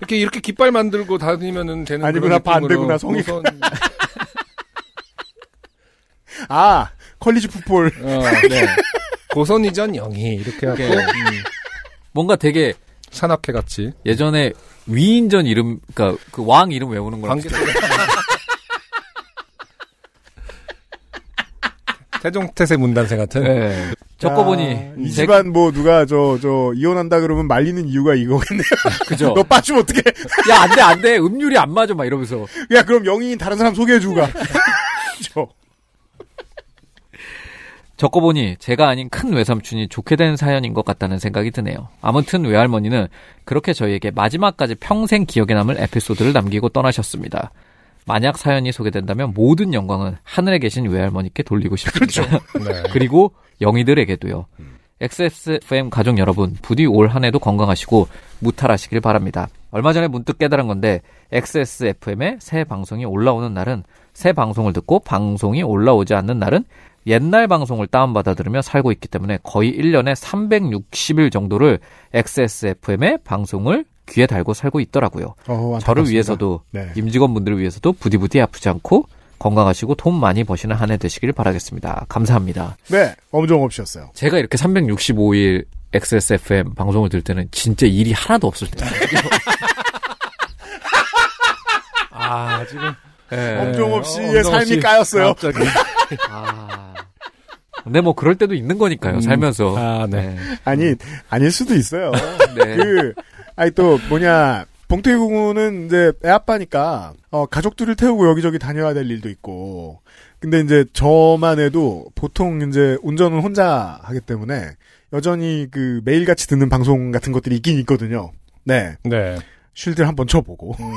이렇게 이렇게 깃발 만들고 다니면은 되는
아니구나,
그런 느낌으로
반대구나, 성이.
고선,
아 컬리지 풋볼.
어, 네. 고선 이전 영희 이렇게 하고 음,
뭔가 되게
산악회 같이
예전에 위인전 이름 그러니까 그 왕 이름 외우는 거랑
관계. 태종태세 문단세 같은.
예. 적고 보니
아, 이
제-
집안 뭐 누가 저 저 이혼한다 그러면 말리는 이유가 이거겠네요.
그죠
너 빠지면 어떡해?
야 안돼 안돼 음률이 안 맞아 막 이러면서
야 그럼 영인 다른 사람 소개해 주고 가. 저.
적고 보니 제가 아닌 큰 외삼촌이 좋게 된 사연인 것 같다는 생각이 드네요. 아무튼 외할머니는 그렇게 저희에게 마지막까지 평생 기억에 남을 에피소드를 남기고 떠나셨습니다. 만약 사연이 소개된다면 모든 영광은 하늘에 계신 외할머니께 돌리고 싶습니다.
네.
그리고 영희들에게도요. XSFM 가족 여러분, 부디 올 한 해도 건강하시고 무탈하시길 바랍니다. 얼마 전에 문득 깨달은 건데, XSFM의 새 방송이 올라오는 날은 새 방송을 듣고 방송이 올라오지 않는 날은 옛날 방송을 다운받아 들으며 살고 있기 때문에 거의 1년에 360일 정도를 XSFM의 방송을 귀에 달고 살고 있더라고요.
어,
저를 위해서도
네.
임직원분들을 위해서도 부디부디 아프지 않고 건강하시고 돈 많이 버시는 한 해 되시길 바라겠습니다. 감사합니다.
네 엄정업 씨였어요.
제가 이렇게 365일 XSFM 방송을 들 때는 진짜 일이 하나도 없을 때.
아 지금 뭐
엄정업 씨의
엄정업
삶이
씨.
까였어요.
갑자기.
아. 근데 뭐 그럴 때도 있는 거니까요. 살면서.
아 네.
아니 아닐 수도 있어요.
네.
그 아니 또 뭐냐 봉태규 군은 이제 애 아빠니까 어, 가족들을 태우고 여기저기 다녀야 될 일도 있고 근데 이제 저만 해도 보통 이제 운전은 혼자 하기 때문에 여전히 그 매일같이 듣는 방송 같은 것들이 있긴 있거든요. 네
네.
쉴드를 한번 쳐보고
음.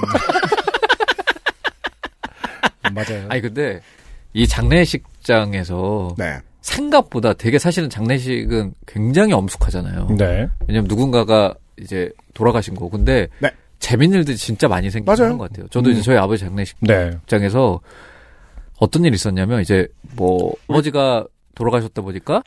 맞아요.
아니 근데 이 장례식장에서
네
생각보다 되게 사실은 장례식은 굉장히 엄숙하잖아요.
네.
왜냐면 누군가가 이제 돌아가신 거. 근데
네.
재밌는 일들이 진짜 많이 생기는
맞아요.
것 같아요. 저도 이제
음.
저희 아버지 장례식
네.
입장에서 어떤 일이 있었냐면 이제 뭐 아버지가 돌아가셨다 보니까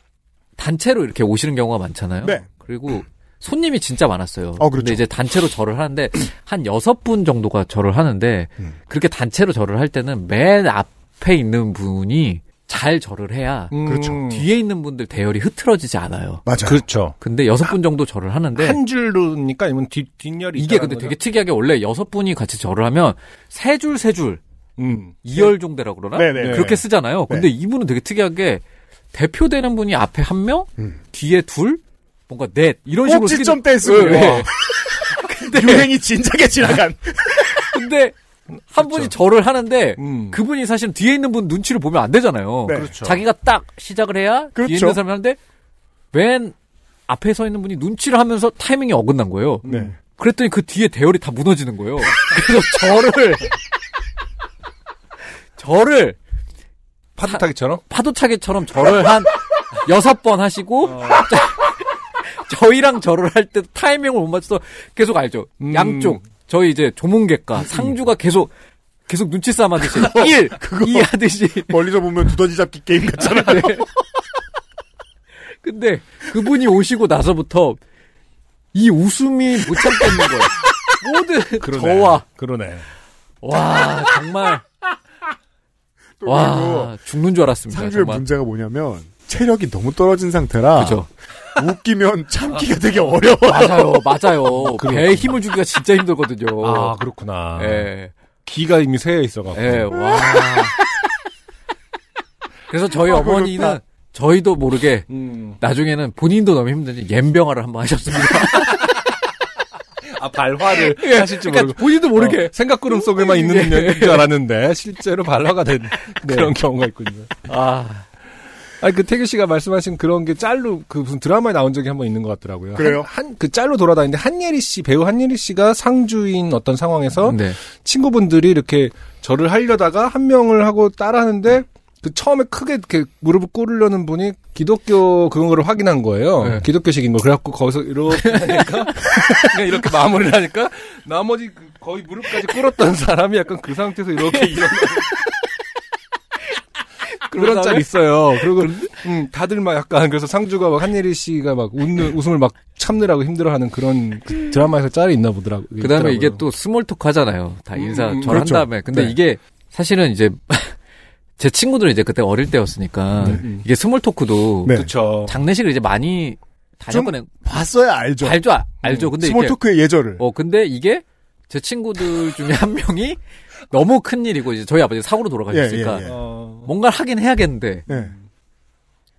단체로 이렇게 오시는 경우가 많잖아요.
네.
그리고 손님이 진짜 많았어요.
아,
어, 그렇죠.
근데 이제 단체로 절을 하는데 한 여섯 분 정도가 절을 하는데
음.
그렇게 단체로 절을 할 때는 맨 앞에 있는 분이 잘 절을 해야
음.
그렇죠.
뒤에 있는 분들 대열이 흐트러지지 않아요.
맞아 요
그렇죠.
근데 여섯 분 정도 절을 하는데
한 줄로니까 이건 뒷 네. 뒷열이
이게
있다라는
근데 되게
거죠?
특이하게 원래 여섯 분이 같이 절을 하면 세 줄 세 줄
음.
이열 종대라 그러나
네네.
그렇게 쓰잖아요. 근데 이분은 되게 특이하게 대표되는 분이 앞에 한 명,
음.
뒤에 둘, 뭔가 넷 이런 식으로 네, 쓰기
어. 꼭지점 때 쓰고
네.
유행이 진작에 지나간
근데 한 분이 절을 하는데
음.
그분이 사실 뒤에 있는 분 눈치를 보면 안 되잖아요.
네.
그렇죠.
자기가 딱 시작을 해야 뒤에
그렇죠.
있는 사람이 하는데 맨 앞에 서 있는 분이 눈치를 하면서 타이밍이 어긋난 거예요.
네.
그랬더니 그 뒤에 대열이 다 무너지는 거예요. 그래서 저를 저를
파도타기처럼?
파도차기처럼 절을 한 여섯 번 하시고
어.
저희랑 절을 할 때 타이밍을 못 맞춰서 계속 알죠.
음.
양쪽 저희 이제
음.
조문객과 상주가 계속 계속 눈치싸움 하듯이 1, 2 하듯이
멀리서 보면 두더지 잡기 게임 같잖아요.
근데 그분이 오시고 나서부터 이 웃음이 못 참겠는 거예요. 모든
그러네.
저와
그러네.
와 정말
또 그리고
와 죽는 줄 알았습니다.
상주의
아, 정말.
문제가 뭐냐면 체력이 너무 떨어진 상태라
그죠.
웃기면 참기가 되게 어려워.
맞아요, 맞아요. 배에 힘을 주기가 진짜 힘들거든요.
아, 그렇구나.
예,
기가 이미 새에 있어가지고.
예, 와. 그래서 저희
아, 그거
어머니는
좋다.
저희도 모르게
음.
나중에는 본인도 너무 힘든지 옌병화를 한번 하셨습니다.
아, 발화를
예,
하실지
그러니까
모르고.
본인도 모르게
어, 생각구름 속에만 있는
예.
능력인 줄 알았는데, 실제로 발화가 된 그런 경우가 있군요.
아,
아니, 그 태규 씨가 말씀하신 그런 게 짤로, 그 무슨 드라마에 나온 적이 한 번 있는 것 같더라고요.
그래요?
한, 한- 그 짤로 돌아다니는데, 한예리 씨, 배우 한예리 씨가 상주인 어떤 상황에서
네.
친구분들이 이렇게 절을 하려다가 한 명을 하고 따라하는데 그 처음에 크게 이렇게 무릎을 꿇으려는 분이 기독교 그런 거를 확인한 거예요.
네.
기독교식인 걸 그래갖고 거기서 이렇게 하니까 그냥 이렇게 마무리를 하니까 나머지 그 거의 무릎까지 꿇었던 사람이 약간 그 상태에서 이렇게 이런 그런 짤 있어요. 그리고 음, 다들 막 약간 그래서 상주가 막 한예리 씨가 막 웃는 웃음을 막 참느라고 힘들어하는 그런 그 드라마에서 짤이 있나 보더라고요.
그다음에 이게
있더라고요.
또 스몰 토크 하잖아요. 다 인사
음, 음,
절한
그렇죠.
다음에. 근데
네.
이게 사실은 이제 제 친구들은 이제 그때 어릴 때였으니까
네.
이게 스몰 토크도
네.
그렇죠.
장례식을 이제 많이 다녔거든요.
봤어야 알죠.
알죠, 아-
음.
알죠. 근데
스몰
이게
토크의 예절을.
어 근데 이게 제 친구들 중에 한 명이 너무 큰 일이고 이제 저희 아버지 가 사고로 돌아가셨으니까
예.
뭔가 를 하긴 해야겠는데
네.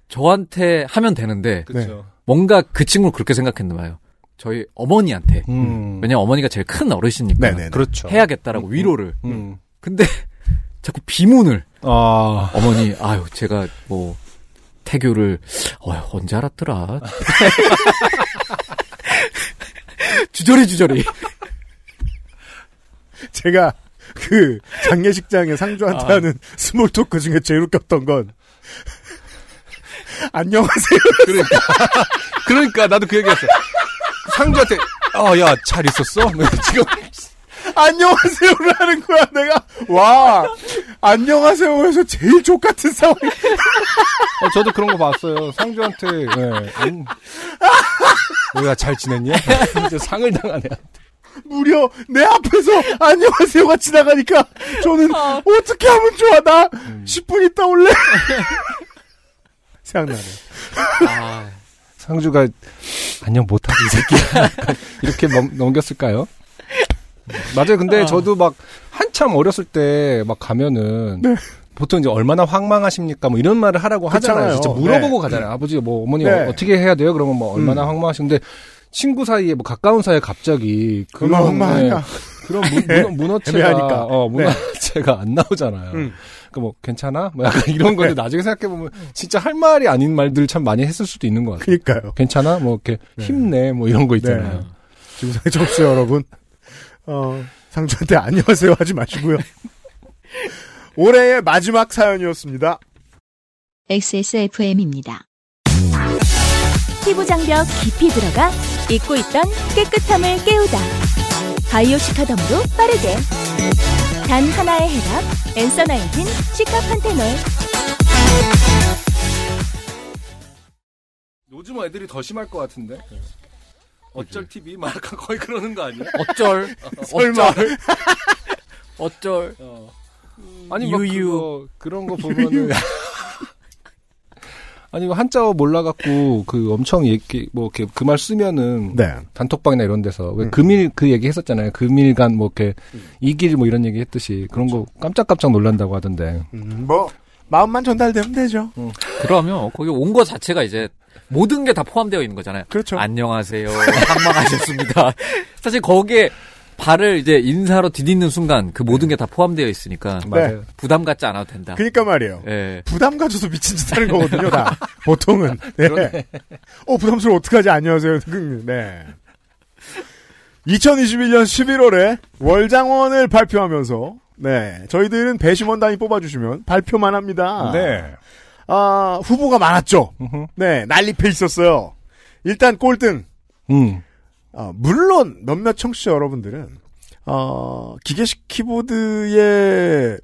저한테 하면 되는데
네.
그렇죠.
뭔가 그 친구는 그렇게 생각했나 봐요. 저희 어머니한테
음.
왜냐면 어머니가 제일 큰 어르시니까
네네.
그렇죠.
해야겠다라고 위로를
음.
근데 자꾸 비문을
아.
어머니 아유 제가 뭐 태교를 어 언제 알았더라 주저리 주저리
제가 그 장례식장에 상주한테 하는 스몰 토크 중에 제일 웃겼던 건 안녕하세요.
그러니까. 그러니까 나도 그 얘기했어. 상주한테 어, 야, 잘 있었어? 뭐 지금
안녕하세요를 하는 거야 내가 와 안녕하세요 해서 제일 족 같은 상황
어, 저도 그런 거 봤어요. 상주한테 예. 음. 어, 야, 잘 지냈냐? 이제 상을 당하네.
무려 내 앞에서 안녕하세요가 지나가니까 저는 어떻게 하면 좋아 나 10분 있다 올래 생각나네
아. 상주가 안녕 못하지 이 새끼야. 약간 이렇게 넘, 넘겼을까요? 맞아요. 근데 저도 막 한참 어렸을 때 막 가면은 보통 이제 얼마나 황망하십니까? 뭐 이런 말을 하라고 하잖아요.
그렇잖아요.
진짜
네.
물어보고 가잖아요. 아버지 뭐 어머니
네.
어- 어떻게 해야 돼요? 그러면 뭐 얼마나 황망하신데 친구 사이에 뭐 가까운 사이에 갑자기 그런
얼마나 황망하냐.
네, 그런 무- 문어, 문어체가
애매하니까.
어,
네.
문어체가 안 나오잖아요.
음.
그러니까 뭐 괜찮아? 뭐 약간 이런 건데 나중에 생각해 보면 진짜 할 말이 아닌 말들을 참 많이 했을 수도 있는 것 같아요.
그니까요
괜찮아? 뭐 이렇게 힘내 뭐 이런 거 있잖아요.
네. 지구상의 청취자 여러분 어, 상주한테 안녕하세요 하지 마시고요 올해의 마지막 사연이었습니다
XSFM입니다.
피부 장벽 깊이 들어가 잊고 있던 깨끗함을 깨우다. 바이오 시카덤으로 빠르게. 단 하나의 해답. 엔서 나인틴 시카판테놀.
요즘 애들이 더 심할 것 같은데. 어쩔 TV 막 약간 거의 그러는 거 아니야?
어쩔
설마.
어쩔 어쩔
아니
뭐
막
유유.
그거, 그런 거 보면은 아니 뭐 한자어 몰라갖고 그 엄청 얘기 뭐 이렇게 그 말 쓰면은
네
단톡방이나 이런 데서 왜
음.
금일 그 얘기 했었잖아요. 금일간 뭐 이렇게 이길 뭐 이런 얘기 했듯이 그런 거 깜짝깜짝 놀란다고 하던데.
음, 뭐 마음만 전달되면 되죠
그러면 거기 온 거 자체가 이제 모든 게 다 포함되어 있는 거잖아요
그렇죠
안녕하세요. 상망하셨습니다. 사실 거기에 발을 이제 인사로 디디는 순간 그 모든 게 다 포함되어 있으니까
맞아요.
부담 갖지 않아도 된다.
네. 그니까 말이에요.
예.
부담 가져서 미친 짓 하는 거거든요, 다. 보통은. 네. 어, 부담스러워. 어떡하지? 안녕하세요. 네. 2021년 11월에 월장원을 발표하면서, 네. 저희들은 배심원 단위 뽑아주시면 발표만 합니다.
네.
아, 후보가 많았죠.
음흠.
네. 난립해 있었어요. 일단 꼴등.
음.
아, 물론 몇몇 청취자 여러분들은 어, 기계식 키보드의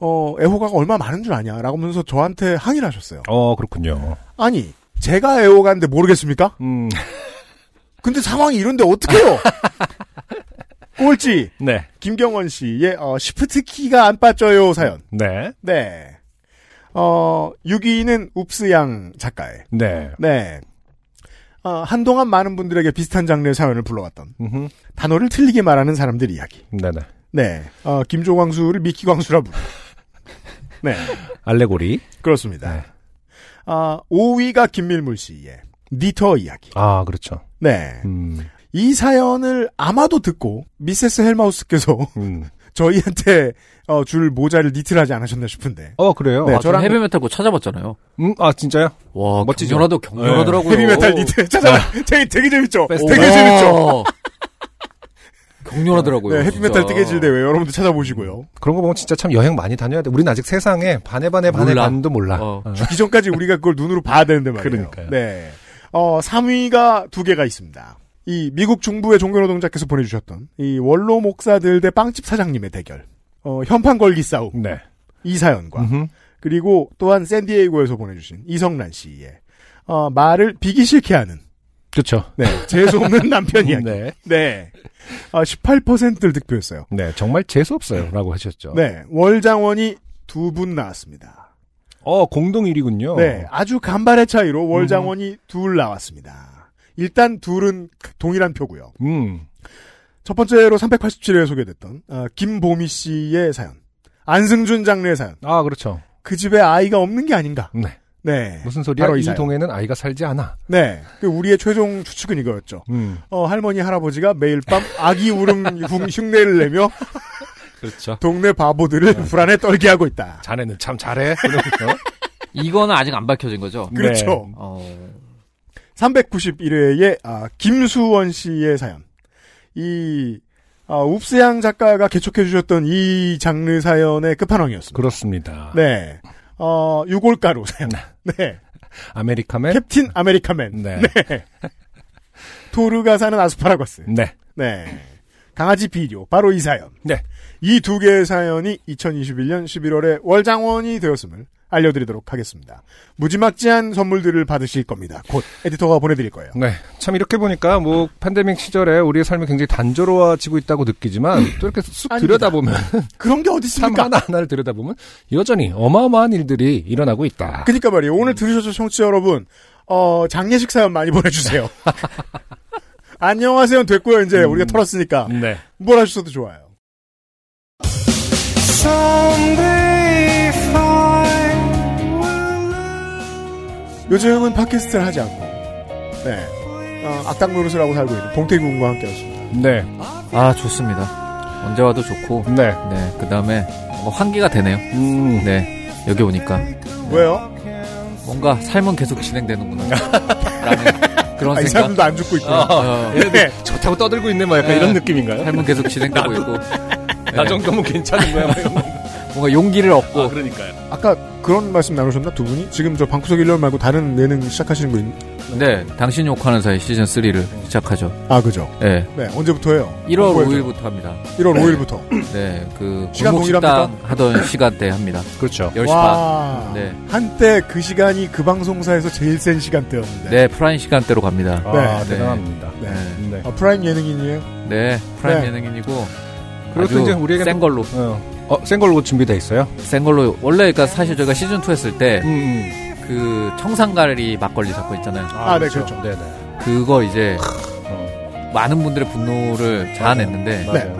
어, 애호가가 얼마나 많은 줄 아냐 라고 하면서 저한테 항의를 하셨어요.
어, 그렇군요.
아니 제가 애호가인데 모르겠습니까?
음.
근데 상황이 이런데 어떡해요? 꼴찌
네.
김경원 씨의 어, 시프트 키가 안 빠져요 사연.
네.
네. 어, 6위는 웁스양 작가의
네.
네. 어, 한동안 많은 분들에게 비슷한 장르의 사연을 불러왔던
음흠.
단어를 틀리게 말하는 사람들 이야기.
네네.
네. 어, 김조광수를 미키광수라 부르. 네.
알레고리.
그렇습니다.
네.
아, 5위가 김밀물 씨의 니터 이야기.
아, 그렇죠.
네.
음.
이 사연을 아마도 듣고 미세스 헬마우스께서
음.
저희한테 어, 줄 모자를 니트를 하지 않으셨나 싶은데.
어, 그래요?
네,
아,
아,
저랑
저랑-
헤비메탈 거 찾아봤잖아요.
음, 아, 진짜요?
와,
멋지죠?
경렬하도 경렬하더라고요.
네. 헤비메탈 니트 찾아봐. 되게, 되게 재밌죠?
베스트. 아,
되게 재밌죠?
경렬하더라고요.
네, 헤비메탈
어. 진짜.
뜨개질 대회 여러분들 찾아보시고요.
그런 거 보면 진짜 참 여행 많이 다녀야 돼. 우린 아직 세상에 반에 반에 반에
몰라.
반도 몰라.
어.
어.
죽기 전까지 우리가 그걸 눈으로 봐야 되는데 말이에요.
그러니까요.
네. 어, 3위가 두 개가 있습니다. 이 미국 중부의 종교노동자께서 보내주셨던 이 원로 목사들 대 빵집 사장님의 대결. 어, 현판 걸기 싸움.
네.
이 사연과.
음흠.
그리고 또한 샌디에이고에서 보내주신 이성란 씨의 어, 말을 비기 싫게 하는
그렇죠.
네, 재수없는 남편 이야기. 네.
네.
아, 18%를 득표했어요.
네. 정말 재수 없어요라고 하셨죠.
네. 월장원이 두 분 나왔습니다.
어, 공동 1위군요. 음.
네, 아주 간발의 차이로 월장원이 둘 나왔습니다. 일단 둘은 동일한 표고요.
음.
첫 번째로 387회에 소개됐던 아, 김보미 씨의 사연, 안승준 장르의 사연.
아, 그렇죠.
그 집에 아이가 없는 게 아닌가.
네.
네,
무슨 소리야?
바로
이
이 사연.
동에는 아이가 살지 않아.
네, 그 우리의 최종 추측은 이거였죠.
음.
어, 할머니 할아버지가 매일 밤 아기 울음 흉- 흉내를 내며
그렇죠.
동네 바보들을 불안에 떨게 하고 있다.
자네는 참 잘해. 그러면서. 네.
이거는 아직 안 밝혀진 거죠.
그렇죠.
어,
391회에 아, 김수원 씨의 사연. 이 아, 웁스양 작가가 개척해 주셨던 이 장르 사연의 끝판왕이었습니다.
그렇습니다.
네. 어, 유골가루 사연. 네.
아메리카맨.
캡틴 아메리카맨.
네.
토르가 사는 아스파라거스.
네.
네. 강아지 비료. 바로 이 사연.
네.
이 두 개의 사연이 2021년 11월에 월장원이 되었음을 알려드리도록 하겠습니다. 무지막지한 선물들을 받으실 겁니다. 곧 에디터가 보내드릴 거예요.
네. 참 이렇게 보니까 뭐 팬데믹 시절에 우리의 삶이 굉장히 단조로워지고 있다고 느끼지만 또 이렇게 쑥
아닙니다.
들여다보면
그런 게 어디
삶
있습니까?
하나하나를 들여다보면 여전히 어마어마한 일들이 일어나고 있다.
그니까 그러니까 말이에요. 오늘 들으셨죠, 청취자 여러분. 어, 장례식 사연 많이 보내주세요. 안녕하세요. 됐고요, 이제.
음.
우리가 털었으니까.
네.
뭘 하셔도 좋아요. 요즘은 팟캐스트를 하지 않고, 네. 어, 악당 노릇을 하고 살고 있는 봉태규 군과 함께 했습니다.
네.
아, 좋습니다. 언제 와도 좋고.
네.
네, 그 다음에 뭔가 환기가 되네요.
음.
네, 여기 오니까.
왜요?
뭔가 삶은 계속 진행되는구나. 라는 그런
아, 이
생각.
사람도 안 죽고 있구나.
어,
네.
좋다고 떠들고 있네, 뭐 약간
네.
이런 느낌인가요?
삶은 계속 진행되고 있고.
나 정도면 괜찮은 거야, 뭐 이런 거.
뭔가 용기를 얻고.
그러니까요.
아까 그런 말씀 나누셨나, 두 분이? 지금 저 방구석 1년 말고 다른 예능 시작하시는 분, 있-
네, 당신 욕하는 사이 시즌 3를 시작하죠.
아, 그죠.
네.
네, 언제부터 해요?
1월
홍보해줘요.
5일부터 합니다.
1월 5일부터.
네, 그
시간
골목식당
동일합니까?
하던 시간대 합니다.
그렇죠.
10시
와.
반. 네.
한때 그 시간이 그 방송사에서 제일 센 시간대였는데.
네, 프라임 시간대로 갑니다.
아,
네.
대단합니다.
네.
네,
네.
아, 프라임 예능인이에요?
네, 프라임
네.
예능인이고
그리고 또
아주
이제 우리에게는-
센 걸로
어, 어, 생걸로 준비돼 있어요.
센 걸로 원래 그러니까 사실 저희가 시즌 2 했을 때 그
음.
청산가리 막걸리 사건 있잖아요.
아, 네, 그렇죠.
네네.
그거 이제
어,
많은 분들의 분노를 자아냈는데
맞아요.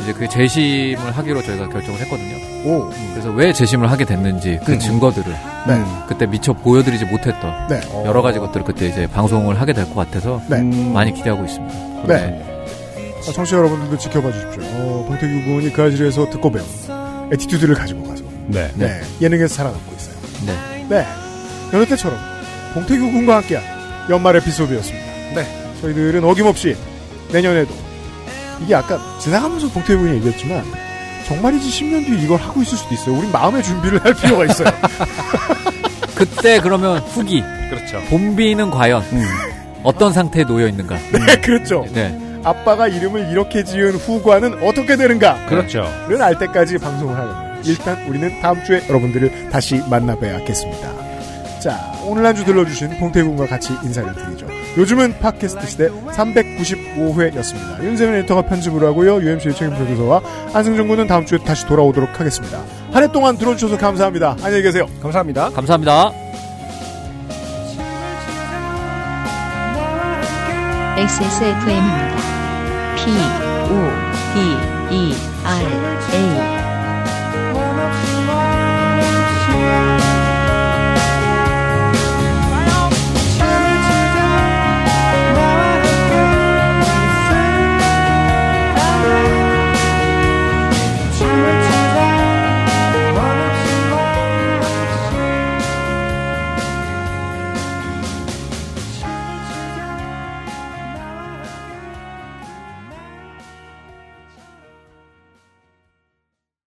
이제 그 재심을 하기로 저희가 결정을 했거든요.
오.
그래서 왜 재심을 하게 됐는지 그 증거들을
네.
음.
그때 미처 보여드리지 못했던
네.
여러 가지 것들을 그때 이제 방송을 하게 될 것 같아서
네.
어. 음.
많이 기대하고 있습니다.
네. 아, 청취자 여러분들도 지켜봐 주십시오. 어, 봉태규 군이 그 아지리에서 듣고 배운 에티튜드를 가지고 가서
네.
네, 예능에서 살아남고 있어요.
네.
네. 여느 때처럼 봉태규 군과 함께한 연말 에피소드였습니다. 네. 저희들은 어김없이 내년에도 이게 아까 지나가면서 봉태규 군이 얘기했지만 정말이지 10년 뒤에 이걸 하고 있을 수도 있어요. 우린 마음의 준비를 할 필요가 있어요.
음.
그때 그러면 후기
그렇죠.
봄비는 과연
음.
어떤 상태에 놓여 있는가?
네, 그렇죠.
네.
아빠가 이름을 이렇게 지은 후과는 어떻게 되는가?
그렇죠.
를 알 때까지 방송을 하려면 일단 우리는 다음 주에 여러분들을 다시 만나봐야겠습니다. 자, 오늘 한 주 들러주신 봉태군과 같이 인사를 드리죠. 요즘은 팟캐스트 시대 395회였습니다. 윤세민 에디터가 편집을 하고요. UMC의 책임 프로듀서와 안승준 군은 다음 주에 다시 돌아오도록 하겠습니다. 한 해 동안 들어주셔서 감사합니다. 안녕히 계세요.
감사합니다.
감사합니다.
XSFM입니다. P, O, D, E, R, A.